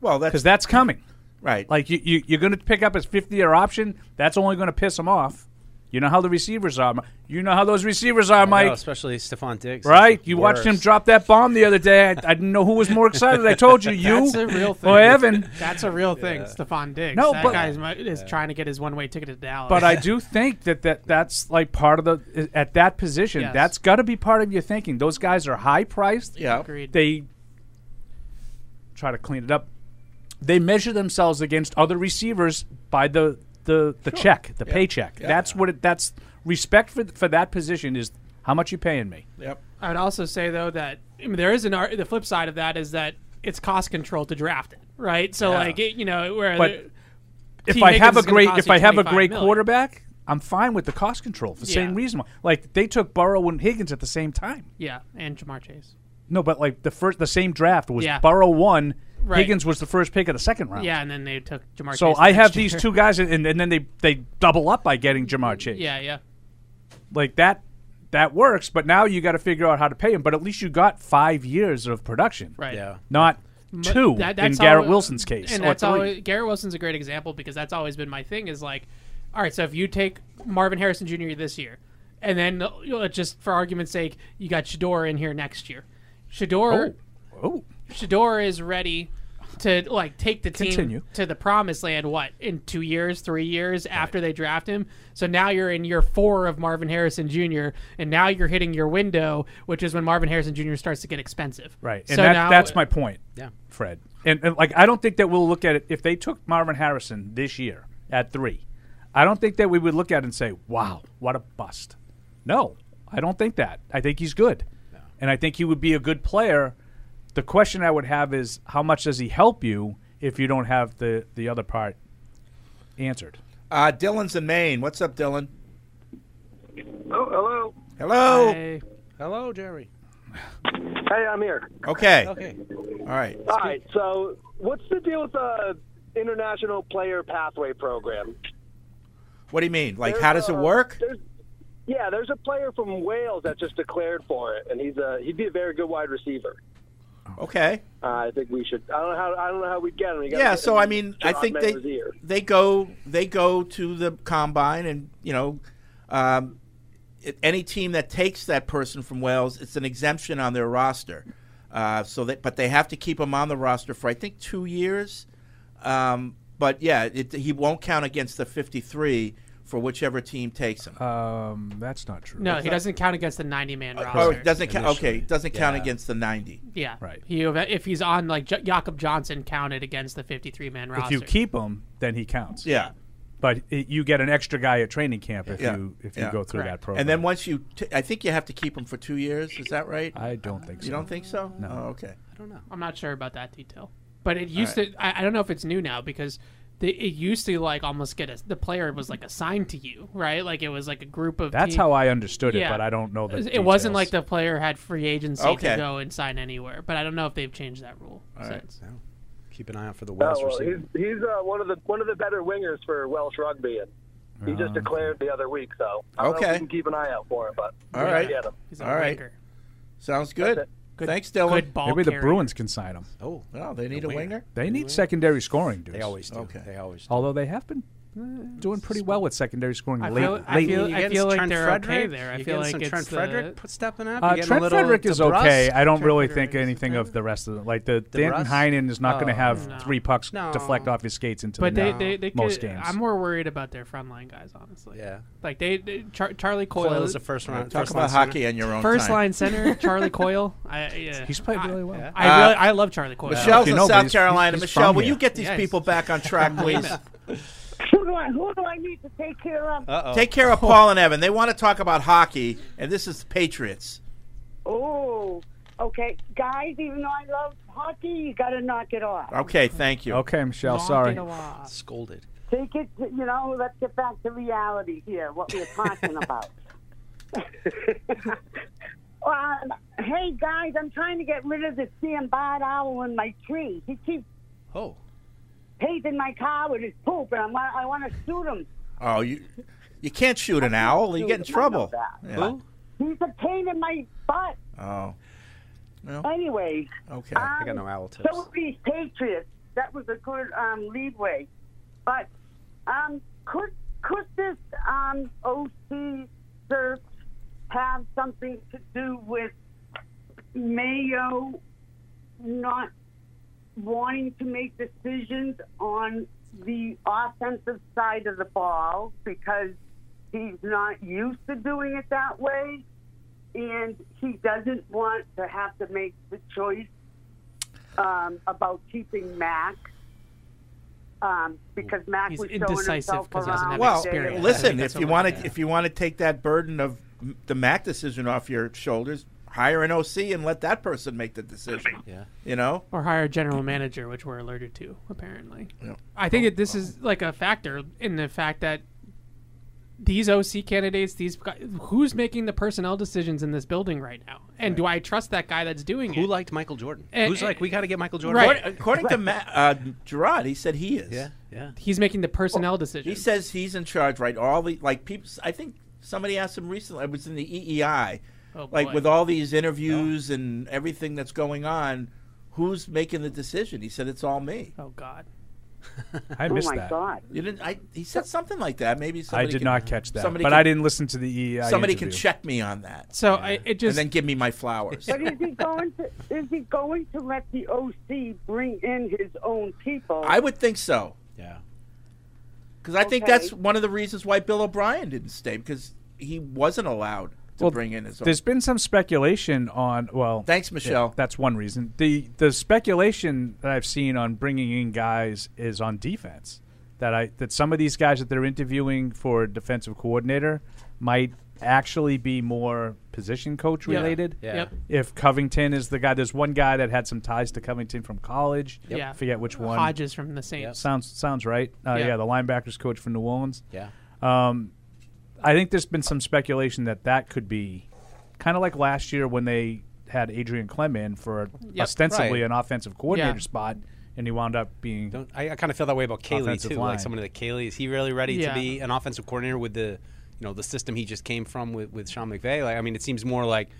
Speaker 1: Well, that's
Speaker 4: because that's coming,
Speaker 1: right?
Speaker 4: Like you, you you're going to pick up his 50 year option. That's only going to piss him off. You know how the receivers are. Mi- You know how those receivers are,
Speaker 7: I know,
Speaker 4: Mike.
Speaker 7: especially Stephon Diggs.
Speaker 4: Right?
Speaker 7: He's the
Speaker 4: You watched him
Speaker 7: worst.
Speaker 4: drop that bomb the other day. I, I didn't know who was more excited. I told you, you
Speaker 5: That's a real thing.
Speaker 4: or Evan.
Speaker 5: That's a real thing, Stephon Diggs.
Speaker 4: No,
Speaker 5: that
Speaker 4: but-
Speaker 5: guy is, mu- is trying to get his one way ticket to Dallas.
Speaker 4: But I do think that, that that's like part of the at that position.
Speaker 5: Yes.
Speaker 4: That's got to be part of your thinking. Those guys are high priced.
Speaker 5: Yeah. Agreed.
Speaker 4: They try to clean it up. They measure themselves against other receivers by the the, the check, the
Speaker 1: Yeah.
Speaker 4: paycheck.
Speaker 1: Yeah.
Speaker 4: That's what it. That's respect for for that position is how much you paying me.
Speaker 1: Yep.
Speaker 5: I would also say though that I mean, there is an ar- the flip side of that is that it's cost control to draft it, right? So
Speaker 4: Yeah.
Speaker 5: like it, you know where
Speaker 4: But
Speaker 5: the-
Speaker 4: if
Speaker 5: T.
Speaker 4: I have
Speaker 5: Higgins
Speaker 4: a
Speaker 5: is gonna
Speaker 4: great
Speaker 5: cost
Speaker 4: if
Speaker 5: you
Speaker 4: I have a
Speaker 5: 25
Speaker 4: great
Speaker 5: million.
Speaker 4: quarterback, I'm fine with the cost control for the same
Speaker 5: Yeah.
Speaker 4: reason. why- Like they took Burrow and Higgins at the same time.
Speaker 5: yeah, and Jamar Chase,
Speaker 4: No, but like the first, the same draft was
Speaker 5: Yeah.
Speaker 4: Burrow one,
Speaker 5: Right.
Speaker 4: Higgins was the first pick of the second round.
Speaker 5: yeah, and then they took Jamar.
Speaker 4: so
Speaker 5: Chase
Speaker 4: I have
Speaker 5: next
Speaker 4: these
Speaker 5: year.
Speaker 4: two guys, and, and then they they double up by getting Jamar Chase.
Speaker 5: Yeah, yeah.
Speaker 4: Like that, that works. But now you got to figure out how to pay him. But at least you got five years of production,
Speaker 5: Right. Yeah.
Speaker 4: Not
Speaker 5: Mu-
Speaker 4: two
Speaker 5: that-
Speaker 4: in
Speaker 5: that's
Speaker 4: Garrett
Speaker 5: alwa-
Speaker 4: Wilson's case,
Speaker 5: And
Speaker 4: or
Speaker 5: that's
Speaker 4: three.
Speaker 5: always Garrett Wilson's a great example because that's always been my thing is like, all right, so if you take Marvin Harrison Jr. this year, and then uh, you know, just for argument's sake, you got Shador in here next year. Shador,
Speaker 4: oh.
Speaker 5: Shador is ready to like take the team
Speaker 4: Continue.
Speaker 5: to the promised land. What in two years, three years after they draft him? So now you're in year four of Marvin Harrison Jr. and now you're hitting your window, which is when Marvin Harrison Jr. starts to get expensive.
Speaker 4: Right. And
Speaker 5: so
Speaker 4: that,
Speaker 5: now,
Speaker 4: that's my point.
Speaker 5: Yeah.
Speaker 4: Fred. And, and like I don't think that we'll look at it if they took Marvin Harrison this year at three. I don't think that we would look at it and say, "Wow, what a bust." No, I don't think that. I think he's good, and I think he would be a good player. The question I would have is, how much does he help you if you don't have the the other part answered?
Speaker 1: Uh, Dylan's in Maine. What's up, Dylan?
Speaker 20: Oh, hello.
Speaker 1: Hello.
Speaker 7: Hello, Jerry.
Speaker 20: Hey, I'm here.
Speaker 1: Okay.
Speaker 20: Okay.
Speaker 1: All right.
Speaker 20: All right. So, what's the deal with the international player pathway program?
Speaker 1: What do you mean? Like,
Speaker 20: There's
Speaker 1: how does it
Speaker 20: a-
Speaker 1: work?
Speaker 20: there's- Yeah, there's a player from Wales that just declared for it, and he's a he'd be a very good wide receiver.
Speaker 4: Oh.
Speaker 1: Okay.
Speaker 20: Uh, I think we should. I don't know how I don't know how we get him. You gotta
Speaker 1: Yeah.
Speaker 20: get
Speaker 1: So
Speaker 20: him
Speaker 1: I mean, I
Speaker 20: Gerard
Speaker 1: think they
Speaker 20: Mayo's ear.
Speaker 1: they go they go to the combine, and you know, um, it, any team that takes that person from Wales, it's an exemption on their roster. Uh, so that, but they have to keep him on the roster for I think two years. Um, but yeah, it, he won't count against the fifty-three for whichever team takes him.
Speaker 4: Um, that's not true.
Speaker 5: No, he doesn't count against the 90 man roster.
Speaker 1: Oh, it doesn't count. Okay, it doesn't count against the ninety.
Speaker 5: Yeah.
Speaker 4: Right.
Speaker 5: He, if he's on, like, J- Jakob Johnson counted against the 53 man roster.
Speaker 4: If you keep him, then he counts.
Speaker 1: Yeah.
Speaker 4: But it, you get an extra guy at training camp if
Speaker 1: Yeah.
Speaker 4: you if
Speaker 1: Yeah.
Speaker 4: you go through that program.
Speaker 1: And then once you, t- I think you have to keep him for two years. Is that right?
Speaker 4: I don't think
Speaker 1: You
Speaker 4: so.
Speaker 1: don't think so?
Speaker 4: No.
Speaker 1: Oh, okay.
Speaker 5: I don't know. I'm not sure about that detail. But it used
Speaker 1: Alright.
Speaker 5: to. I, I don't know if it's new now because the, it used to like almost get a the player was like assigned to you, right? Like it was like a group of.
Speaker 4: That's
Speaker 5: team-
Speaker 4: how I understood it,
Speaker 5: Yeah.
Speaker 4: but I don't know the.
Speaker 5: It wasn't like the player had free agency
Speaker 4: Okay.
Speaker 5: to go and sign anywhere, but I don't know if they've changed that rule since.
Speaker 7: Keep an eye out for the
Speaker 20: Oh,
Speaker 7: Welsh
Speaker 20: well, he's
Speaker 7: receiver.
Speaker 20: he's uh, one of the one of the better wingers for Welsh rugby, and he just declared the other week. So I don't know if
Speaker 1: Oh, Okay.
Speaker 20: we can keep an eye out for him. But
Speaker 1: All
Speaker 20: we
Speaker 1: right.
Speaker 20: get him.
Speaker 1: All right. Sounds good. Thanks, Dylan.
Speaker 4: Maybe the Bruins can sign him.
Speaker 7: Oh,
Speaker 1: no, they need a winger.
Speaker 4: They need secondary scoring, dudes.
Speaker 7: They always do. They always.
Speaker 4: Although they have been uh, doing pretty well with secondary scoring
Speaker 5: I
Speaker 4: lately.
Speaker 5: feel- I
Speaker 4: Lately.
Speaker 5: feel- I feel like they're okay
Speaker 7: Frederick?
Speaker 5: there. I
Speaker 7: You
Speaker 5: feel
Speaker 7: getting
Speaker 5: like
Speaker 7: some
Speaker 5: it's
Speaker 7: Trent
Speaker 5: the-
Speaker 7: Frederick put stepping up.
Speaker 4: Uh,
Speaker 7: You getting a
Speaker 4: Trent
Speaker 7: little
Speaker 4: Frederick is
Speaker 7: DeBrusque?
Speaker 4: okay. I don't really think anything of the rest of the like the Danton
Speaker 7: DeBrusque?
Speaker 4: Heinen is not going to
Speaker 7: Oh,
Speaker 4: have
Speaker 7: no.
Speaker 4: three pucks
Speaker 7: No.
Speaker 4: deflect off his skates into
Speaker 5: But
Speaker 4: the
Speaker 5: they,
Speaker 4: net
Speaker 1: uh,
Speaker 5: they, they
Speaker 4: most
Speaker 5: could,
Speaker 4: games.
Speaker 5: I'm more worried about their front line guys, honestly.
Speaker 7: Yeah.
Speaker 5: Like they, they Char- Charlie Coyle,
Speaker 7: Coyle is a first round-
Speaker 1: Talk first about line hockey center. on your own
Speaker 5: First
Speaker 1: time.
Speaker 5: line center, Charlie Coyle. I, yeah.
Speaker 1: He's played really
Speaker 5: I-
Speaker 1: well.
Speaker 5: I,
Speaker 1: Uh,
Speaker 5: really, I love Charlie Coyle.
Speaker 1: Michelle's in South Carolina. Michelle, will you get these
Speaker 5: Yeah, he's-
Speaker 1: people back on track, please?
Speaker 21: Who do I who do I need to take care of?
Speaker 1: Take care of Paul and Evan. They want to talk about hockey, and this is the Patriots.
Speaker 21: Oh, okay, guys. Even though I love hockey, you got to knock it off.
Speaker 1: Okay, thank you.
Speaker 4: Okay, Michelle. sorry.
Speaker 7: Scolded.
Speaker 21: Take it. To, you know, let's get back to reality here. What we're talking about. um, hey guys, I'm trying to get rid of this damn bad owl in my tree. He keeps
Speaker 7: oh
Speaker 21: paving my car with his poop, and I'm, I want to shoot him.
Speaker 1: Oh, you you can't shoot an owl. Oh, You get in
Speaker 21: Shoot him, I
Speaker 1: trouble.
Speaker 21: know that.
Speaker 1: Yeah.
Speaker 21: He's a pain in my butt.
Speaker 1: Oh,
Speaker 21: Anyway.
Speaker 1: okay.
Speaker 7: I got no owl tips.
Speaker 21: Some of these Patriots, that was a good um, leadway. But um, could could this um, OC search have something to do with Mayo not wanting to make decisions on the offensive side of the ball because he's not used to doing it that way? And he doesn't want to have to make the choice um, about keeping Mac um, because Mac
Speaker 5: He's
Speaker 21: was showing
Speaker 5: indecisive
Speaker 21: himself
Speaker 5: 'cause he doesn't
Speaker 21: around
Speaker 5: have
Speaker 21: all
Speaker 1: Well,
Speaker 21: day.
Speaker 5: experience. I
Speaker 1: listen.
Speaker 5: think
Speaker 1: If
Speaker 5: that's
Speaker 1: you
Speaker 5: what-
Speaker 1: want
Speaker 5: yeah.
Speaker 1: to, if you want to take that burden of m- the Mac decision off your shoulders, hire an OC and let that person make the decision.
Speaker 7: Yeah.
Speaker 1: You know.
Speaker 5: or hire a general manager, which we're alerted to apparently.
Speaker 1: Yeah.
Speaker 5: I think that this is like a factor in the fact that these OC candidates, these gu- who's making the personnel decisions in this building right now, and do I trust that guy that's doing it? Who
Speaker 7: liked Michael Jordan?
Speaker 5: And,
Speaker 7: Who's like, we got to get Michael Jordan.
Speaker 5: Right.
Speaker 1: According, according to Ma uh, Gerard, he said he is. Yeah,
Speaker 7: yeah.
Speaker 5: He's making the personnel
Speaker 1: He
Speaker 5: decisions.
Speaker 1: says he's in charge, right? All the like people. I think somebody asked him recently. It was in the EEI,
Speaker 5: Oh,
Speaker 1: like
Speaker 5: boy.
Speaker 1: with all these interviews and everything that's going on. Who's making the decision? He said it's all me.
Speaker 5: Oh God.
Speaker 4: I
Speaker 1: Oh
Speaker 4: missed
Speaker 1: my
Speaker 4: that.
Speaker 1: God. You didn't. I, he said something like that. Maybe
Speaker 4: I
Speaker 1: somebody
Speaker 4: did
Speaker 1: can-
Speaker 4: not catch that,
Speaker 1: somebody
Speaker 4: but
Speaker 1: can-
Speaker 4: I didn't listen to the EI.
Speaker 1: Somebody
Speaker 4: interview.
Speaker 1: can check me on that.
Speaker 5: So I, it
Speaker 1: and
Speaker 5: just
Speaker 1: then give me my flowers.
Speaker 21: But is he going to is he going to let the OC bring in his own people?
Speaker 1: I would think so.
Speaker 7: Yeah.
Speaker 1: Because I think
Speaker 21: Okay.
Speaker 1: that's one of the reasons why Bill O'Brien didn't stay because he wasn't allowed to
Speaker 4: Well,
Speaker 1: bring in his own.
Speaker 4: There's been some speculation on well.
Speaker 1: Thanks, Michelle.
Speaker 4: that's one reason. the The speculation that I've seen on bringing in guys is on defense. that I that some of these guys that they're interviewing for defensive coordinator might actually be more position coach
Speaker 5: Yeah.
Speaker 4: related.
Speaker 5: Yeah. Yep.
Speaker 4: If Covington is the guy, there's one guy that had some ties to Covington from college.
Speaker 5: Yep. Yeah.
Speaker 4: Forget which one.
Speaker 5: Hodges from the Saints. Yep.
Speaker 4: Sounds sounds right. Uh,
Speaker 5: Yeah.
Speaker 4: yeah. the linebackers coach from New Orleans.
Speaker 5: Yeah.
Speaker 4: Um, I think there's been some speculation that that could be kind of like last year when they had Adrian Clem in for
Speaker 7: Yep.
Speaker 4: ostensibly
Speaker 7: Right.
Speaker 4: an offensive coordinator
Speaker 7: Yeah.
Speaker 4: spot, and he wound up being.
Speaker 7: I, I kind of feel that way about Kaylee
Speaker 4: Offensive
Speaker 7: too.
Speaker 4: line.
Speaker 7: Like somebody like Kaylee, is he really ready
Speaker 4: Yeah.
Speaker 7: to be an offensive coordinator with the, you know, the system he just came from with, with Sean McVay? Like, I mean, it seems more like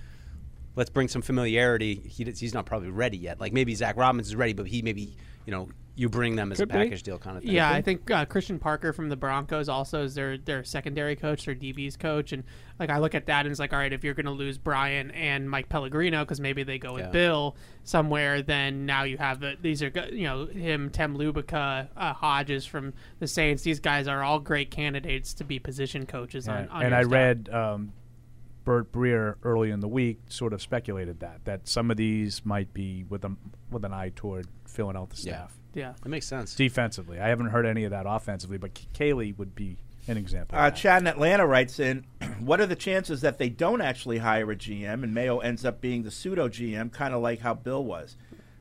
Speaker 7: let's bring some familiarity. He, d- he's not probably ready yet. Like maybe Zach Robbins is ready, but he maybe, you know, you bring them as
Speaker 5: Could
Speaker 7: a
Speaker 5: be.
Speaker 7: package deal kind of thing.
Speaker 5: Yeah, I think uh, Christian Parker from the Broncos also is their their secondary coach, their DB's coach, and like I look at that and it's like, all right, if you're going to lose Brian and Mike Pellegrino because maybe they go with
Speaker 3: Yeah.
Speaker 5: Bill somewhere, then now you have the, these are go- you know him, Tem Lubica, uh, Hodges from the Saints. These guys are all great candidates to be position coaches. On,
Speaker 4: and
Speaker 5: on
Speaker 4: and
Speaker 5: your
Speaker 4: I
Speaker 5: staff.
Speaker 4: read um, Bert Breer early in the week sort of speculated that that some of these might be with a with an eye toward filling out the
Speaker 7: Yeah.
Speaker 4: staff.
Speaker 5: Yeah.
Speaker 7: That makes sense.
Speaker 4: Defensively, I haven't heard any of that offensively, but K- Kaylee would be an example.
Speaker 1: Uh, Chad in Atlanta writes in, "What are the chances that they don't actually hire a GM and Mayo ends up being the pseudo GM, kind of like how Bill was?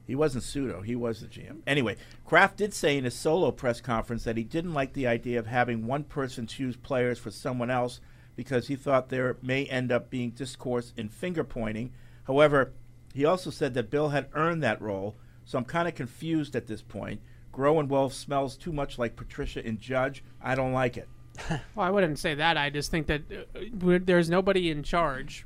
Speaker 1: He wasn't pseudo; he was the GM. Anyway, Kraft did say in his solo press conference that he didn't like the idea of having one person choose players for someone else because he thought there may end up being discourse and finger pointing. However, he also said that Bill had earned that role, so I'm kind of confused at this point. Grow and Wolf smells too much like Patricia and Judge. I don't like it."
Speaker 5: Well, I wouldn't say that. I just think that uh, we're- there's nobody in charge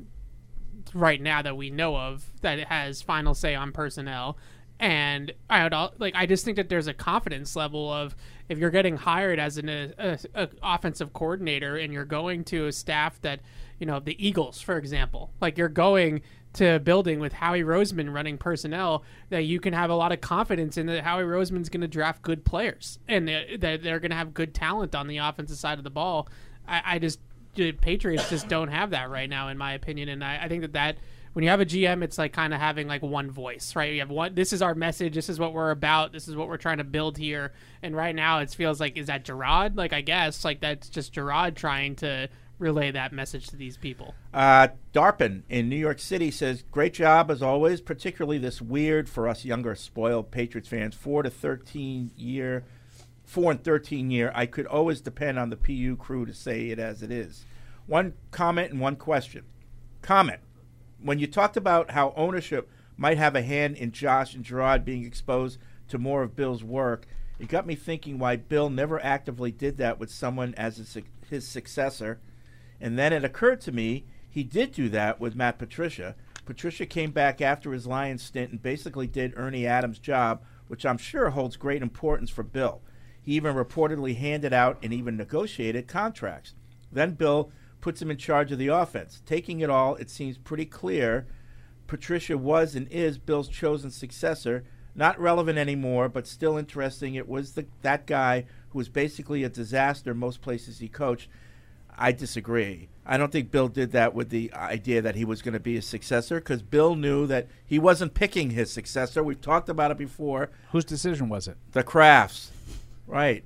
Speaker 5: right now that we know of that has final say on personnel. And I would al- like. I just think that there's a confidence level of if you're getting hired as an uh, uh, uh, offensive coordinator and you're going to a staff that, you know, the Eagles, for example, like you're going to a building with Howie Roseman running personnel, that you can have a lot of confidence in that Howie Roseman's going to draft good players and that that they're going to have good talent on the offensive side of the ball. I, I just the Patriots just don't have that right now, in my opinion. And I, I think that that when you have a GM, it's like kind of having like one voice, right? You have one. This is our message. This is what we're about. This is what we're trying to build here. And right now, it feels like is that Gerard? Like I guess like that's just Gerard trying to relay that message to these people.
Speaker 1: Uh, Darpin in New York City says, "Great job as always, particularly this weird for us younger spoiled Patriots fans. Four to thirteen year, four and thirteen year. I could always depend on the PU crew to say it as it is. One comment and one question. Comment: When you talked about how ownership might have a hand in Josh and Gerard being exposed to more of Bill's work, it got me thinking why Bill never actively did that with someone as his, suc- his successor." And then it occurred to me he did do that with Matt Patricia. Patricia came back after his Lions stint and basically did Ernie Adams' job, which I'm sure holds great importance for Bill. He even reportedly handed out and even negotiated contracts. Then Bill puts him in charge of the offense. Taking it all, it seems pretty clear Patricia was and is Bill's chosen successor. Not relevant anymore, but still interesting. It was the, that guy who was basically a disaster most places he coached. I disagree. I don't think Bill did that with the idea that he was going to be his successor because Bill knew that he wasn't picking his successor. We've talked about it before.
Speaker 4: Whose decision was it?
Speaker 1: The Crafts, right?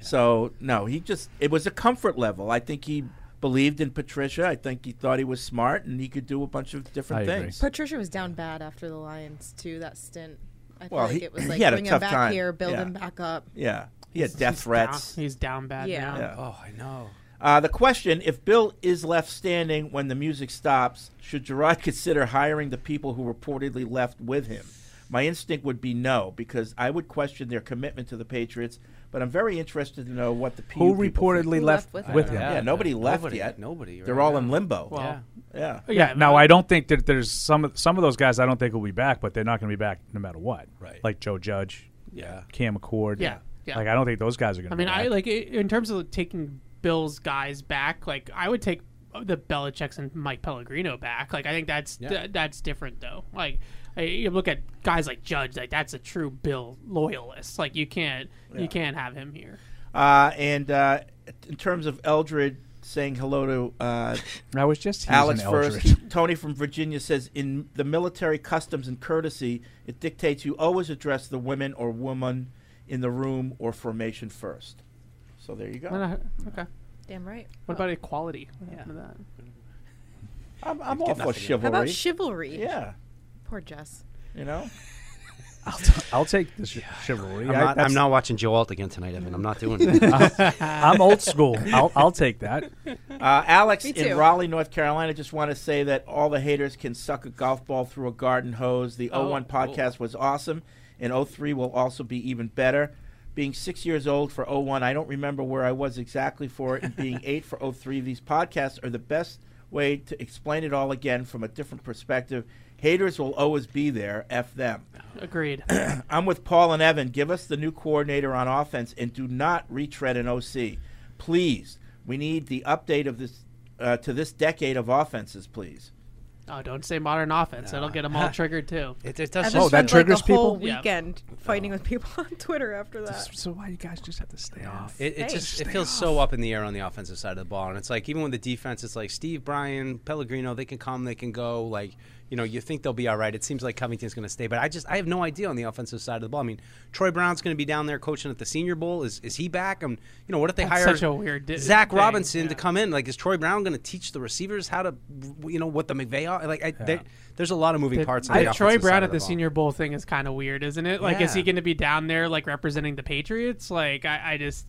Speaker 1: So no, he just it was a comfort level. I think he believed in Patricia. I think he thought he was smart and he could do a bunch of different things.
Speaker 8: Patricia was down bad after the Lions too. That stint. I feel
Speaker 1: Well,
Speaker 8: like
Speaker 1: he-
Speaker 8: it was
Speaker 1: he
Speaker 8: like
Speaker 1: had a
Speaker 8: bring him
Speaker 1: tough
Speaker 8: back
Speaker 1: time.
Speaker 8: here, build
Speaker 1: Yeah.
Speaker 8: him back up.
Speaker 1: Yeah, he had death threats.
Speaker 5: He's down bad.
Speaker 8: Yeah.
Speaker 5: Now.
Speaker 1: Yeah.
Speaker 7: Oh, I know.
Speaker 1: Uh, the question: If Bill is left standing when the music stops, should Gerard consider hiring the people who reportedly left with him? My instinct would be no, because I would question their commitment to the Patriots. But I'm very interested to know what the PU
Speaker 4: Who
Speaker 1: people think.
Speaker 4: reportedly Who left left with with him? him?
Speaker 1: Yeah,
Speaker 4: Yeah.
Speaker 1: nobody left
Speaker 4: Nobody-
Speaker 1: yet.
Speaker 7: nobody
Speaker 1: They're
Speaker 7: right
Speaker 1: all
Speaker 7: now.
Speaker 1: in limbo.
Speaker 7: Well-
Speaker 1: yeah.
Speaker 4: Yeah. Now I don't think that there's some of some of those guys I don't think will be back, but they're not going to be back no matter what. Right. Like Joe Judge.
Speaker 7: Yeah.
Speaker 4: Cam McCord.
Speaker 5: Yeah, yeah.
Speaker 4: Like I don't think those guys are going to.
Speaker 5: I mean,
Speaker 4: be
Speaker 5: I
Speaker 4: back.
Speaker 5: like i- in terms of taking Bill's guys back. Like, I would take the Belichick's and Mike Pellegrino back. Like, I think that's
Speaker 3: Yeah.
Speaker 5: th- that's different though. Like, I, you look at guys like Judge. Like, that's a true Bill loyalist. Like, you can't
Speaker 1: Yeah.
Speaker 5: you can't have him here.
Speaker 1: Uh, and uh, in terms of Eldred saying hello to uh,
Speaker 4: I was just using
Speaker 1: Alex first.
Speaker 4: Eldred.
Speaker 1: Tony from Virginia says in the military customs and courtesy, it dictates you always address the women or woman in the room or formation first. So there you go.
Speaker 5: No, no, okay.
Speaker 8: Damn right.
Speaker 5: What about equality? What happened to that?
Speaker 1: I'm, I'm all for
Speaker 8: How
Speaker 1: chivalry.
Speaker 8: about chivalry?
Speaker 1: Yeah.
Speaker 8: Poor Jess.
Speaker 1: You know?
Speaker 4: I'll take the sh- chivalry.
Speaker 7: I'm
Speaker 4: I-
Speaker 7: not,
Speaker 4: that's-
Speaker 7: I'm not watching Joe Alt again tonight, Evan. I'm not doing
Speaker 4: Uh,
Speaker 7: it.
Speaker 4: I'm old school. I'll, I'll take that.
Speaker 1: Uh, Alex
Speaker 4: Me
Speaker 1: in
Speaker 4: too.
Speaker 1: Raleigh, North Carolina, just want to say that all the haters can suck a golf ball through a garden hose. The
Speaker 5: Oh,
Speaker 1: 01 podcast was awesome, and 03 will also be even better. Being six years old for 01, I don't remember where I was exactly for it, and being eight for 03, these podcasts are the best way to explain it all again from a different perspective. Haters will always be there. F them.
Speaker 5: Agreed.
Speaker 1: I'm with Paul and Evan. Give us the new coordinator on offense and do not retread an OC. Please. We need the update of this uh, to this decade of offenses, please.
Speaker 5: Oh, don't say modern offense. That'll get them all triggered too.
Speaker 7: It,
Speaker 8: I
Speaker 4: Oh,
Speaker 8: just spent, like, a whole weekend fighting with people on Twitter after that.
Speaker 4: so why you guys Oh. just have to stay off?
Speaker 7: It, it
Speaker 8: Hey.
Speaker 7: just it
Speaker 8: Stay
Speaker 7: feels so up in the air on the offensive side of the ball, and it's like even when the defense, it's like Steve, Brian, Pellegrino, they can come, they can go. Like you know, you think they'll be all right. It seems like Covington's going to stay, but I just I have no idea on the offensive side of the ball. I mean, Troy Brown's going to be down there coaching at the Senior Bowl. Is is he back? Um, you know, what if they
Speaker 5: That's
Speaker 7: hire
Speaker 5: such a weird di-
Speaker 7: Zach
Speaker 5: thing,
Speaker 7: Robinson to come in? Like, is Troy Brown going to teach the receivers how to, you know, what the McVay are? Like, I, there- there's a lot of moving
Speaker 5: The-
Speaker 7: parts.
Speaker 5: the
Speaker 7: on the
Speaker 5: Troy
Speaker 7: offensive
Speaker 5: Brown
Speaker 7: side
Speaker 5: at
Speaker 7: of
Speaker 5: the,
Speaker 7: ball.
Speaker 5: Senior Bowl thing is kind of weird, isn't it? Like, is he
Speaker 7: Yeah.
Speaker 5: going to be down there like representing the Patriots? Like, I, I just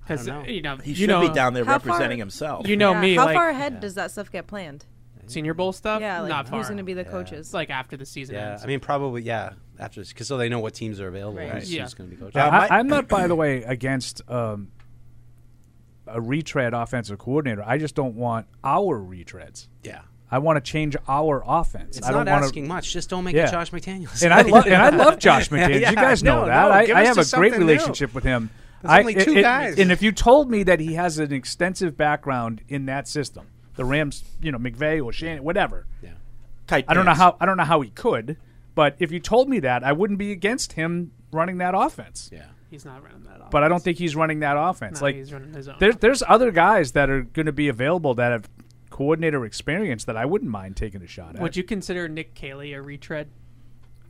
Speaker 5: because
Speaker 1: I don't know.
Speaker 5: you know
Speaker 1: He
Speaker 5: you
Speaker 1: should
Speaker 5: know-
Speaker 1: be down there How far- representing himself.
Speaker 5: You know
Speaker 8: Yeah,
Speaker 5: me,
Speaker 8: How
Speaker 5: like
Speaker 8: far ahead does that stuff get planned?
Speaker 5: Senior Bowl stuff.
Speaker 8: Yeah, like
Speaker 5: not
Speaker 8: who's
Speaker 5: far.
Speaker 8: going to be the coaches?
Speaker 5: Like after the season
Speaker 7: Yeah,
Speaker 5: ends.
Speaker 7: I mean, probably yeah. After this, because so they know what teams are available.
Speaker 5: Right.
Speaker 7: and who's
Speaker 5: Yeah.
Speaker 7: going to be coaching.
Speaker 4: Yeah, I, am not, by the way, against um, a retread offensive coordinator. I just don't want our retreads.
Speaker 7: Yeah.
Speaker 4: I want to change our offense.
Speaker 7: It's
Speaker 4: I don't
Speaker 7: not
Speaker 4: wanna-
Speaker 7: asking much. Just don't make
Speaker 4: Yeah.
Speaker 7: it Josh McDaniels.
Speaker 4: And I love and I love Josh
Speaker 7: Yeah,
Speaker 4: McDaniels. you
Speaker 7: yeah,
Speaker 4: guys know
Speaker 7: no,
Speaker 4: that.
Speaker 7: no,
Speaker 4: I,
Speaker 7: give
Speaker 4: I
Speaker 7: us
Speaker 4: have a
Speaker 7: just
Speaker 4: great
Speaker 7: something new.
Speaker 4: relationship with him.
Speaker 7: There's
Speaker 4: I-
Speaker 7: only two
Speaker 4: it- it-
Speaker 7: guys.
Speaker 4: And if you told me that he has an extensive background in that system, the Rams, you know, McVay or Shannon, whatever. Yeah.
Speaker 1: Tight
Speaker 4: I don't know
Speaker 1: pants.
Speaker 4: how I don't know how he could, but if you told me that, I wouldn't be against him running that offense.
Speaker 7: Yeah.
Speaker 5: he's not running that.
Speaker 4: But I don't think he's running that offense.
Speaker 5: No,
Speaker 4: like
Speaker 5: he's running his own
Speaker 4: there- there's other guys that are going to be available that have coordinator experience that I wouldn't mind taking a shot at.
Speaker 5: Would you consider Nick Cayley a retread?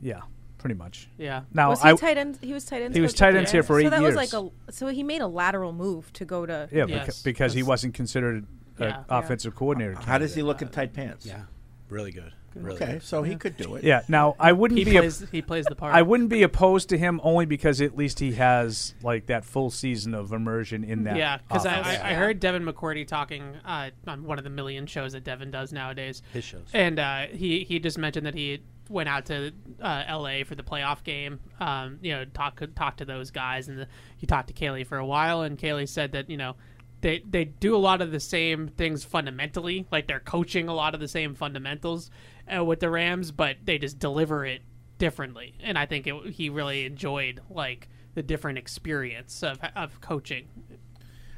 Speaker 4: yeah, pretty much.
Speaker 5: Yeah.
Speaker 4: Now
Speaker 8: was he
Speaker 4: I
Speaker 8: tight end? He was tight end.
Speaker 4: He was tight ends here for
Speaker 8: so
Speaker 4: eight
Speaker 8: that
Speaker 4: years.
Speaker 8: was like a. So he made a lateral move to go to.
Speaker 4: Yeah, beca- because he wasn't considered an
Speaker 8: Yeah.
Speaker 4: offensive coordinator.
Speaker 1: How does he look in tight pants?
Speaker 7: Yeah, really good. Really
Speaker 1: okay,
Speaker 7: good.
Speaker 1: so he could do it.
Speaker 4: Yeah. Now I wouldn't
Speaker 5: He
Speaker 4: be.
Speaker 5: plays- he plays the part.
Speaker 4: I wouldn't be opposed to him only because at least he has like that full season of immersion in that.
Speaker 5: Yeah, because I,
Speaker 4: offense.
Speaker 5: I, I heard Devin McCourty talking uh, on one of the million shows that Devin does nowadays.
Speaker 7: His shows.
Speaker 5: and uh, he he just mentioned that he went out to uh, L.A. for the playoff game. Um, you know, talk talk to those guys, and the, he talked to Kaylee for a while, and Kaylee said that you know. They, they do a lot of the same things fundamentally, like they're coaching a lot of the same fundamentals uh, with the Rams, but they just deliver it differently. And I think it, he really enjoyed like the different experience of of coaching.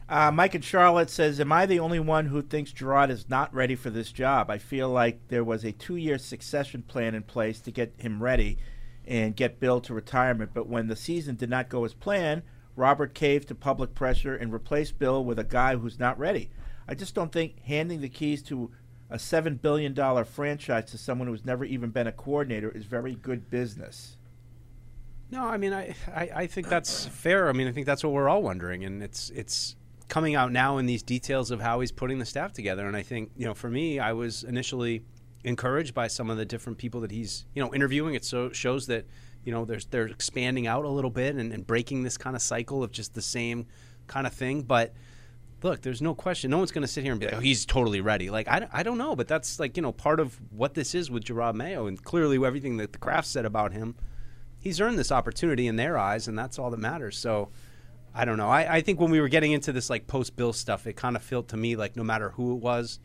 Speaker 1: Uh, Mike and Charlotte says, "Am I the only one who thinks Gerard is not ready for this job? I feel like there was a two-year succession plan in place to get him ready and get Bill to retirement. But when the season did not go as planned, Robert caved to public pressure and replaced Bill with a guy who's not ready. I just don't think handing the keys to a seven billion dollar franchise to someone who's never even been a coordinator is very good business."
Speaker 7: No, I mean, I, I, I think that's fair. I mean, I think that's what we're all wondering, and it's it's coming out now in these details of how he's putting the staff together. And I think you know, for me, I was initially encouraged by some of the different people that he's you know interviewing. It so shows that you know there's they're expanding out a little bit and, and breaking this kind of cycle of just the same kind of thing, but. Look, there's no question. No one's going to sit here and be like, oh, he's totally ready. Like, I, I don't know, but that's like, you know, part of what this is with Gerard Mayo. And clearly, everything that the Kraft said about him, he's earned this opportunity in their eyes, and that's all that matters. So I don't know. I, I think when we were getting into this like post Bill stuff, it kind of felt to me like no matter who it was,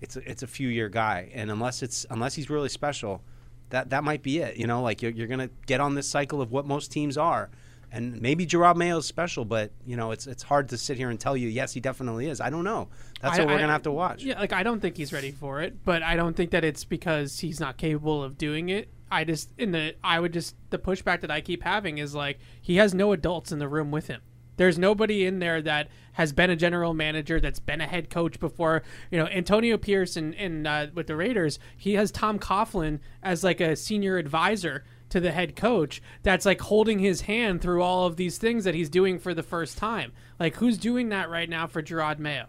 Speaker 7: it's a, it's a few year guy, and unless it's unless he's really special, that that might be it. You know, like you're, you're gonna get on this cycle of what most teams are. And maybe Gerard Mayo's special, but you know it's it's hard to sit here and tell you yes he definitely is. I don't know. That's
Speaker 5: I-
Speaker 7: what we're
Speaker 5: I-
Speaker 7: gonna have to watch.
Speaker 5: Yeah, like I don't think he's ready for it, but I don't think that it's because he's not capable of doing it. I just in the I would just the pushback that I keep having is like he has no adults in the room with him. There's nobody in there that has been a general manager, that's been a head coach before. You know, Antonio Pierce and, and uh, with the Raiders, he has Tom Coughlin as like a senior advisor to the head coach that's like holding his hand through all of these things that he's doing for the first time. Like who's doing that right now for Gerard Mayo?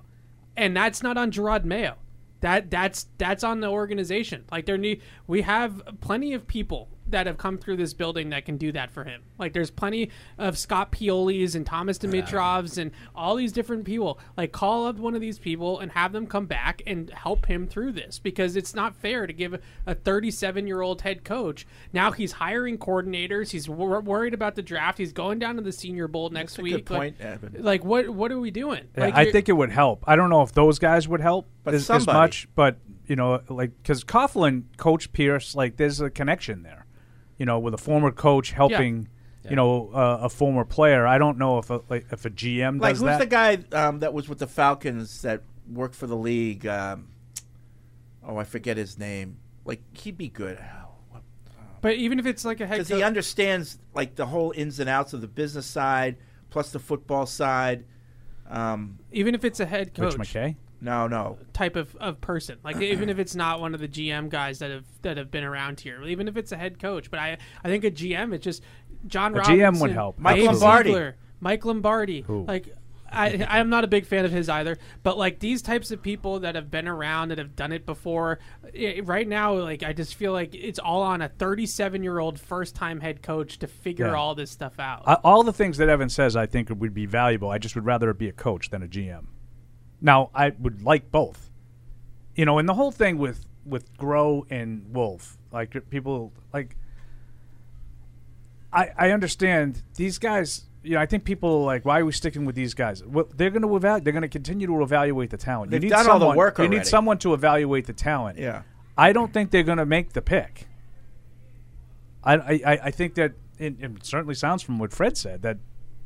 Speaker 5: And that's not on Gerard Mayo. That that's that's on the organization. Like there need we have plenty of people that have come through this building that can do that for him. Like there's plenty of Scott Piolis and Thomas Dimitrovs and all these different people. Like call up one of these people and have them come back and help him through this because it's not fair to give a 37 year old head coach now he's hiring coordinators. He's wor- worried about the draft. He's going down to the Senior Bowl next
Speaker 1: a good
Speaker 5: week.
Speaker 1: point,
Speaker 5: like,
Speaker 1: Evan.
Speaker 5: like what what are we doing?
Speaker 4: Yeah,
Speaker 5: Like,
Speaker 4: I
Speaker 5: you're-
Speaker 4: think it would help. I don't know if those guys would help
Speaker 1: But
Speaker 4: as, as
Speaker 1: somebody.
Speaker 4: much, but you know, like because Coughlin, Coach Pierce, like there's a connection there. You know, with a former coach helping, you know, uh, a former player. I don't know if a, like, if a GM
Speaker 1: Like
Speaker 4: does
Speaker 1: who's
Speaker 4: that.
Speaker 1: the guy um, that was with the Falcons that worked for the league? Um, oh, I forget his name. Like he'd be good.
Speaker 5: But even if it's like a head
Speaker 1: because he understands like the whole ins and outs of the business side plus the football side. Um,
Speaker 5: even if it's a head Rich coach.
Speaker 4: McKay?
Speaker 1: No, no.
Speaker 5: type of, of person. Like even if it's not one of the GM guys that have that have been around here, even if it's a head coach. But I I think a GM it's just John
Speaker 4: A
Speaker 5: Robinson,
Speaker 4: GM would help,
Speaker 5: Mike
Speaker 4: absolutely.
Speaker 5: Lombardi, Mike Lombardi.
Speaker 4: Who?
Speaker 5: Like I I am not a big fan of his either. But like these types of people that have been around that have done it before. i right now, like I just feel like it's all on a 37 year old first time head coach to figure
Speaker 4: Yeah.
Speaker 5: all this stuff out.
Speaker 4: I, all the things that Evan says, I think would be valuable. I just would rather it be a coach than a GM. Now, I would like both. You know, and the whole thing with with Grow and Wolf, like people like. I I understand these guys. You know, I think people are like, why are we sticking with these guys? Well, they're going to evaluate. They're going to continue to evaluate the talent.
Speaker 1: They've
Speaker 4: you need
Speaker 1: done all
Speaker 4: someone,
Speaker 1: the work
Speaker 4: You need
Speaker 1: already.
Speaker 4: someone to evaluate the talent.
Speaker 1: Yeah.
Speaker 4: I don't think they're going to make the pick. I, I, I- I think that it, it certainly sounds from what Fred said that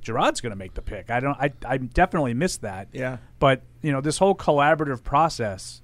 Speaker 4: Gerard's going to make the pick. I don't. I, I definitely missed that.
Speaker 1: Yeah.
Speaker 4: But you know, this whole collaborative process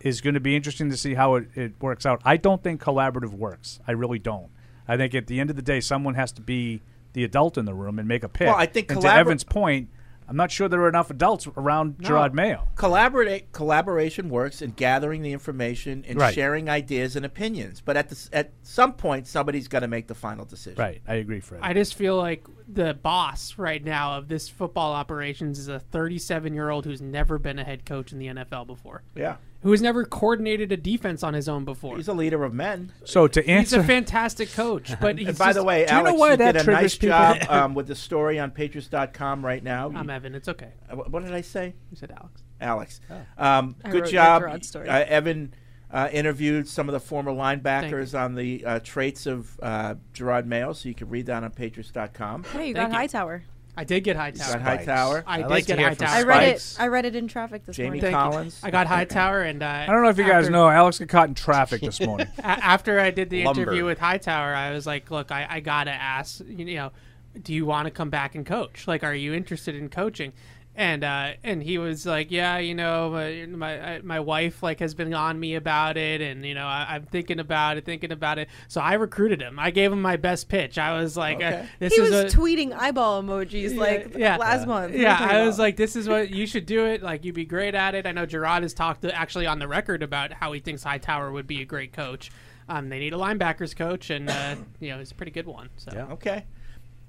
Speaker 4: is going to be interesting to see how it, it works out. I don't think collaborative works. I really don't. I think at the end of the day, someone has to be the adult in the room and make a pick.
Speaker 1: Well, I think
Speaker 4: and
Speaker 1: collabor-
Speaker 4: to Evan's point, I'm not sure there are enough adults around Gerard Mayo.
Speaker 1: Collaborate collaboration works in gathering the information and
Speaker 4: Right.
Speaker 1: sharing ideas and opinions. But at the, s- at some point, somebody's got to make the final decision.
Speaker 4: Right, I agree, Fred.
Speaker 5: I just feel like the boss right now of this football operations is a 37 year old who's never been a head coach in the NFL before.
Speaker 1: Yeah.
Speaker 5: Who has never coordinated a defense on his own before.
Speaker 1: He's a leader of men.
Speaker 4: So to
Speaker 5: He's a
Speaker 4: answer-
Speaker 5: fantastic coach, but he's
Speaker 1: and by the
Speaker 5: just-
Speaker 1: way,
Speaker 5: Do you know
Speaker 1: Alex,
Speaker 5: why
Speaker 1: you
Speaker 5: that
Speaker 1: did a
Speaker 5: triggers
Speaker 1: nice
Speaker 5: people?
Speaker 1: job um, with the story on Patriots.com right now.
Speaker 5: I'm
Speaker 1: You-
Speaker 5: Evan. It's okay.
Speaker 1: Uh, wh- What did I say?
Speaker 5: You said Alex.
Speaker 1: Alex.
Speaker 5: Oh.
Speaker 1: Um,
Speaker 5: I
Speaker 1: good
Speaker 5: wrote your
Speaker 1: job.
Speaker 5: Gerard story.
Speaker 1: Uh, Evan uh, interviewed some of the former linebackers on the uh, traits of uh, Gerard Mayo, so you can read that on Patriots.com.
Speaker 8: Hey, you
Speaker 5: Thank
Speaker 8: got
Speaker 5: you.
Speaker 8: Hightower.
Speaker 5: I did get Hightower.
Speaker 1: You got Hightower.
Speaker 5: I,
Speaker 1: I
Speaker 5: did
Speaker 1: like to
Speaker 5: get
Speaker 1: hear
Speaker 5: Hightower.
Speaker 1: from
Speaker 8: I read it. I read it in traffic this
Speaker 1: Jamie
Speaker 8: morning.
Speaker 5: Thank you.
Speaker 1: Collins.
Speaker 5: I got Hightower, and uh, I
Speaker 4: I don't know if you guys know, Alex got caught in traffic this morning.
Speaker 5: A- after I did the
Speaker 4: Lumber.
Speaker 5: interview with Hightower, I was like, look, I, I gotta ask, you know, do you want to come back and coach? Like, are you interested in coaching? And uh, and he was like, yeah, you know, my my, I- my wife like has been on me about it, and you know, I, I'm thinking about it, thinking about it. So I recruited him. I gave him my best pitch. I was like, uh, this
Speaker 8: he
Speaker 5: is
Speaker 8: was
Speaker 5: a,
Speaker 8: tweeting eyeball emojis like last month. What are
Speaker 5: yeah,
Speaker 8: you
Speaker 5: I
Speaker 8: talking
Speaker 5: was like, this is what you should do it. Like, you'd be great at it. I know Gerard has talked to, actually on the record about how he thinks Hightower would be a great coach. Um, they need a linebackers coach, and uh, you know, he's a pretty good one. So
Speaker 1: Okay.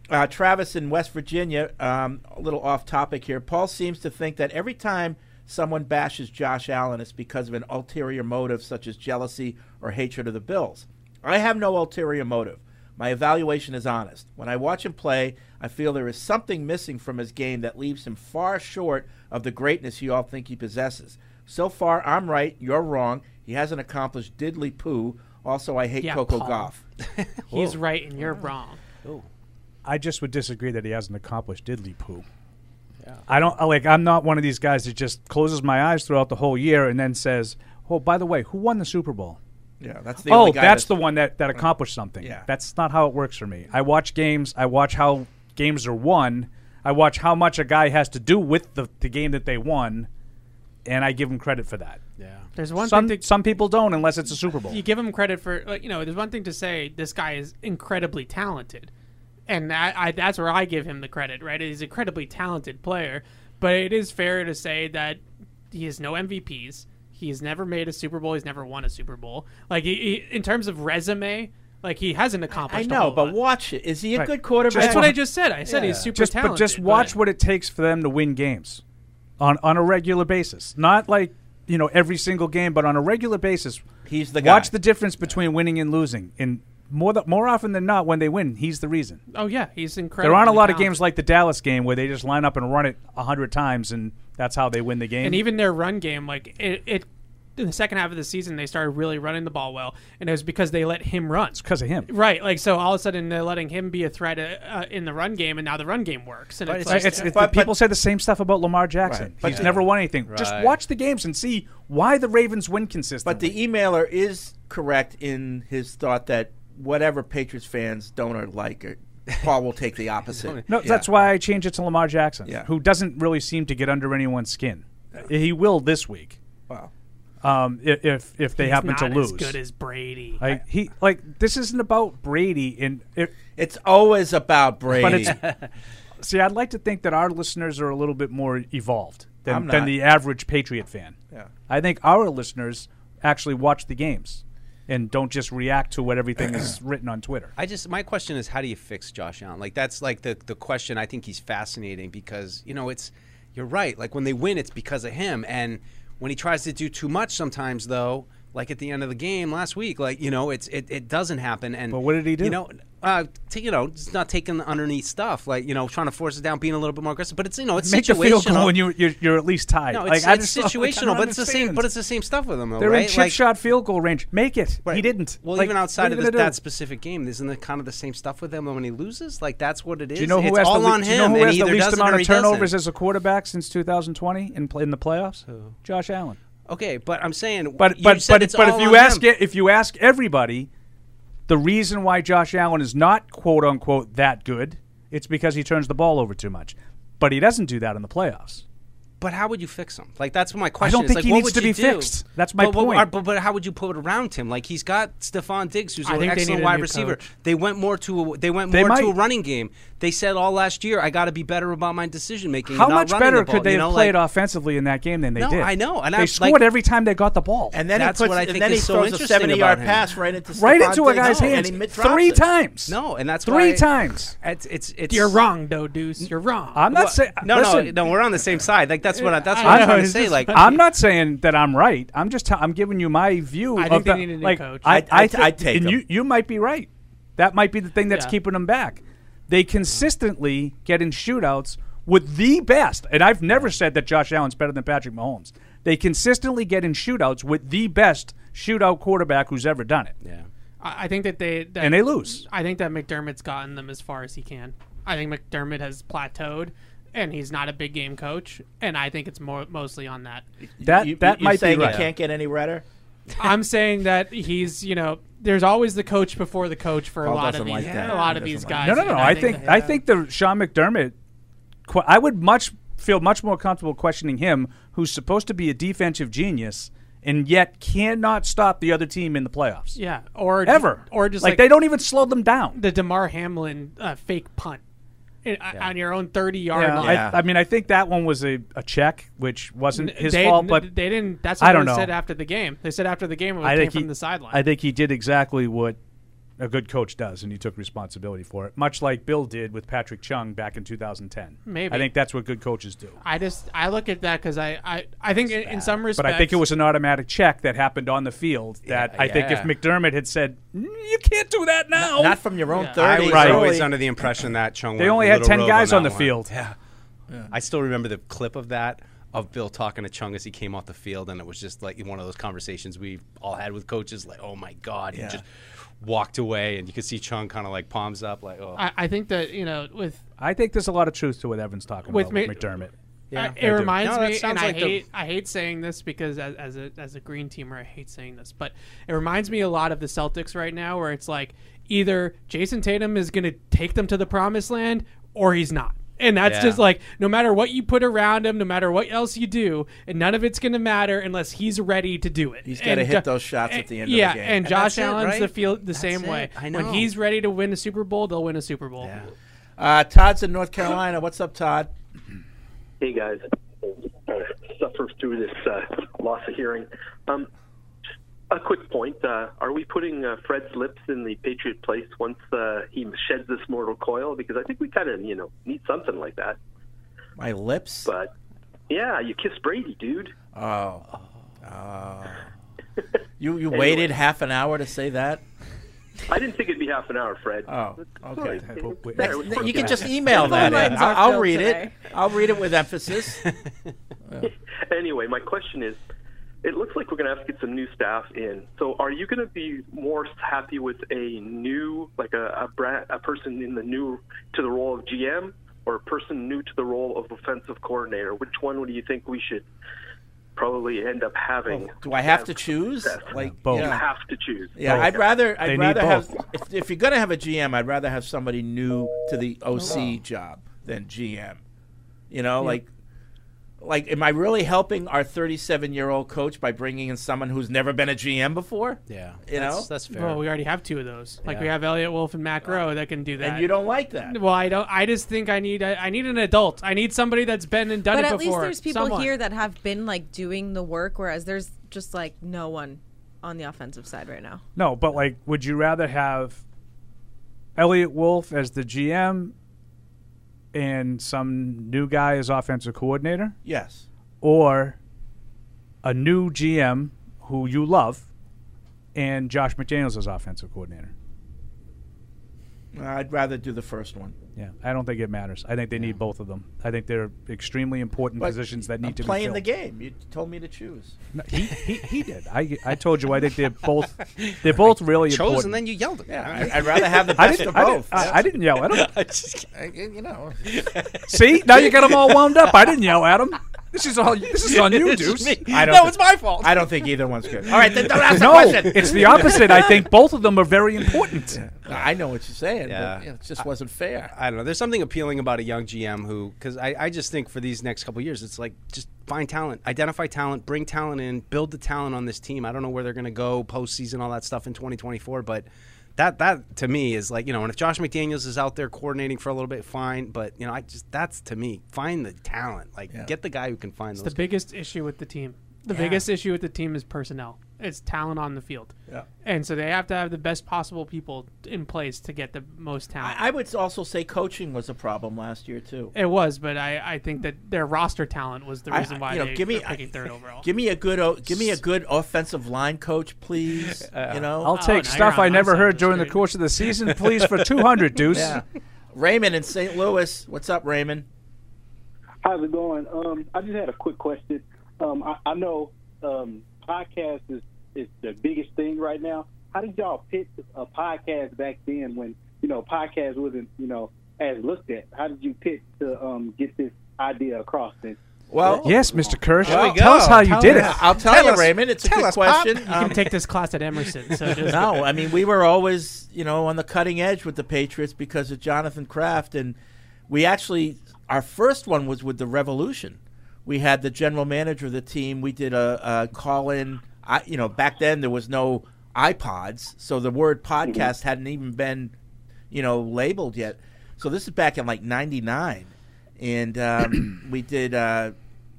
Speaker 1: Uh, Travis in West Virginia, um, a little off topic here. Paul seems to think that every time someone bashes Josh Allen, it's because of an ulterior motive such as jealousy or hatred of the Bills. I have no ulterior motive. My evaluation is honest. When I watch him play, I feel there is something missing from his game that leaves him far short of the greatness you all think he possesses. So far, I'm right, you're wrong. He hasn't accomplished diddly poo. Also, I hate
Speaker 5: Yeah,
Speaker 1: Coco
Speaker 5: Paul.
Speaker 1: Golf.
Speaker 5: he's right and you're wrong.
Speaker 4: I just would disagree that he hasn't accomplished diddly poo. I don't I- like. I'm not one of these guys that just closes my eyes throughout the whole year and then says, "Oh, by the way, who won the Super Bowl?"
Speaker 1: Yeah, that's the
Speaker 4: oh,
Speaker 1: only guy that's-
Speaker 4: that's the one that that accomplished something.
Speaker 1: Yeah.
Speaker 4: that's not how it works for me. I watch games. I watch how games are won. I watch how much a guy has to do with the, the game that they won, and I give him credit for that.
Speaker 7: Yeah,
Speaker 5: There's one
Speaker 4: some
Speaker 5: thing
Speaker 4: some people don't unless it's a Super Bowl.
Speaker 5: You give him credit for, like, you know, there's one thing to say this guy is incredibly talented, and I, I that's where I give him the credit, right? He's an incredibly talented player, but it is fair to say that he has no MVPs. He's never made a Super Bowl. He's never won a Super Bowl. Like he, he, in terms of resume, Like he hasn't accomplished.
Speaker 1: I know, but watch it. Is he a
Speaker 5: Right.
Speaker 1: good quarterback?
Speaker 5: That's what I just said. I said
Speaker 1: Yeah.
Speaker 5: he's super
Speaker 4: just,
Speaker 5: talented.
Speaker 4: But just watch what it takes for them to win games on on a regular basis. Not like you know every single game, but on a regular basis.
Speaker 1: He's the
Speaker 4: watch
Speaker 1: guy.
Speaker 4: the difference between winning and losing. And more th- more often than not, when they win, he's the reason.
Speaker 5: Oh yeah, he's incredible.
Speaker 4: There aren't a lot of games like the Dallas game where they just line up and run it a hundred times, and that's how they win the game.
Speaker 5: and even their run game, like it, it, in the second half of the season, they started really running the ball well, and it was because they let him run. It's
Speaker 4: because of him.
Speaker 5: Right, like so, all of a sudden they're letting him be a threat uh, uh, in the run game, and now the run game works. And
Speaker 4: But
Speaker 5: it's,
Speaker 4: it's,
Speaker 5: like,
Speaker 4: it's, it's- the people say the same stuff about Lamar Jackson.
Speaker 1: Right. But
Speaker 4: He's
Speaker 1: the-
Speaker 4: never won anything. Just
Speaker 1: Right.
Speaker 4: watch the games and see why the Ravens win consistently.
Speaker 1: But the emailer is correct in his thought that whatever Patriots fans don't or like, or Paul will take the opposite.
Speaker 4: No,
Speaker 1: Yeah.
Speaker 4: that's why I changed it to Lamar Jackson, who doesn't really seem to get under anyone's skin. He will this week.
Speaker 1: Wow.
Speaker 4: Um, i- if if they
Speaker 5: He's
Speaker 4: happen to
Speaker 5: not
Speaker 4: lose,
Speaker 5: as good as Brady.
Speaker 4: Like he like this isn't about Brady, and
Speaker 1: it's always about Brady.
Speaker 4: But it's, see, I'd like to think that our listeners are a little bit more evolved
Speaker 1: I'm
Speaker 4: than, than
Speaker 1: not.
Speaker 4: the average Patriot fan.
Speaker 1: Yeah.
Speaker 4: I think our listeners actually watch the games and don't just react to what everything is written on Twitter.
Speaker 7: I just my question is how do you fix Josh Allen? Like that's like the the question I think he's fascinating because you know it's you're right. Like when they win, it's because of him, and when he tries to do too much, sometimes though, like at the end of the game last week, like you know it's it, it doesn't happen. And but what did he
Speaker 4: do?
Speaker 7: You know. Uh, t- you know, just not taking the underneath stuff, like you know, trying to force it down, being a little bit more aggressive. But it's you know, it's
Speaker 4: Make the
Speaker 7: situational.
Speaker 4: field goal and you're, you're, you're at least tied.
Speaker 7: no,
Speaker 4: Like,
Speaker 7: it's,
Speaker 4: I
Speaker 7: it's
Speaker 4: just- like, I
Speaker 7: situational,
Speaker 4: don't
Speaker 7: but it's the same.
Speaker 4: understand.
Speaker 7: But it's the same stuff with them, though,
Speaker 4: They're
Speaker 7: right?
Speaker 4: in chip
Speaker 7: Like-
Speaker 4: shot field goal range. Make it. He didn't.
Speaker 7: Well,
Speaker 4: Like,
Speaker 7: even
Speaker 4: what
Speaker 7: outside
Speaker 4: are
Speaker 7: of
Speaker 4: you
Speaker 7: this,
Speaker 4: gonna do?
Speaker 7: that specific game, isn't it kind of the same stuff with him when he loses? Like that's what it is.
Speaker 4: Do you know who
Speaker 7: it's
Speaker 4: has
Speaker 7: all
Speaker 4: the, le-
Speaker 7: on
Speaker 4: do
Speaker 7: him?
Speaker 4: you know who
Speaker 7: and
Speaker 4: has the
Speaker 7: either
Speaker 4: least
Speaker 7: does it
Speaker 4: amount
Speaker 7: or
Speaker 4: of
Speaker 7: he doesn't.
Speaker 4: turnovers as a quarterback since 2020 in, play, in the playoffs? Josh Allen.
Speaker 7: Okay, but I'm saying,
Speaker 4: But
Speaker 7: you
Speaker 4: but
Speaker 7: said
Speaker 4: but,
Speaker 7: it's
Speaker 4: but
Speaker 7: all
Speaker 4: if you
Speaker 7: on
Speaker 4: ask
Speaker 7: him.
Speaker 4: it, if you ask everybody, the reason why Josh Allen is not quote unquote that good, it's because he turns the ball over too much. But he doesn't do that in the playoffs.
Speaker 7: but how would you fix him? Like that's what my question.
Speaker 4: don't
Speaker 7: is.
Speaker 4: think
Speaker 7: like,
Speaker 4: he
Speaker 7: what
Speaker 4: needs
Speaker 7: would
Speaker 4: to
Speaker 7: you
Speaker 4: be
Speaker 7: do?
Speaker 4: fixed. That's my
Speaker 7: but, but-
Speaker 4: point.
Speaker 7: are- But, but how would you put it around him? Like he's got Stephon Diggs, who's
Speaker 4: I
Speaker 7: an
Speaker 4: think they need
Speaker 7: excellent
Speaker 4: a
Speaker 7: wide
Speaker 4: new
Speaker 7: receiver.
Speaker 4: coach.
Speaker 7: They went more to a, they went
Speaker 4: They
Speaker 7: more to a
Speaker 4: might.
Speaker 7: running game. They said all last year, I got to be better about my decision making.
Speaker 4: How
Speaker 7: not
Speaker 4: much
Speaker 7: running
Speaker 4: better
Speaker 7: the ball,
Speaker 4: could they
Speaker 7: you
Speaker 4: have
Speaker 7: know?
Speaker 4: played
Speaker 7: Like,
Speaker 4: offensively in that game than they
Speaker 7: No,
Speaker 4: did?
Speaker 7: I know, and
Speaker 4: they
Speaker 7: I'm,
Speaker 4: scored
Speaker 7: like-
Speaker 4: every time they got the ball.
Speaker 1: And then
Speaker 7: That's
Speaker 1: he puts,
Speaker 7: what I
Speaker 1: and
Speaker 7: think
Speaker 1: then
Speaker 7: is
Speaker 1: he
Speaker 7: so
Speaker 1: throws a
Speaker 7: interesting
Speaker 1: seventy-yard
Speaker 7: about him.
Speaker 1: pass right into
Speaker 4: right
Speaker 1: Stephon
Speaker 4: into a
Speaker 1: Diggs,
Speaker 4: guy's
Speaker 1: and
Speaker 4: hands
Speaker 1: he mid-drops
Speaker 4: three
Speaker 1: it.
Speaker 4: times.
Speaker 7: No, and that's
Speaker 4: three
Speaker 7: why-
Speaker 4: times.
Speaker 7: It's it's it's
Speaker 5: You're wrong, though, Deuce. You're wrong.
Speaker 4: I'm not
Speaker 7: Well,
Speaker 4: saying
Speaker 7: no,
Speaker 4: listen.
Speaker 7: no, no. We're on the same side. Like that's what I, that's what
Speaker 4: I
Speaker 7: I'm
Speaker 4: know,
Speaker 7: trying to
Speaker 4: it's
Speaker 7: say.
Speaker 4: just-
Speaker 7: Like
Speaker 4: I'm not saying that I'm right. I'm just i I'm giving you my view.
Speaker 5: I think
Speaker 4: of
Speaker 5: they
Speaker 4: the-
Speaker 5: need a new
Speaker 4: like,
Speaker 5: coach.
Speaker 4: I,
Speaker 5: I'd- I'd-
Speaker 4: think-
Speaker 5: I'd take
Speaker 4: and
Speaker 5: them.
Speaker 4: you you might be right. That might be the thing that's
Speaker 5: Yeah.
Speaker 4: keeping them back. They consistently get in shootouts with the best, and I've never said that Josh Allen's better than Patrick Mahomes. They consistently get in shootouts with the best shootout quarterback who's ever done it.
Speaker 7: Yeah.
Speaker 5: I I think that they that,
Speaker 4: And they lose.
Speaker 5: I think that McDermott's gotten them as far as he can. I think McDermott has plateaued, and he's not a big game coach. And I think it's more mostly on that.
Speaker 4: That
Speaker 1: You-
Speaker 4: that
Speaker 1: you're
Speaker 4: might
Speaker 1: saying
Speaker 4: be
Speaker 1: he
Speaker 4: right.
Speaker 1: can't get any redder.
Speaker 5: I'm saying that he's you know there's always the coach before the coach for a
Speaker 1: Paul
Speaker 5: lot of
Speaker 1: doesn't
Speaker 5: these
Speaker 1: like that.
Speaker 5: a lot
Speaker 1: He
Speaker 5: of these
Speaker 1: doesn't
Speaker 5: guys.
Speaker 4: No, no,
Speaker 5: and
Speaker 4: no. I think
Speaker 5: that-
Speaker 4: I think the Sean McDermott. que- I would much feel much more comfortable questioning him, who's supposed to be a defensive genius and yet cannot stop the other team in the playoffs.
Speaker 5: Yeah, or
Speaker 4: ever,
Speaker 5: or just
Speaker 4: like,
Speaker 5: like
Speaker 4: they don't even slow them down.
Speaker 5: the Demar Hamlin uh, fake punt in- on your own 30 yard
Speaker 4: Yeah,
Speaker 5: line.
Speaker 4: I, I mean, I think that one was a, a check, which wasn't
Speaker 5: N-
Speaker 4: his
Speaker 5: they,
Speaker 4: fault.
Speaker 5: n-
Speaker 4: But
Speaker 5: they didn't. That's what
Speaker 4: I don't
Speaker 5: they
Speaker 4: know.
Speaker 5: said after the game. They said after the game it
Speaker 4: I
Speaker 5: came
Speaker 4: think
Speaker 5: from
Speaker 4: he,
Speaker 5: the sideline.
Speaker 4: I think he did exactly what a good coach does, and he took responsibility for it, much like Bill did with Patrick Chung back in 2010.
Speaker 5: Maybe.
Speaker 4: I think that's what good coaches do.
Speaker 5: I just I look at that because I, I I think in, in some respects,
Speaker 4: But I think it was an automatic check that happened on the field. That I think if
Speaker 7: yeah.
Speaker 4: McDermott had said, "Mm, "You can't do that now,"
Speaker 1: not from your own
Speaker 7: I was
Speaker 4: Right.
Speaker 7: always under the impression that Chung.
Speaker 4: They
Speaker 7: went
Speaker 4: only had
Speaker 7: little
Speaker 4: 10
Speaker 7: rogue
Speaker 4: guys
Speaker 7: on,
Speaker 4: on
Speaker 7: that
Speaker 4: the
Speaker 7: one.
Speaker 4: field.
Speaker 7: Yeah.
Speaker 4: Yeah.
Speaker 7: I still remember the clip of that of Bill talking to Chung as he came off the field, and it was just like one of those conversations we've all had with coaches. Like, oh my god,
Speaker 5: Yeah.
Speaker 7: he just walked away, and you could see Chung kind of like palms up, like, oh.
Speaker 5: I, I think that you know with
Speaker 4: I think there's a lot of truth to what Evan's talking
Speaker 5: With
Speaker 4: about with
Speaker 5: Mc-
Speaker 4: McDermott.
Speaker 5: I-
Speaker 4: I
Speaker 5: Uh, it
Speaker 4: do.
Speaker 5: reminds
Speaker 7: No, that
Speaker 5: me, and
Speaker 7: sounds
Speaker 5: I
Speaker 7: like the-
Speaker 5: hate I hate saying this because as, as a as a green teamer, I hate saying this, but it reminds me a lot of the Celtics right now, where it's like either Jason Tatum is going to take them to the promised land or he's not. And that's
Speaker 1: Yeah.
Speaker 5: just like no matter what you put around him, no matter what else you do, and none of it's going to matter unless he's ready to do it.
Speaker 1: He's gotta
Speaker 5: And
Speaker 1: hit
Speaker 5: Jo-
Speaker 1: those shots at the end of the
Speaker 5: yeah,
Speaker 1: game.
Speaker 5: and
Speaker 1: And
Speaker 5: Josh
Speaker 1: that's it,
Speaker 5: Allen's the
Speaker 1: right?
Speaker 5: feel the
Speaker 1: That's
Speaker 5: same
Speaker 1: it.
Speaker 5: way.
Speaker 1: I know.
Speaker 5: When he's ready to win a Super Bowl, they'll win a Super Bowl.
Speaker 1: Uh, Todd's in North Carolina. What's up, Todd?
Speaker 3: Hey guys, I suffer through this uh, loss of hearing. Um,
Speaker 6: A quick point. Uh, are we putting uh, Fred's lips in the Patriot place once uh, he sheds this mortal coil? Because I think we kind of, you know, need something like that.
Speaker 1: My lips.
Speaker 6: But yeah, you kiss Brady, dude.
Speaker 1: Oh. Oh. you you waited half an hour to say that?
Speaker 6: I didn't think it'd be half an hour, Fred.
Speaker 1: Oh, okay.
Speaker 6: Sorry.
Speaker 1: That's-
Speaker 6: There, we-
Speaker 1: you can just email that. in. I'll, I'll read it. I'll read it with emphasis. Uh,
Speaker 6: anyway, my question is it looks like we're going to have to get some new staff in. So are you going to be more happy with a new, like a, a, bra- a person in the new to the role of GM or a person new to the role of offensive coordinator? Which one would you think we should probably end up having?
Speaker 1: Oh, Do I have to choose? Like
Speaker 6: Both.
Speaker 1: yeah.
Speaker 6: You have to choose.
Speaker 1: Yeah,
Speaker 6: Both.
Speaker 1: I'd rather I'd
Speaker 6: They need
Speaker 1: rather
Speaker 6: both.
Speaker 1: have if, if you're gonna have a GM, I'd rather have somebody new to the OC job than GM. You know,
Speaker 22: Yeah.
Speaker 1: like like am I really helping our 37 year old coach by bringing in someone who's never been a GM before?
Speaker 7: Yeah,
Speaker 1: you know
Speaker 5: Well, we already have two of those. Like we
Speaker 1: Yeah.
Speaker 5: have Elliot Wolf and Matt Groh that can do that.
Speaker 1: you don't like that.
Speaker 5: Well, I don't. I just think I need. I, I need an adult. I need somebody that's been and done
Speaker 8: but
Speaker 5: it
Speaker 8: at least
Speaker 5: before.
Speaker 8: there's people
Speaker 5: Someone.
Speaker 8: here that have been like doing the work, whereas there's just like no one on the offensive side right now.
Speaker 4: No, but like, would you rather have Elliot Wolf as the GM and some new guy as offensive coordinator?
Speaker 1: Yes.
Speaker 4: Or a new GM who you love and Josh McDaniels as offensive coordinator?
Speaker 1: I'd rather do the first one.
Speaker 4: Yeah, I don't think it matters. I think they need both of them. I think they're extremely important
Speaker 1: But
Speaker 4: positions that need
Speaker 1: I'm
Speaker 4: to be
Speaker 1: playing
Speaker 4: filled.
Speaker 1: the game. You told me to choose.
Speaker 4: No, he, he, he did. I, I told you I think they're both they're both really
Speaker 1: chose and
Speaker 4: important.
Speaker 1: then you yelled at me. Yeah, I- I'd rather have the
Speaker 4: I
Speaker 1: best
Speaker 4: didn't-
Speaker 1: of
Speaker 4: I didn't-
Speaker 1: both.
Speaker 4: I, I didn't yell at him.
Speaker 1: I- you know.
Speaker 4: See, now you got them all wound up. I didn't yell at him. This is all. This is on you, Deuce.
Speaker 1: I don't thi- I don't think either one's good. All right, then don't ask
Speaker 4: no,
Speaker 1: the question.
Speaker 4: it's the opposite. I think both of them are very important.
Speaker 1: I know what you're saying.
Speaker 7: Yeah.
Speaker 1: But, yeah, it just wasn't fair.
Speaker 7: I don't know. There's something appealing about a young GM who, because I, I just think for these next couple years, it's like just find talent, identify talent, bring talent in, build the talent on this team. I don't know where they're going to go postseason, all that stuff in 2024, but that that to me is like you know, and if Josh McDaniels is out there coordinating for a little bit, fine. But you know, I just that's to me, find the talent, like get the guy who can find
Speaker 5: It's
Speaker 7: those.
Speaker 5: the biggest issue with the team. The
Speaker 7: Yeah.
Speaker 5: biggest issue with the team is personnel. It's talent on the field.
Speaker 1: Yeah.
Speaker 5: And so they have to have the best possible people in place to get the most talent.
Speaker 1: I would also say coaching was a problem last year too.
Speaker 5: it was, but I, I think that their roster talent was the
Speaker 1: I-
Speaker 5: reason why
Speaker 1: you know,
Speaker 5: they
Speaker 1: give me-
Speaker 5: were picking third overall.
Speaker 1: Give me a good, o- give me a good offensive line coach, please. you know,
Speaker 5: Oh,
Speaker 4: I'll take stuff I never heard during the course of the season, please, for 200, Deuce.
Speaker 1: Yeah. Raymond in St. Louis, what's up, Raymond?
Speaker 23: How's it going? Um, I just had a quick question. Um, I, I know um, podcast is, is the biggest thing right now. How did y'all pitch a podcast back then when you know podcast wasn't you know as looked at? How did you pitch to um, get this idea across? This
Speaker 1: Well,
Speaker 4: yes, Mr. Kirsch.
Speaker 1: There we go.
Speaker 4: Tell us how you
Speaker 1: Tell
Speaker 4: did
Speaker 1: us.
Speaker 4: it.
Speaker 1: I'll tell you, Raymond, it's a good question. Um,
Speaker 5: You can take this class at Emerson. So just
Speaker 1: no, I mean we were always, you know, on the cutting edge with the Patriots because of Jonathan Kraft, and we actually our first one was with the Revolution. We had the general manager of the team. We did a, a call in. I, you know, back then there was no iPods, so the word podcast hadn't even been, you know, labeled yet. So this is back in like '99, and um, we did. Uh,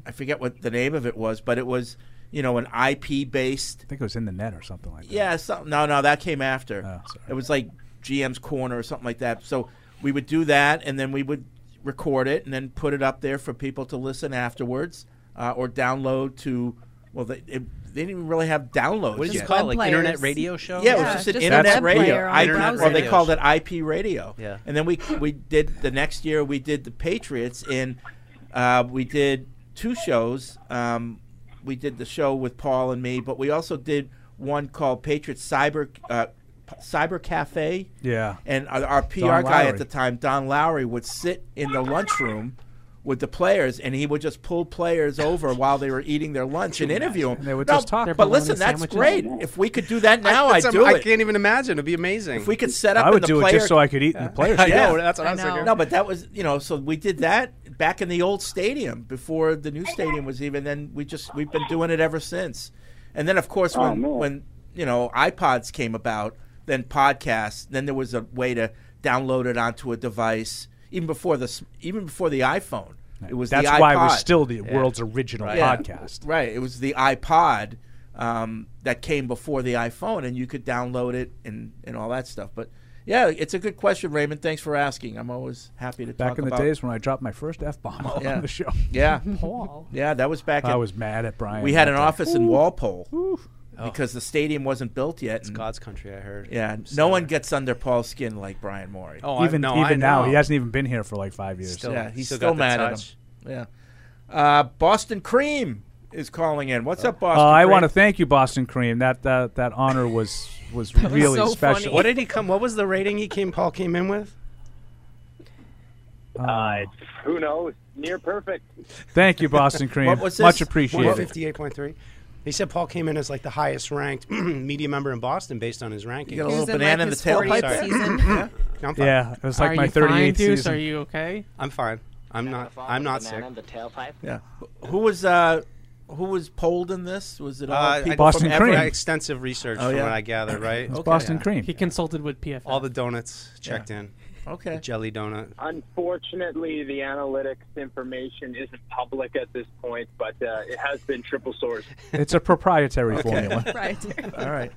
Speaker 1: I forget what the name of it was, but it was, you know, an IP based
Speaker 4: I think it was in the net or something like that. Oh,
Speaker 1: yeah, some, no, no, that came after. It was like GM's Corner or something like that. So we would do that, and then we would record it, and then put it up there for people to listen afterwards uh, or download to. Well, they, it, they didn't even really have downloads.
Speaker 7: What did you
Speaker 1: yet.
Speaker 7: call it, like Web internet players. radio show?
Speaker 1: Yeah, it
Speaker 7: Yeah,
Speaker 1: was just an
Speaker 7: just a
Speaker 1: internet
Speaker 7: web
Speaker 1: radio.
Speaker 7: player on
Speaker 1: IP,
Speaker 7: Internet
Speaker 1: well, they
Speaker 7: radio
Speaker 1: called
Speaker 7: show.
Speaker 1: it IP radio.
Speaker 7: Yeah.
Speaker 1: And then we we did the next year we did the Patriots, and uh, we did two shows. Um, we did the show with Paul and me, but we also did one called Patriots Cyber uh, P- Cyber Cafe.
Speaker 4: Yeah.
Speaker 1: And our, our PR
Speaker 4: Don
Speaker 1: guy
Speaker 4: Lowry.
Speaker 1: at the time, Don Lowry, would sit in the lunchroom with the players, and he would just pull players over while they were eating their lunch and interview them.
Speaker 4: They would
Speaker 1: No,
Speaker 4: just talk. Their
Speaker 1: But listen,
Speaker 4: bologna
Speaker 1: that's great.
Speaker 4: sandwiches.
Speaker 1: If we could do that now,
Speaker 7: I,
Speaker 1: I'd do
Speaker 7: I
Speaker 1: it.
Speaker 7: can't even imagine. It'd be amazing.
Speaker 1: If we could set up,
Speaker 4: I
Speaker 1: in
Speaker 4: would
Speaker 1: the
Speaker 4: do it
Speaker 1: player...
Speaker 4: just so I could eat in the players'
Speaker 1: I
Speaker 4: room.
Speaker 1: know,
Speaker 7: that's what I was I know. thinking.
Speaker 1: No, but that was you know. So we did that back in the old stadium before the new stadium was even. Then we just we've been doing it ever since. And then of course
Speaker 23: Oh,
Speaker 1: when
Speaker 23: man.
Speaker 1: when you know iPods came about, then podcasts. Then there was a way to download it onto a device even before the s- even before the iPhone. It was
Speaker 4: That's
Speaker 1: the
Speaker 4: why it was
Speaker 1: iPod.
Speaker 4: still the world's original podcast.
Speaker 1: Right. It was the iPod, um, that came before the iPhone, and you could download it and, and all that stuff. But yeah, it's a good question, Raymond. Thanks for asking. I'm always happy to
Speaker 4: Back
Speaker 1: talk
Speaker 4: in the
Speaker 1: about
Speaker 4: days when I dropped my first f bomb
Speaker 1: Yeah.
Speaker 4: on the show.
Speaker 1: Yeah.
Speaker 5: Paul.
Speaker 1: Yeah, that was back.
Speaker 4: I
Speaker 1: in-
Speaker 4: was mad at Brian
Speaker 1: We had
Speaker 4: that
Speaker 1: an
Speaker 4: day.
Speaker 1: office in
Speaker 4: Ooh. Oh.
Speaker 1: Walpole because the stadium wasn't built yet. It's
Speaker 7: God's country, I heard. Oh,
Speaker 1: Yeah, no one gets under Paul's skin like Brian Morey.
Speaker 4: even even now, he hasn't even been here for like five years.
Speaker 1: yeah, he's still, mad at him. Yeah. Uh, Boston Cream is calling in. What's up, Boston?
Speaker 4: Oh, I want to
Speaker 1: to.
Speaker 4: thank you, Boston Cream. That that, that honor was was
Speaker 1: was
Speaker 4: really
Speaker 1: so
Speaker 4: special.
Speaker 1: funny.
Speaker 7: What did he come? What was the rating he came? Paul came in with.
Speaker 4: Uh,
Speaker 12: Who knows? Near perfect.
Speaker 4: thank you, Boston Cream.
Speaker 7: What was
Speaker 4: Much
Speaker 7: this?
Speaker 4: appreciated.
Speaker 7: 158.3. They said Paul came in as like the highest ranked media member in Boston based on his ranking.
Speaker 1: You got a He little was in, banana like, in the his tailpipe 40th there? season. Yeah.
Speaker 7: I'm
Speaker 4: Yeah, it was like Are my you fine, 38th Deuce? season. Are you
Speaker 5: okay?
Speaker 7: I'm fine. I'm not. I'm not sick.
Speaker 9: Banana in the tailpipe.
Speaker 1: Yeah. Who was uh, who was polled in this? Was it all
Speaker 7: Uh,
Speaker 1: people
Speaker 7: Boston
Speaker 1: from every-
Speaker 7: Cream. Extensive research
Speaker 1: Oh,
Speaker 7: from
Speaker 1: yeah?
Speaker 7: what I gather, right?
Speaker 1: Okay.
Speaker 4: Cream.
Speaker 5: He consulted with PFF.
Speaker 7: All the donuts checked in.
Speaker 1: Okay.
Speaker 7: The jelly donut.
Speaker 9: Unfortunately, the analytics information isn't public at this point, but uh, it has been triple sourced.
Speaker 4: It's a proprietary formula.
Speaker 1: All right.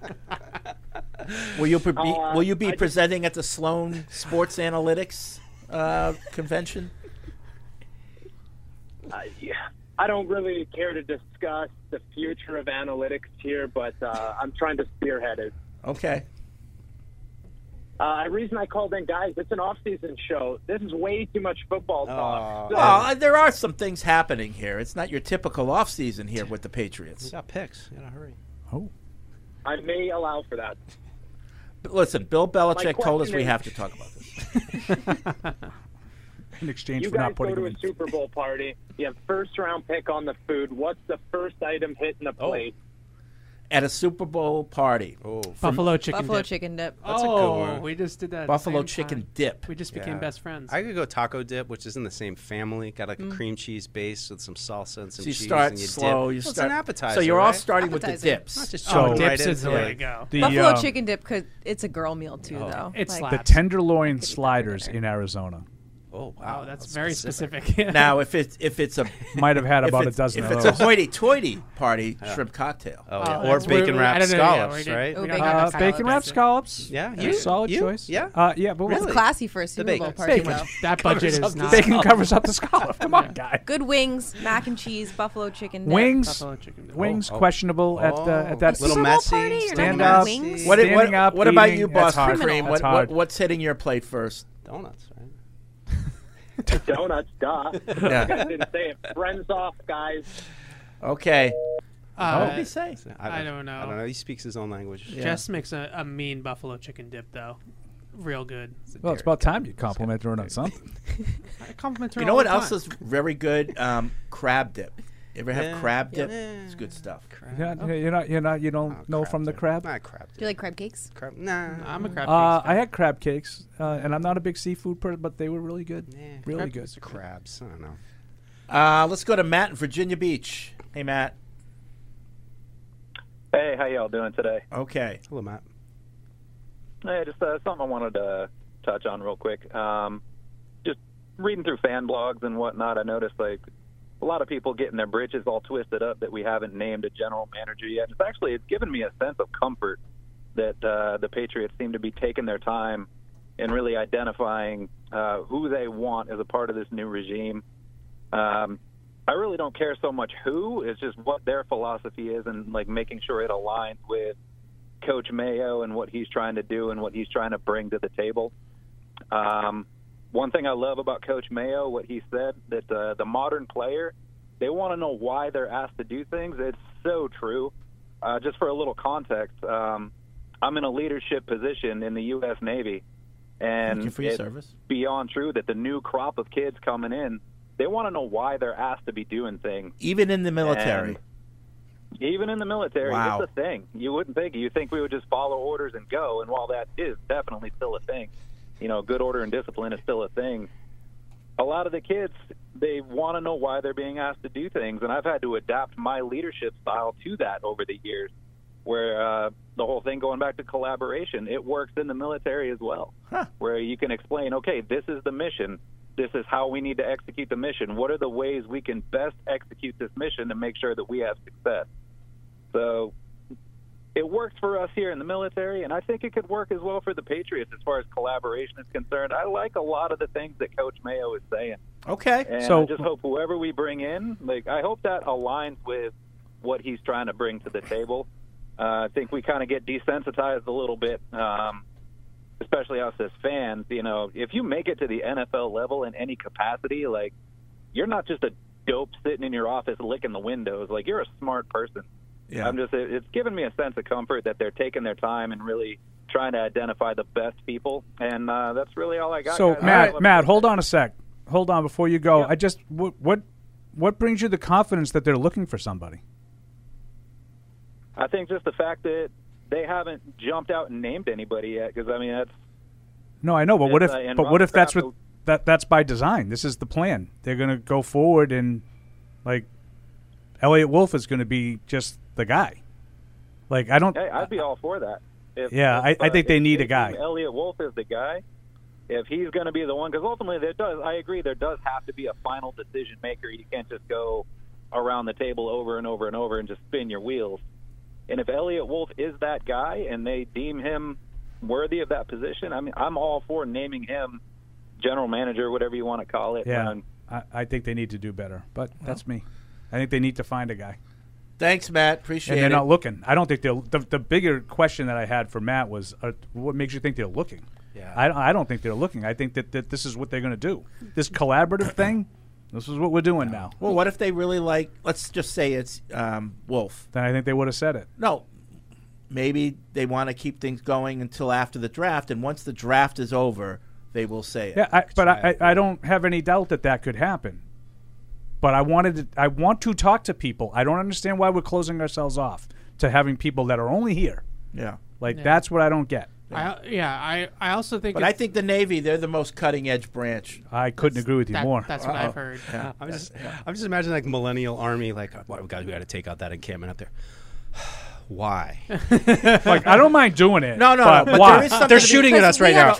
Speaker 1: Will you pre- be,
Speaker 9: Uh,
Speaker 1: will you be
Speaker 9: I just-
Speaker 1: presenting at the Sloan Sports Analytics uh, convention?
Speaker 9: I, yeah, I don't really care to discuss the future of analytics here, but uh, I'm trying to spearhead it.
Speaker 1: Okay.
Speaker 9: Uh, the reason I called in, guys, it's an off-season show. This is way too much football talk.
Speaker 1: Well, uh, there are some things happening here. It's not your typical off season here with the Patriots.
Speaker 7: got picks in a hurry.
Speaker 9: I may allow for that.
Speaker 1: But listen, Bill Belichick
Speaker 9: My
Speaker 1: told us we
Speaker 9: question
Speaker 1: have to
Speaker 9: is-
Speaker 1: talk about this.
Speaker 4: in exchange
Speaker 9: you
Speaker 4: for
Speaker 9: guys
Speaker 4: not putting
Speaker 9: go
Speaker 4: him
Speaker 9: to a
Speaker 4: in.
Speaker 9: Super Bowl party. You have first-round pick on the food. What's the first item hitting the plate?
Speaker 1: At a Super Bowl party.
Speaker 7: Oh,
Speaker 5: Buffalo chicken
Speaker 8: Buffalo
Speaker 5: dip.
Speaker 8: chicken dip.
Speaker 5: That's a good Oh, one. we just did that at the
Speaker 1: Buffalo
Speaker 5: same
Speaker 1: chicken
Speaker 5: time.
Speaker 1: dip.
Speaker 5: We just became
Speaker 7: Yeah.
Speaker 5: best friends.
Speaker 7: I could go taco dip, which is in the same family. Got like
Speaker 5: Mm.
Speaker 7: a cream cheese base with some salsa and
Speaker 1: So
Speaker 7: some
Speaker 1: you
Speaker 7: cheese.
Speaker 1: start
Speaker 7: and you
Speaker 1: slow,
Speaker 7: Dip.
Speaker 1: you
Speaker 7: Well, it's
Speaker 1: start-
Speaker 7: an appetizer.
Speaker 1: so you're all
Speaker 7: right?
Speaker 1: starting with the Appetizer. dips. Oh.
Speaker 7: Not just
Speaker 4: So-
Speaker 7: jumping right
Speaker 4: Dips is
Speaker 7: into
Speaker 4: the
Speaker 7: it.
Speaker 4: way to go. The,
Speaker 8: Buffalo
Speaker 4: um, Oh.
Speaker 8: chicken dip, cause it's a girl meal
Speaker 1: Oh.
Speaker 8: too, though. Like-
Speaker 4: the tenderloin sliders in Arizona.
Speaker 7: Oh
Speaker 5: wow, that's, very specific.
Speaker 1: now, if it's if it's a
Speaker 4: Might have had
Speaker 1: if
Speaker 4: about a
Speaker 1: it's-
Speaker 4: dozen
Speaker 1: If
Speaker 4: of
Speaker 1: it's
Speaker 4: those.
Speaker 1: a hoity-toity party, shrimp cocktail.
Speaker 7: Oh, yeah. Or bacon wrapped scallops, right?
Speaker 4: Uh, bacon wrap scallops.
Speaker 7: Yeah,
Speaker 4: That's
Speaker 7: you-
Speaker 4: a solid
Speaker 7: you-
Speaker 4: choice.
Speaker 7: yeah.
Speaker 4: Uh, yeah, but
Speaker 8: That's
Speaker 4: what-
Speaker 8: classy for a Super Bowl party, though.
Speaker 5: That
Speaker 4: covers
Speaker 5: budget
Speaker 4: up
Speaker 5: is
Speaker 4: the
Speaker 5: not.
Speaker 4: Bacon covers up the scallop. Come on, guy.
Speaker 8: Good wings, mac and cheese, buffalo chicken dip.
Speaker 4: Wings, wings,
Speaker 1: Oh, oh.
Speaker 4: questionable at the, at that
Speaker 8: Little
Speaker 4: stand-
Speaker 8: messy, you're not
Speaker 4: Stand
Speaker 8: gonna have
Speaker 4: up,
Speaker 8: wings?
Speaker 1: What,
Speaker 4: standing
Speaker 1: what,
Speaker 4: up,
Speaker 1: what about
Speaker 4: eating,
Speaker 1: you,
Speaker 4: that's
Speaker 1: Boston
Speaker 4: hard.
Speaker 1: Cream? What,
Speaker 4: That's
Speaker 1: what,
Speaker 4: hard.
Speaker 1: what's hitting your plate first?
Speaker 7: Donuts, right?
Speaker 9: Donuts, duh.
Speaker 1: Yeah.
Speaker 9: I didn't say it. Friends off, guys.
Speaker 1: Okay.
Speaker 5: Uh,
Speaker 1: what did he say?
Speaker 5: I don't know.
Speaker 7: I don't know. He speaks his own language.
Speaker 5: Jess makes a, a mean buffalo chicken dip though, real good.
Speaker 4: Well, it's about time you compliment her on something.
Speaker 5: I compliment her
Speaker 1: You know
Speaker 5: all
Speaker 1: what
Speaker 5: the
Speaker 1: else
Speaker 5: time.
Speaker 1: is very good? Um, crab dip. You ever have
Speaker 5: Yeah.
Speaker 1: crab
Speaker 5: Yeah.
Speaker 1: dip? It's good stuff.
Speaker 4: You're not, you're not, you're not, you don't know from the crab.
Speaker 7: Not crab.
Speaker 8: Do you like crab cakes?
Speaker 7: Crab. Nah,
Speaker 5: I'm a crab.
Speaker 4: Uh, I had crab cakes, uh, and I'm not a big seafood person, but they were really good. really
Speaker 7: crab
Speaker 4: good.
Speaker 7: Crabs. I don't know.
Speaker 1: Uh, let's go to Matt in Virginia Beach. Hey, Matt.
Speaker 10: Hey, how y'all doing today?
Speaker 1: Okay.
Speaker 7: Hello, Matt.
Speaker 10: Hey, just uh, something I wanted to touch on real quick. Um, just reading through fan blogs and whatnot, I noticed like a lot of people getting their britches all twisted up that we haven't named a general manager yet. It's actually it's given me a sense of comfort that uh, the Patriots seem to be taking their time and really identifying uh, who they want as a part of this new regime. Um, I really don't care so much who; it's just what their philosophy is and like making sure it aligns with Coach Mayo and what he's trying to do and what he's trying to bring to the table. Um, one thing I love about Coach Mayo, what he said that uh, the modern player, they want to know why they're asked to do things. It's so true. Uh, just for a little context, um, I'm in a leadership position in the U.S. Navy, and
Speaker 1: Thank you for your
Speaker 10: it's
Speaker 1: service.
Speaker 10: beyond true that the new crop of kids coming in, they want to know why they're asked to be doing things.
Speaker 1: Even in the military.
Speaker 10: Even in the military,
Speaker 1: Wow.
Speaker 10: it's a thing. You wouldn't think. You think we would just follow orders and go. And while that is definitely still a thing, you know, good order and discipline is still a thing. A lot of the kids, they want to know why they're being asked to do things, and I've had to adapt my leadership style to that over the years. Where uh, the whole thing going back to collaboration, it works in the military as well, where you can explain, okay, this is the mission. This is how we need to execute the mission. What are the ways we can best execute this mission to make sure that we have success? So it worked for us here in the military, and I think it could work as well for the Patriots as far as collaboration is concerned. I like a lot of the things that Coach Mayo is saying.
Speaker 1: Okay.
Speaker 10: And
Speaker 1: so
Speaker 10: I just hope whoever we bring in, like I hope that aligns with what he's trying to bring to the table. Uh, I think we kind of get desensitized a little bit, um, especially us as fans. You know, if you make it to the NFL level in any capacity, like you're not just a dope sitting in your office licking the windows. Like you're a smart person.
Speaker 1: Yeah.
Speaker 10: I'm just. it- It's given me a sense of comfort that they're taking their time and really trying to identify the best people, and uh, that's really all I got.
Speaker 4: So
Speaker 10: guys.
Speaker 4: Matt, Matt, hold on a sec. Hold on before you go. I just what, what what brings you the confidence that they're looking for somebody?
Speaker 10: I think just the fact that they haven't jumped out and named anybody yet, because I mean that's
Speaker 4: No, I know, but what if
Speaker 10: Yes, I- and
Speaker 4: but what
Speaker 10: Robert
Speaker 4: if that's
Speaker 10: Kraft-
Speaker 4: what that that's by design? This is the plan. They're going to go forward and like Elliot Wolf is going to be just the guy. Like I don't
Speaker 10: Hey, I'd be all for that. If,
Speaker 4: Yeah, I- I think
Speaker 10: if- uh,
Speaker 4: they need a
Speaker 10: if
Speaker 4: guy.
Speaker 10: Elliot Wolf is the guy. If he's going to be the one, because ultimately there does, I agree, there does have to be a final decision maker. You can't just go around the table over and over and over and just spin your wheels. And if Elliot Wolf is that guy and they deem him worthy of that position, I mean, I'm all for naming him general manager, whatever you want to call it.
Speaker 4: Yeah.
Speaker 10: And
Speaker 4: I, I think they need to do better, but that's me. I think they need to find a guy.
Speaker 1: Thanks, Matt. Appreciate
Speaker 4: and they're
Speaker 1: it.
Speaker 4: not looking. I don't think they're the, the bigger question that I had for Matt was uh, what makes you think they're looking.
Speaker 1: Yeah.
Speaker 4: I, I don't think they're looking. I think that, that this is what they're going to do. This collaborative thing. This is what we're doing now.
Speaker 1: Well, what if they really like? Let's just say it's um, Wolf.
Speaker 4: Then I think they would have said it.
Speaker 1: No, maybe they want to keep things going until after the draft, and once the draft is over, they will say it.
Speaker 4: Yeah, I, but I, I I don't have any doubt that that could happen. But I wanted to, I want to talk to people. I don't understand why we're closing ourselves off to having people that are only here.
Speaker 1: Yeah.
Speaker 4: Like
Speaker 5: Yeah.
Speaker 4: that's what I don't get.
Speaker 5: I, yeah, I, I also think
Speaker 1: But I
Speaker 5: it's-
Speaker 1: think the Navy, they're the most cutting edge branch.
Speaker 4: I couldn't agree with you
Speaker 5: that-
Speaker 4: more.
Speaker 5: that's what I've heard.
Speaker 1: Yeah.
Speaker 7: I'm just, I'm just imagining like millennial army, like, well, we got we got to take out that encampment up there. Why?
Speaker 4: like I don't mind doing it.
Speaker 1: No, no,
Speaker 4: but
Speaker 1: no, but
Speaker 4: why?
Speaker 1: there is something
Speaker 7: They're
Speaker 1: to be-
Speaker 7: shooting at us right now.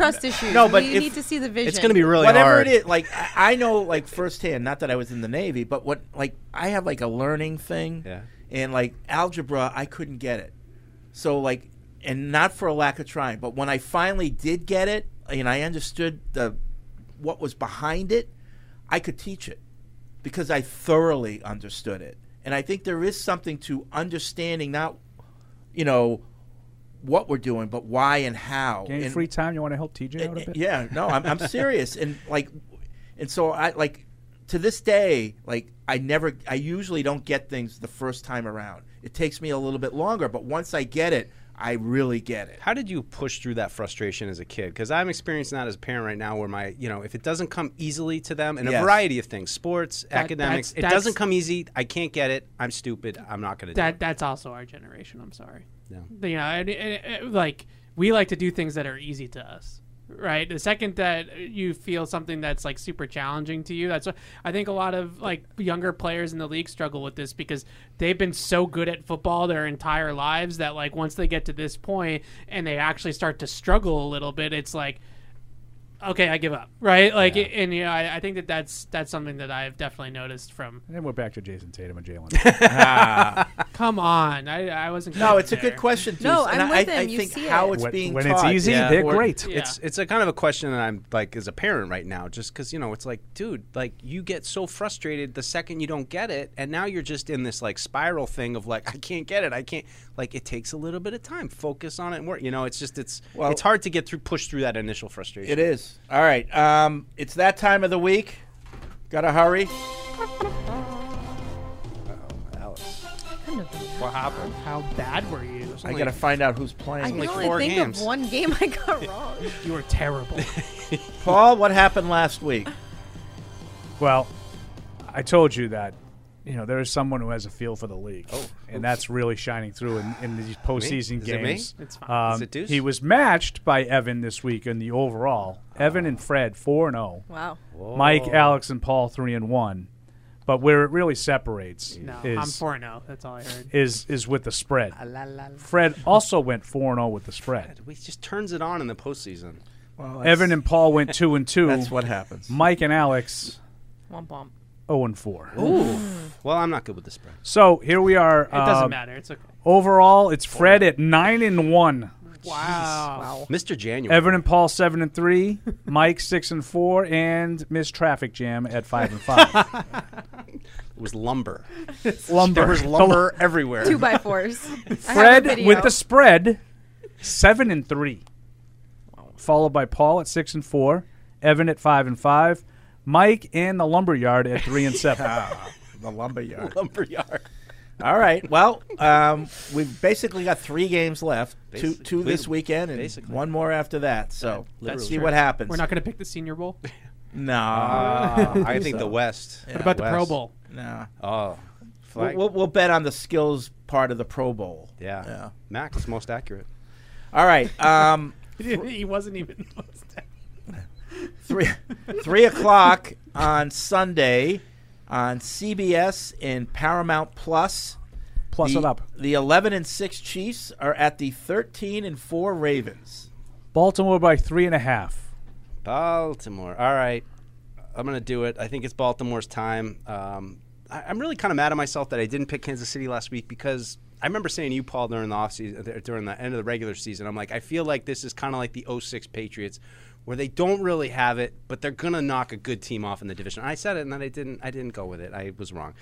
Speaker 1: No, but if-
Speaker 7: It's going to be really
Speaker 1: whatever
Speaker 7: hard.
Speaker 1: it is. Like I I know, like firsthand. Not that I was in the Navy, but what like I have like a learning thing,
Speaker 7: Yeah.
Speaker 1: and like algebra, I couldn't get it. So like, and not for a lack of trying, but when I finally did get it, and I understood the what was behind it, I could teach it because I thoroughly understood it. And I think there is something to understanding not, you know, what we're doing, but why and how.
Speaker 4: Any
Speaker 1: And- eh,
Speaker 4: free time you want to help TJ out a bit?
Speaker 1: yeah, no, I'm, I'm serious, and like, and so I like to this day, like I never, I usually don't get things the first time around. It takes me a little bit longer, but once I get it, I really get it.
Speaker 7: How did you push through that frustration as a kid? Because I'm experiencing that as a parent right now, where my, you know, if it doesn't come easily to them, and
Speaker 1: Yes.
Speaker 7: a variety of things, sports,
Speaker 5: That-
Speaker 7: academics,
Speaker 5: that's-
Speaker 7: it
Speaker 5: that's-
Speaker 7: doesn't come easy. I can't get it. I'm stupid. I'm not going to do it.
Speaker 5: that that's also our generation. I'm sorry.
Speaker 7: Yeah.
Speaker 5: You know, and, and- and, like we like to do things that are easy to us, right? The second that you feel something that's like super challenging to you, that's what I think a lot of like younger players in the league struggle with this because they've been so good at football their entire lives that like once they get to this point and they actually start to struggle a little bit, it's like okay, I give up, right? Like, and you know, I, I think that that's that's something that I've definitely noticed from
Speaker 4: And then we're back to Jason Tatum and Jalen. Ah.
Speaker 5: Come on, I, I wasn't.
Speaker 1: No,
Speaker 5: going
Speaker 1: it's a
Speaker 5: there.
Speaker 1: good question, Deuce, No, and I'm I- with I him. You think see how it. it's
Speaker 7: When-
Speaker 1: being
Speaker 7: when
Speaker 1: taught is
Speaker 7: they're
Speaker 1: important.
Speaker 7: great.
Speaker 1: Yeah.
Speaker 7: It's it's a kind of a question that I'm like as a parent right now, just because you know it's like, dude, like you get so frustrated the second you don't get it, and now you're just in this like spiral thing of like I can't get it, I can't. Like it takes a little bit of time. Focus on it and work. You know, it's just it's
Speaker 1: Well-
Speaker 7: it's hard to get through push through that initial frustration.
Speaker 1: It is all right. Um, it's that time of the week. Got to hurry.
Speaker 7: Alice.
Speaker 5: What happened? How bad were you?
Speaker 1: I got to find out who's playing.
Speaker 8: I can only think of one game I got wrong.
Speaker 5: You were terrible.
Speaker 1: Paul, what happened last week?
Speaker 4: Well, I told you that you know there is someone who has a feel for the league, oh, and that's really shining through in, in these postseason
Speaker 7: Is it me?
Speaker 4: games. Um,
Speaker 7: It's fine. Is it Deuce?
Speaker 4: He was matched by Evan this week in the overall. Evan and Fred four and zero.
Speaker 8: Wow. Whoa.
Speaker 4: Mike, Alex, and Paul three and one. But where it really separates
Speaker 5: No,
Speaker 4: is
Speaker 5: I'm four and zero. That's all I heard.
Speaker 4: is is with the spread.
Speaker 5: Ah, la, la, la.
Speaker 4: Fred also went four and zero with the spread.
Speaker 7: We just turns it on in the postseason.
Speaker 4: Evan and Paul went two and two.
Speaker 1: That's what happens.
Speaker 4: Mike and Alex
Speaker 8: Womp womp.
Speaker 4: 0 and 4.
Speaker 7: Ooh. Well, I'm not good with the spread.
Speaker 4: So here we are. It
Speaker 7: doesn't matter. It's okay.
Speaker 4: Overall, it's Fred at nine and one.
Speaker 7: Wow. Mr. January.
Speaker 4: Evan and Paul seven and three, Mike six and four, and Miss Traffic Jam at five and five.
Speaker 7: It was lumber.
Speaker 4: lumber.
Speaker 7: There was lumber everywhere.
Speaker 8: Two by fours.
Speaker 4: Fred with the spread, seven and three, followed by Paul at six and four, Evan at five and five, Mike and the lumberyard at three and seven.
Speaker 1: the lumberyard.
Speaker 7: Lumberyard.
Speaker 1: All right. Well, um, we've basically got three games left. two,
Speaker 5: Basically.
Speaker 1: two this weekend, and
Speaker 5: Basically.
Speaker 1: one more after that. So let's
Speaker 5: That's
Speaker 1: see
Speaker 5: true.
Speaker 1: what happens.
Speaker 5: We're not going to pick the Senior Bowl.
Speaker 1: No,
Speaker 5: Ah,
Speaker 1: don't
Speaker 5: I think
Speaker 1: so.
Speaker 5: the West. What about the Pro West. Bowl?
Speaker 1: No.
Speaker 7: Oh,
Speaker 1: we'll,
Speaker 7: flag.
Speaker 1: we'll, we'll bet on the skills part of the Pro Bowl.
Speaker 7: Yeah. Mac was most accurate.
Speaker 1: All right. Um,
Speaker 5: he wasn't even.
Speaker 1: three three o'clock on Sunday on CBS and Paramount Plus.
Speaker 4: Plus
Speaker 1: the,
Speaker 4: it up.
Speaker 1: The eleven and six Chiefs are at the thirteen and four Ravens.
Speaker 4: Baltimore by three and a half.
Speaker 7: Baltimore. All right. I'm going to do it. I think it's Baltimore's time. Um, I, I'm really kind of mad at myself that I didn't pick Kansas City last week because I remember saying to you, Paul, during the offseason, during the end of the regular season, I'm like, I feel like this is kind of like the 06 Patriots where they don't really have it, but they're going to knock a good team off in the division. I said it, and then I didn't, I didn't go with it. I was wrong.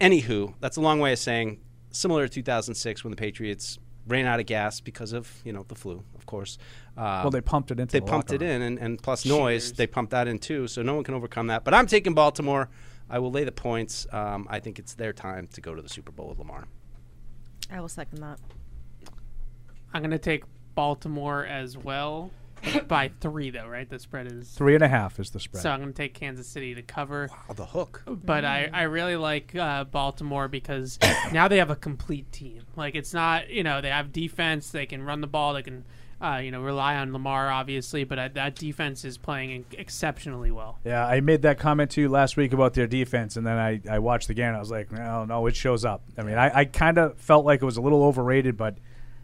Speaker 7: Anywho, that's a long way of saying similar to 2006 when the Patriots ran out of gas because of, you know, the flu, of course. Uh,
Speaker 4: Well, they pumped it into
Speaker 7: They
Speaker 4: the
Speaker 7: pumped
Speaker 4: locker
Speaker 7: it in, and, and plus noise,
Speaker 4: Cheaters.
Speaker 7: they pumped that in too, so no one can overcome that. But I'm taking Baltimore. I will lay the points. Um, I think it's their time to go to the Super Bowl with Lamar.
Speaker 8: I will second that.
Speaker 5: I'm going to take Baltimore as well by three, though. Right? The spread is
Speaker 4: Three and a half is the spread.
Speaker 5: So I'm going to take Kansas City to cover. Wow,
Speaker 7: the hook.
Speaker 5: But I, I really like uh, Baltimore because now they have a complete team. Like it's not you know they have defense. They can run the ball. They can uh, you know rely on Lamar obviously. But uh, that defense is playing in- exceptionally well.
Speaker 4: Yeah, I made that comment to you last week about their defense, and then I, I watched the game. And I was like, no, no, it shows up. I mean, I, I kind of felt like it was a little overrated, but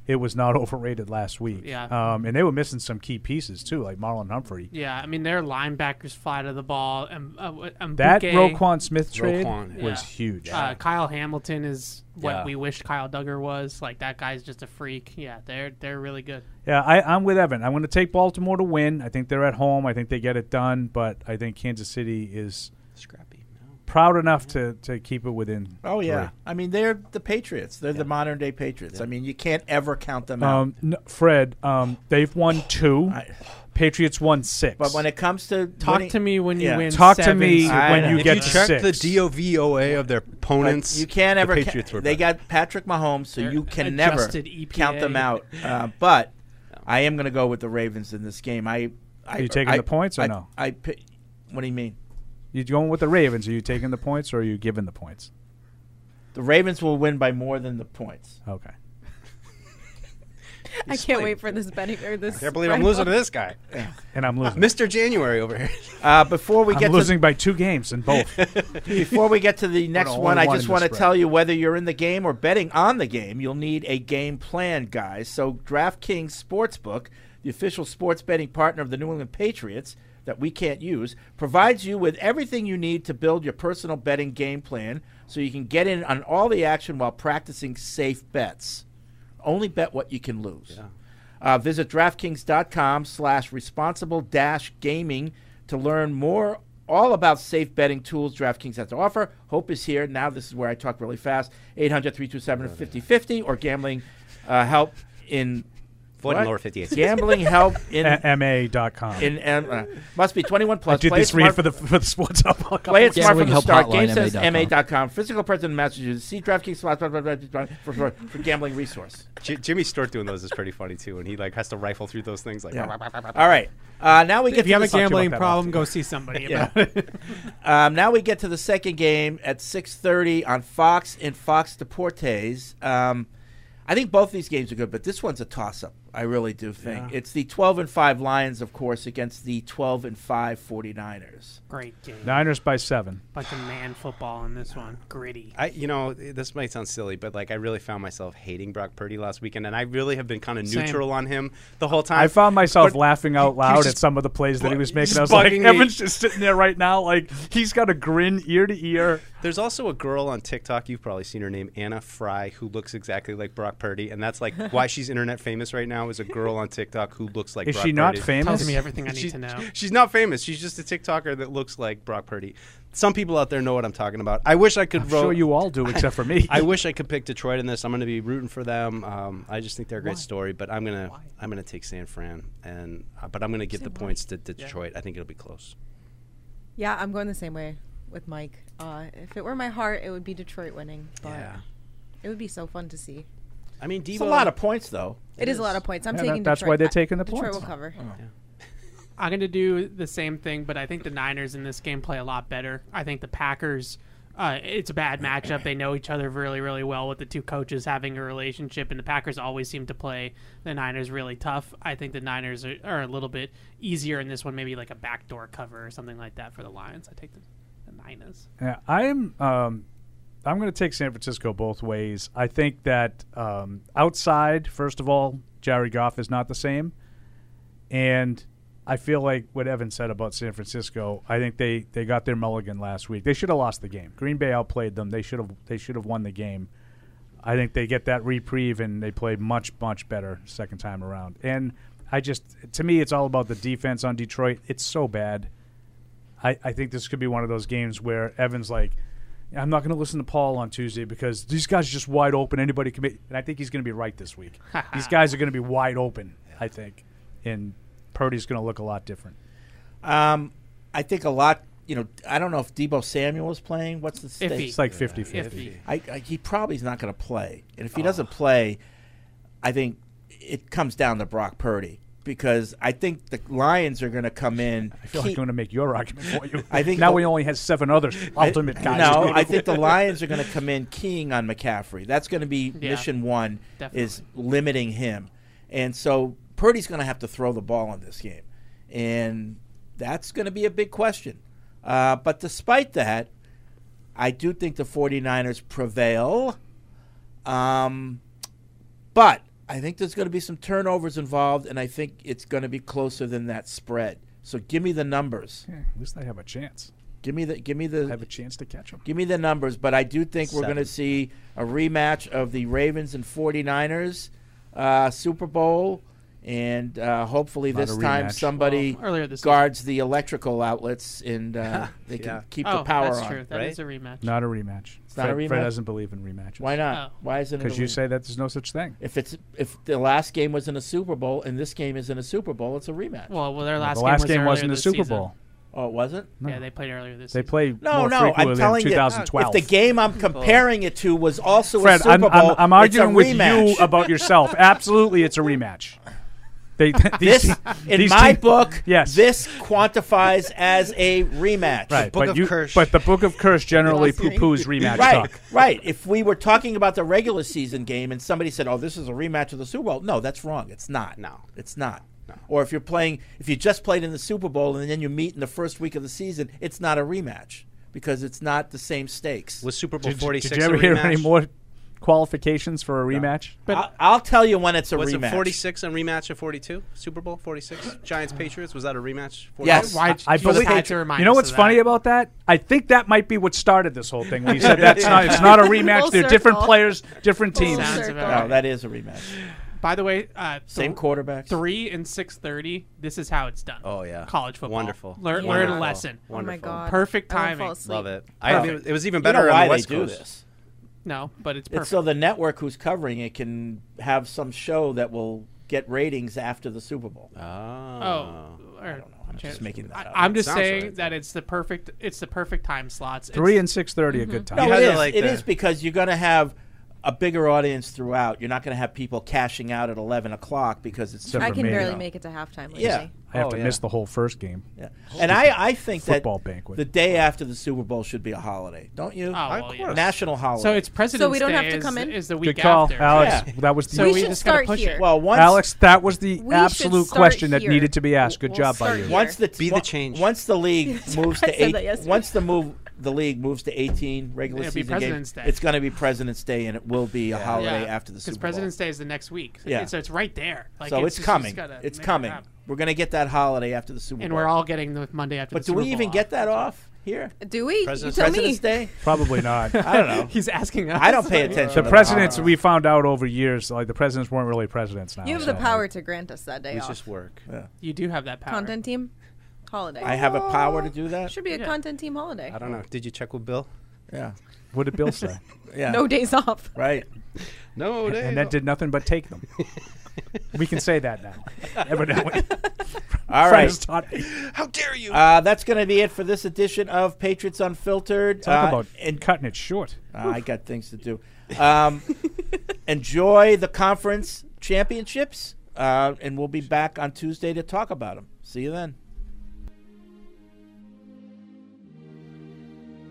Speaker 4: it was not overrated last week.
Speaker 5: Yeah.
Speaker 4: Um, and they were missing some key pieces too, like Marlon Humphrey.
Speaker 5: Yeah, I mean their linebackers fly to the ball. And, uh, and
Speaker 4: That Roquan Smith trade
Speaker 5: Roquan, yeah.
Speaker 4: was huge.
Speaker 5: Uh, Kyle Hamilton is what
Speaker 4: Yeah.
Speaker 5: we wished Kyle Duggar was. Like that guy's just a freak. Yeah, they're they're really good.
Speaker 4: Yeah, I, I'm with Evan. I'm going to take Baltimore to win. I think they're at home. I think they get it done, but I think Kansas City is
Speaker 7: scrappy,
Speaker 4: proud enough to, to keep it within.
Speaker 1: Oh yeah,
Speaker 4: three.
Speaker 1: I mean they're the Patriots. They're the modern day Patriots. I mean you can't ever count them out.
Speaker 4: Um, n- Fred, um, they've won two. Patriots won six.
Speaker 1: But when it comes to
Speaker 5: Talk to me when you win
Speaker 4: Talk to
Speaker 5: seven,
Speaker 4: me
Speaker 5: I
Speaker 4: when
Speaker 5: know.
Speaker 4: you
Speaker 5: If
Speaker 4: get
Speaker 5: you
Speaker 4: to
Speaker 5: check
Speaker 4: six.
Speaker 7: The DOVOA of their opponents.
Speaker 1: you can't
Speaker 7: the
Speaker 1: ever. ca-
Speaker 7: Patriots were
Speaker 1: they
Speaker 7: better.
Speaker 1: got Patrick Mahomes, so you can never
Speaker 5: adjusted EPA.
Speaker 1: count them out. Uh, but I am going to go with the Ravens in this game. I, I
Speaker 4: Are you taking
Speaker 1: I-
Speaker 4: the points or
Speaker 1: I-
Speaker 4: no?
Speaker 1: I, pi- What do you mean?
Speaker 4: you going with the Ravens? Are you taking the points or are you giving the points?
Speaker 1: The Ravens will win by more than the points.
Speaker 4: Okay.
Speaker 8: I can't wait for this betting or this.
Speaker 7: Can't believe I'm losing to
Speaker 8: rival.
Speaker 7: this guy.
Speaker 4: And I'm losing.
Speaker 7: Mr. January over here.
Speaker 1: Uh, before we
Speaker 4: I'm
Speaker 1: get to-
Speaker 4: losing by two games in both.
Speaker 1: Before we get to the next
Speaker 4: What a
Speaker 1: one, I
Speaker 4: one-one
Speaker 1: just
Speaker 4: in
Speaker 1: want
Speaker 4: the
Speaker 1: to
Speaker 4: spread.
Speaker 1: tell you whether you're in the game or betting on the game, you'll need a game plan, guys. So, DraftKings Sportsbook, the official sports betting partner of the New England Patriots that we can't use, provides you with everything you need to build your personal betting game plan so you can get in on all the action while practicing safe bets. Only bet what you can lose. Uh, visit DraftKings.com slash responsible dash gaming to learn more all about safe betting tools DraftKings has to offer. Hope is here. Now this is where I talk really fast. 800-327-5050 or gambling uh, help in...
Speaker 7: Void in
Speaker 1: what?
Speaker 7: lower 58.
Speaker 1: Gambling help in...
Speaker 4: A- MA.com.
Speaker 1: In, M- uh, must be 21 plus.
Speaker 4: I did
Speaker 1: Play it
Speaker 4: this
Speaker 1: smart-
Speaker 4: read for the for the sports hub.
Speaker 1: Play it smart from the start. Game
Speaker 4: Games
Speaker 1: says MA.com. Physical president of Massachusetts. See DraftKings slash blah, blah, blah, blah, blah, for, for, for gambling resource.
Speaker 7: J- Jimmy Stewart doing those is pretty funny too, and he like has to rifle through those things like.
Speaker 1: Yeah. All right. Uh, now we
Speaker 5: If
Speaker 1: get.
Speaker 5: you
Speaker 1: to
Speaker 5: have
Speaker 1: the
Speaker 5: a gambling problem, go see somebody about it.
Speaker 1: um, now we get to the second game at six thirty on Fox and Fox Deportes. Um, I think both these games are good, but this one's a toss up. I really do think
Speaker 5: Yeah.
Speaker 1: it's the 12 and 5 Lions, of course, against the 12 and 5 49ers.
Speaker 5: Great game.
Speaker 4: Niners by seven.
Speaker 5: Bunch of man football in this one. Gritty.
Speaker 7: I, you know, this might sound silly, but like I really found myself hating Brock Purdy last weekend, and I really have been kind of
Speaker 4: Same.
Speaker 7: neutral on him the whole time.
Speaker 4: I found myself
Speaker 7: But
Speaker 4: laughing out
Speaker 7: he's
Speaker 4: loud at
Speaker 7: just
Speaker 4: some of the plays that he
Speaker 7: bu-
Speaker 4: was making.
Speaker 7: he's
Speaker 4: I was like,
Speaker 7: bugging me.
Speaker 4: Evan's just sitting there right now, like he's got a grin ear to ear.
Speaker 7: There's also a girl on TikTok, you've probably seen her name, Anna Fry, who looks exactly like Brock Purdy, and that's like why she's internet famous right now is a girl on TikTok who looks like
Speaker 4: Is
Speaker 7: Brock
Speaker 4: she not
Speaker 7: Purdy.
Speaker 4: famous? Tells me
Speaker 5: everything I need
Speaker 7: She's-
Speaker 5: to know.
Speaker 7: She's not famous. She's just a TikToker that looks like Brock Purdy. Some people out there know what I'm talking about. I wish I could
Speaker 4: I'm
Speaker 7: vote-
Speaker 4: sure you all do, except for me.
Speaker 7: I wish I could pick Detroit in this. I'm going to be rooting for them. Um, I just think they're a great
Speaker 4: Why?
Speaker 7: story, but I'm going to I'm going to take San Fran and uh, but I'm going to give
Speaker 8: Say
Speaker 7: the
Speaker 8: why.
Speaker 7: points to, to
Speaker 8: Yeah.
Speaker 7: Detroit. I think it'll be close.
Speaker 8: Yeah, I'm going the same way with Mike. Uh, if it were my heart, it would be Detroit winning. But
Speaker 7: Yeah.
Speaker 8: it would be so fun to see.
Speaker 7: I mean, Debo
Speaker 1: It's a lot of points, though.
Speaker 8: It is a lot of points. I'm
Speaker 4: Yeah,
Speaker 8: taking
Speaker 4: that- that's why
Speaker 8: Detroit.
Speaker 4: they're taking the
Speaker 8: Detroit
Speaker 4: points. Oh.
Speaker 8: will cover.
Speaker 5: I'm going to do the same thing, but I think the Niners in this game play a lot better. I think the Packers, uh, it's a bad matchup. They know each other really, really well with the two coaches having a relationship, and the Packers always seem to play the Niners really tough. I think the Niners are, are a little bit easier in this one, maybe like a backdoor cover or something like that for the Lions. I take the, the Niners.
Speaker 4: Yeah, I'm. Um, I'm going to take San Francisco both ways. I think that um, outside, first of all, Jerry Goff is not the same, and I feel like what Evan said about San Francisco. I think they, they got their mulligan last week. They should have lost the game. Green Bay outplayed them. They should have they should have won the game. I think they get that reprieve and they play much much better second time around. And I just to me, it's all about the defense on Detroit. It's so bad. I, I think this could be one of those games where Evan's like, I'm not going to listen to Paul on Tuesday because these guys are just wide open. Anybody can make. And I think he's going to be right this week. these guys are going to be wide open, I think. And Purdy's going to look a lot different.
Speaker 1: Um, I think a lot. You know, I don't know if Debo Samuel is playing. What's the stake?
Speaker 4: It's like 50-50.
Speaker 1: I, I, he probably is not going to play, and if he doesn't play, I think it comes down to Brock Purdy because I think the Lions are going to come in.
Speaker 4: I feel like I'm going to make your argument for you.
Speaker 1: I think
Speaker 4: now
Speaker 1: the-
Speaker 4: we only has seven other ultimate guys.
Speaker 1: No, I think the Lions are going to come in keying on McCaffrey. That's going to be
Speaker 4: Yeah,
Speaker 1: mission one is
Speaker 4: definitely.
Speaker 1: limiting him, and so Purdy's going to have to throw the ball in this game, and that's going to be a big question. Uh, but despite that, I do think the 49ers prevail. Um, but I think there's going to be some turnovers involved, and I think it's going to be closer than that spread. So give me the numbers.
Speaker 4: Yeah, at least I have a chance.
Speaker 1: Give me the give me the
Speaker 4: have a chance to catch them.
Speaker 1: Give me the numbers, but I do think we're
Speaker 4: Seven.
Speaker 1: going to see a rematch of the Ravens and 49ers uh, Super Bowl, and uh, hopefully
Speaker 5: Not a
Speaker 1: this time
Speaker 5: rematch.
Speaker 1: somebody
Speaker 5: Well, earlier this
Speaker 1: guards the electrical outlets and uh, they can
Speaker 5: Yeah.
Speaker 1: keep
Speaker 5: Oh,
Speaker 1: the power
Speaker 5: that's
Speaker 1: on.
Speaker 5: true. That
Speaker 1: right?
Speaker 5: is a rematch. Oh.
Speaker 4: Not a rematch.
Speaker 1: It's not a
Speaker 4: Fred- Fred
Speaker 1: rematch?
Speaker 4: doesn't believe in rematches.
Speaker 1: Why not? Why isn't it? a
Speaker 4: Because you
Speaker 1: rematch?
Speaker 4: say that there's no such thing.
Speaker 1: If it's if the last game was in a Super Bowl and this game is in a Super Bowl, it's a rematch.
Speaker 5: Well, well, their
Speaker 4: The
Speaker 5: last
Speaker 4: last
Speaker 5: game was
Speaker 4: game
Speaker 5: earlier
Speaker 4: wasn't the
Speaker 5: this
Speaker 4: Super
Speaker 5: season.
Speaker 4: Bowl.
Speaker 1: Oh, it wasn't?
Speaker 5: Yeah, they played earlier this
Speaker 4: They
Speaker 5: season.
Speaker 4: play
Speaker 1: No,
Speaker 4: more
Speaker 1: no,
Speaker 4: frequently
Speaker 1: I'm
Speaker 4: than
Speaker 1: telling you.
Speaker 4: 2012.
Speaker 1: If the game I'm comparing it to was also
Speaker 4: Fred,
Speaker 1: a Super
Speaker 4: I'm,
Speaker 1: Bowl,
Speaker 4: I'm, I'm
Speaker 1: it's a
Speaker 4: arguing with
Speaker 1: rematch.
Speaker 4: you about yourself. Absolutely, it's a rematch. They, these,
Speaker 1: this, in
Speaker 4: these
Speaker 1: my
Speaker 4: team-
Speaker 1: book,
Speaker 4: yes,
Speaker 1: this quantifies as a rematch.
Speaker 4: right. but you, but the book of curse generally poo-poos rematch
Speaker 1: right,
Speaker 4: talk.
Speaker 1: right. If we were talking about the regular season game and somebody said, "Oh, this is a rematch of the Super Bowl," no, that's wrong. It's not. No, it's not. Or if you're playing, if you just played in the Super Bowl and then you meet in the first week of the season, it's not a rematch because it's not the same stakes.
Speaker 7: Was Super
Speaker 4: Did, you- did you ever hear any more qualifications for a rematch?
Speaker 1: But
Speaker 7: Uh,
Speaker 1: I'll, I'll tell you when it's a
Speaker 7: was
Speaker 1: rematch.
Speaker 7: it 46 and rematch of 42? Super Bowl 46? Giants Patriots? Was that a rematch? 42?
Speaker 4: Uh, I believe- You know what's funny about that? I think that might be what started this whole thing. When you said that's not, Uh, it's not a rematch.
Speaker 5: Full
Speaker 4: They're different
Speaker 5: circle.
Speaker 4: players, different
Speaker 5: Full
Speaker 4: teams.
Speaker 5: circle.
Speaker 1: No, that is a rematch.
Speaker 5: By the way, uh,
Speaker 1: Same
Speaker 5: th-
Speaker 1: quarterbacks.
Speaker 5: Three and six thirty. This is how it's done.
Speaker 7: Oh, yeah.
Speaker 5: college football.
Speaker 7: Wonderful.
Speaker 5: Learn,
Speaker 7: Yeah.
Speaker 5: learn a
Speaker 7: Wonderful.
Speaker 5: lesson.
Speaker 7: Oh, my Wonderful. God.
Speaker 5: Perfect
Speaker 7: I won't
Speaker 5: timing.
Speaker 7: fall asleep. Love it. I-
Speaker 1: Perfect.
Speaker 7: it was even
Speaker 1: You know
Speaker 7: better on the
Speaker 1: why
Speaker 7: West
Speaker 1: they do
Speaker 7: Coast.
Speaker 1: this.
Speaker 5: No, but it's
Speaker 1: It's uh,
Speaker 5: perfect.
Speaker 1: so the network who's covering it can have some show that will get ratings after the Super Bowl.
Speaker 5: Oh, I don't know. I'm
Speaker 1: just making that up.
Speaker 5: I, am just
Speaker 1: Sounds
Speaker 5: saying
Speaker 1: right.
Speaker 5: that it's the perfect. It's the perfect time slots.
Speaker 4: Three
Speaker 5: It's-
Speaker 1: Mm-hmm.
Speaker 4: and six thirty, a good time.
Speaker 5: uh,
Speaker 1: No, it is. it is because you're going to have a bigger audience throughout. You're not going to have people cashing out at 11 o'clock because it's.
Speaker 8: I can barely make it to halftime. Lucy.
Speaker 1: Yeah.
Speaker 4: I have
Speaker 1: Oh,
Speaker 4: to
Speaker 1: yeah.
Speaker 4: miss the whole first game.
Speaker 1: Yeah. And I, I think that
Speaker 4: football banquet.
Speaker 1: the day after the Super Bowl should be a holiday, don't you?
Speaker 5: Oh, well, Of yeah. course.
Speaker 1: National holiday.
Speaker 5: So it's President's
Speaker 8: So we don't
Speaker 5: Day
Speaker 8: have to
Speaker 5: is-
Speaker 8: come in?
Speaker 5: is the
Speaker 8: Good
Speaker 5: week
Speaker 4: Good call,
Speaker 5: after.
Speaker 4: Alex. That was the
Speaker 5: so we just gotta push It.
Speaker 1: Well, Uh, once
Speaker 4: Alex, that was the
Speaker 5: We should
Speaker 4: absolute
Speaker 5: start
Speaker 4: question that
Speaker 5: here.
Speaker 4: needed to be asked. Good
Speaker 5: We'll
Speaker 4: job by
Speaker 5: start
Speaker 4: you.
Speaker 5: here.
Speaker 1: once the
Speaker 7: be the change.
Speaker 1: Once the league moves
Speaker 5: I
Speaker 1: to
Speaker 5: said that
Speaker 1: eight,
Speaker 5: yesterday.
Speaker 1: once the move the league moves to 18 regular
Speaker 5: It'll be
Speaker 1: season games,
Speaker 5: President's Day.
Speaker 1: it's going to be President's Day, and it will be a holiday after the Super
Speaker 5: Because
Speaker 1: Bowl.
Speaker 5: President's Day is the next week. So,
Speaker 1: Yeah.
Speaker 5: so it's right there. Like,
Speaker 1: so it's,
Speaker 5: just- you just
Speaker 1: coming.
Speaker 5: gotta
Speaker 1: It's
Speaker 5: make it
Speaker 1: coming.
Speaker 5: happen.
Speaker 1: We're going to get that holiday after the Super
Speaker 5: And
Speaker 1: Bowl.
Speaker 5: we're all getting the Monday after.
Speaker 1: But
Speaker 5: the
Speaker 1: do we even get that off here?
Speaker 8: Do we?
Speaker 1: President's-
Speaker 8: you tell
Speaker 1: President's
Speaker 8: me.
Speaker 1: Day?
Speaker 4: Probably not.
Speaker 1: I don't know.
Speaker 5: He's asking us.
Speaker 1: I don't pay attention. to
Speaker 4: The presidents we found out over years, like the presidents weren't really presidents now.
Speaker 8: You have
Speaker 4: so.
Speaker 8: the power to grant us that day
Speaker 4: We
Speaker 8: off.
Speaker 4: just
Speaker 7: work.
Speaker 5: You do have that power.
Speaker 8: Content team holiday.
Speaker 1: I have a power to do that.
Speaker 8: Should be a content team holiday.
Speaker 7: I don't know. Did you check with Bill?
Speaker 1: Yeah.
Speaker 4: What did Bill say?
Speaker 1: Yeah.
Speaker 8: No days off.
Speaker 1: Right. Oh,
Speaker 7: No
Speaker 4: and,
Speaker 7: days
Speaker 4: and that
Speaker 7: off.
Speaker 4: did nothing but take them. we can say that now, evidently.
Speaker 1: All
Speaker 4: Fred
Speaker 1: right.
Speaker 4: has taught me.
Speaker 7: How dare you?
Speaker 1: Uh, that's going to be it for this edition of Patriots Unfiltered.
Speaker 4: Talk
Speaker 1: Uh,
Speaker 4: about cutting it short.
Speaker 1: Uh, I got things to do. Um, enjoy the conference championships, uh, and we'll be back on Tuesday to talk about them. See you then.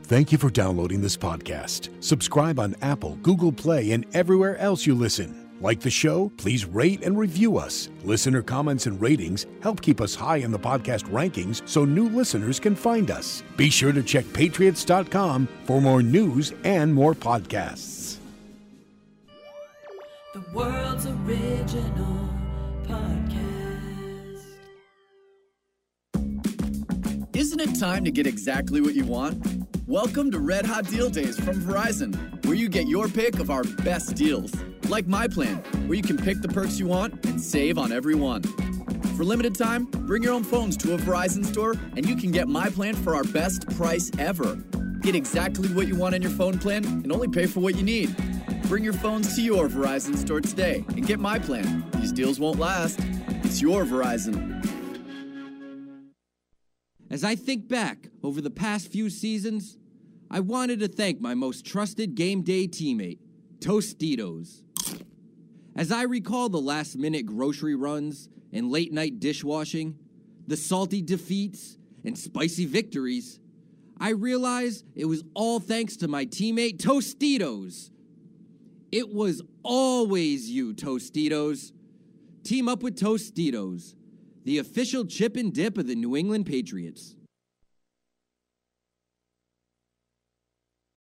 Speaker 2: Thank you for downloading this podcast. Subscribe on Apple, Google Play, and everywhere else you listen. Like the show? Please rate and review us. Listener comments and ratings help keep us high in the podcast rankings so new listeners can find us. Be sure to check patriots.com for more news and more podcasts.
Speaker 21: The world's original podcast.
Speaker 14: Isn't it time to get exactly what you want? Welcome to Red Hot Deal Days from Verizon, where you get your pick of our best deals. Like my plan, where you can pick the perks you want and save on every one. For limited time, bring your own phones to a Verizon store and you can get my plan for our best price ever. Get exactly what you want in your phone plan and only pay for what you need. Bring your phones to your Verizon store today and get my plan. These deals won't last. It's your Verizon.
Speaker 13: As I think back over the past few seasons, I wanted to thank my most trusted game day teammate, Tostitos. As I recall the last minute grocery runs and late night dishwashing, the salty defeats and spicy victories, I realize it was all thanks to my teammate, Tostitos. It was always you, Tostitos. Team up with Tostitos, the official chip and dip of the New England Patriots.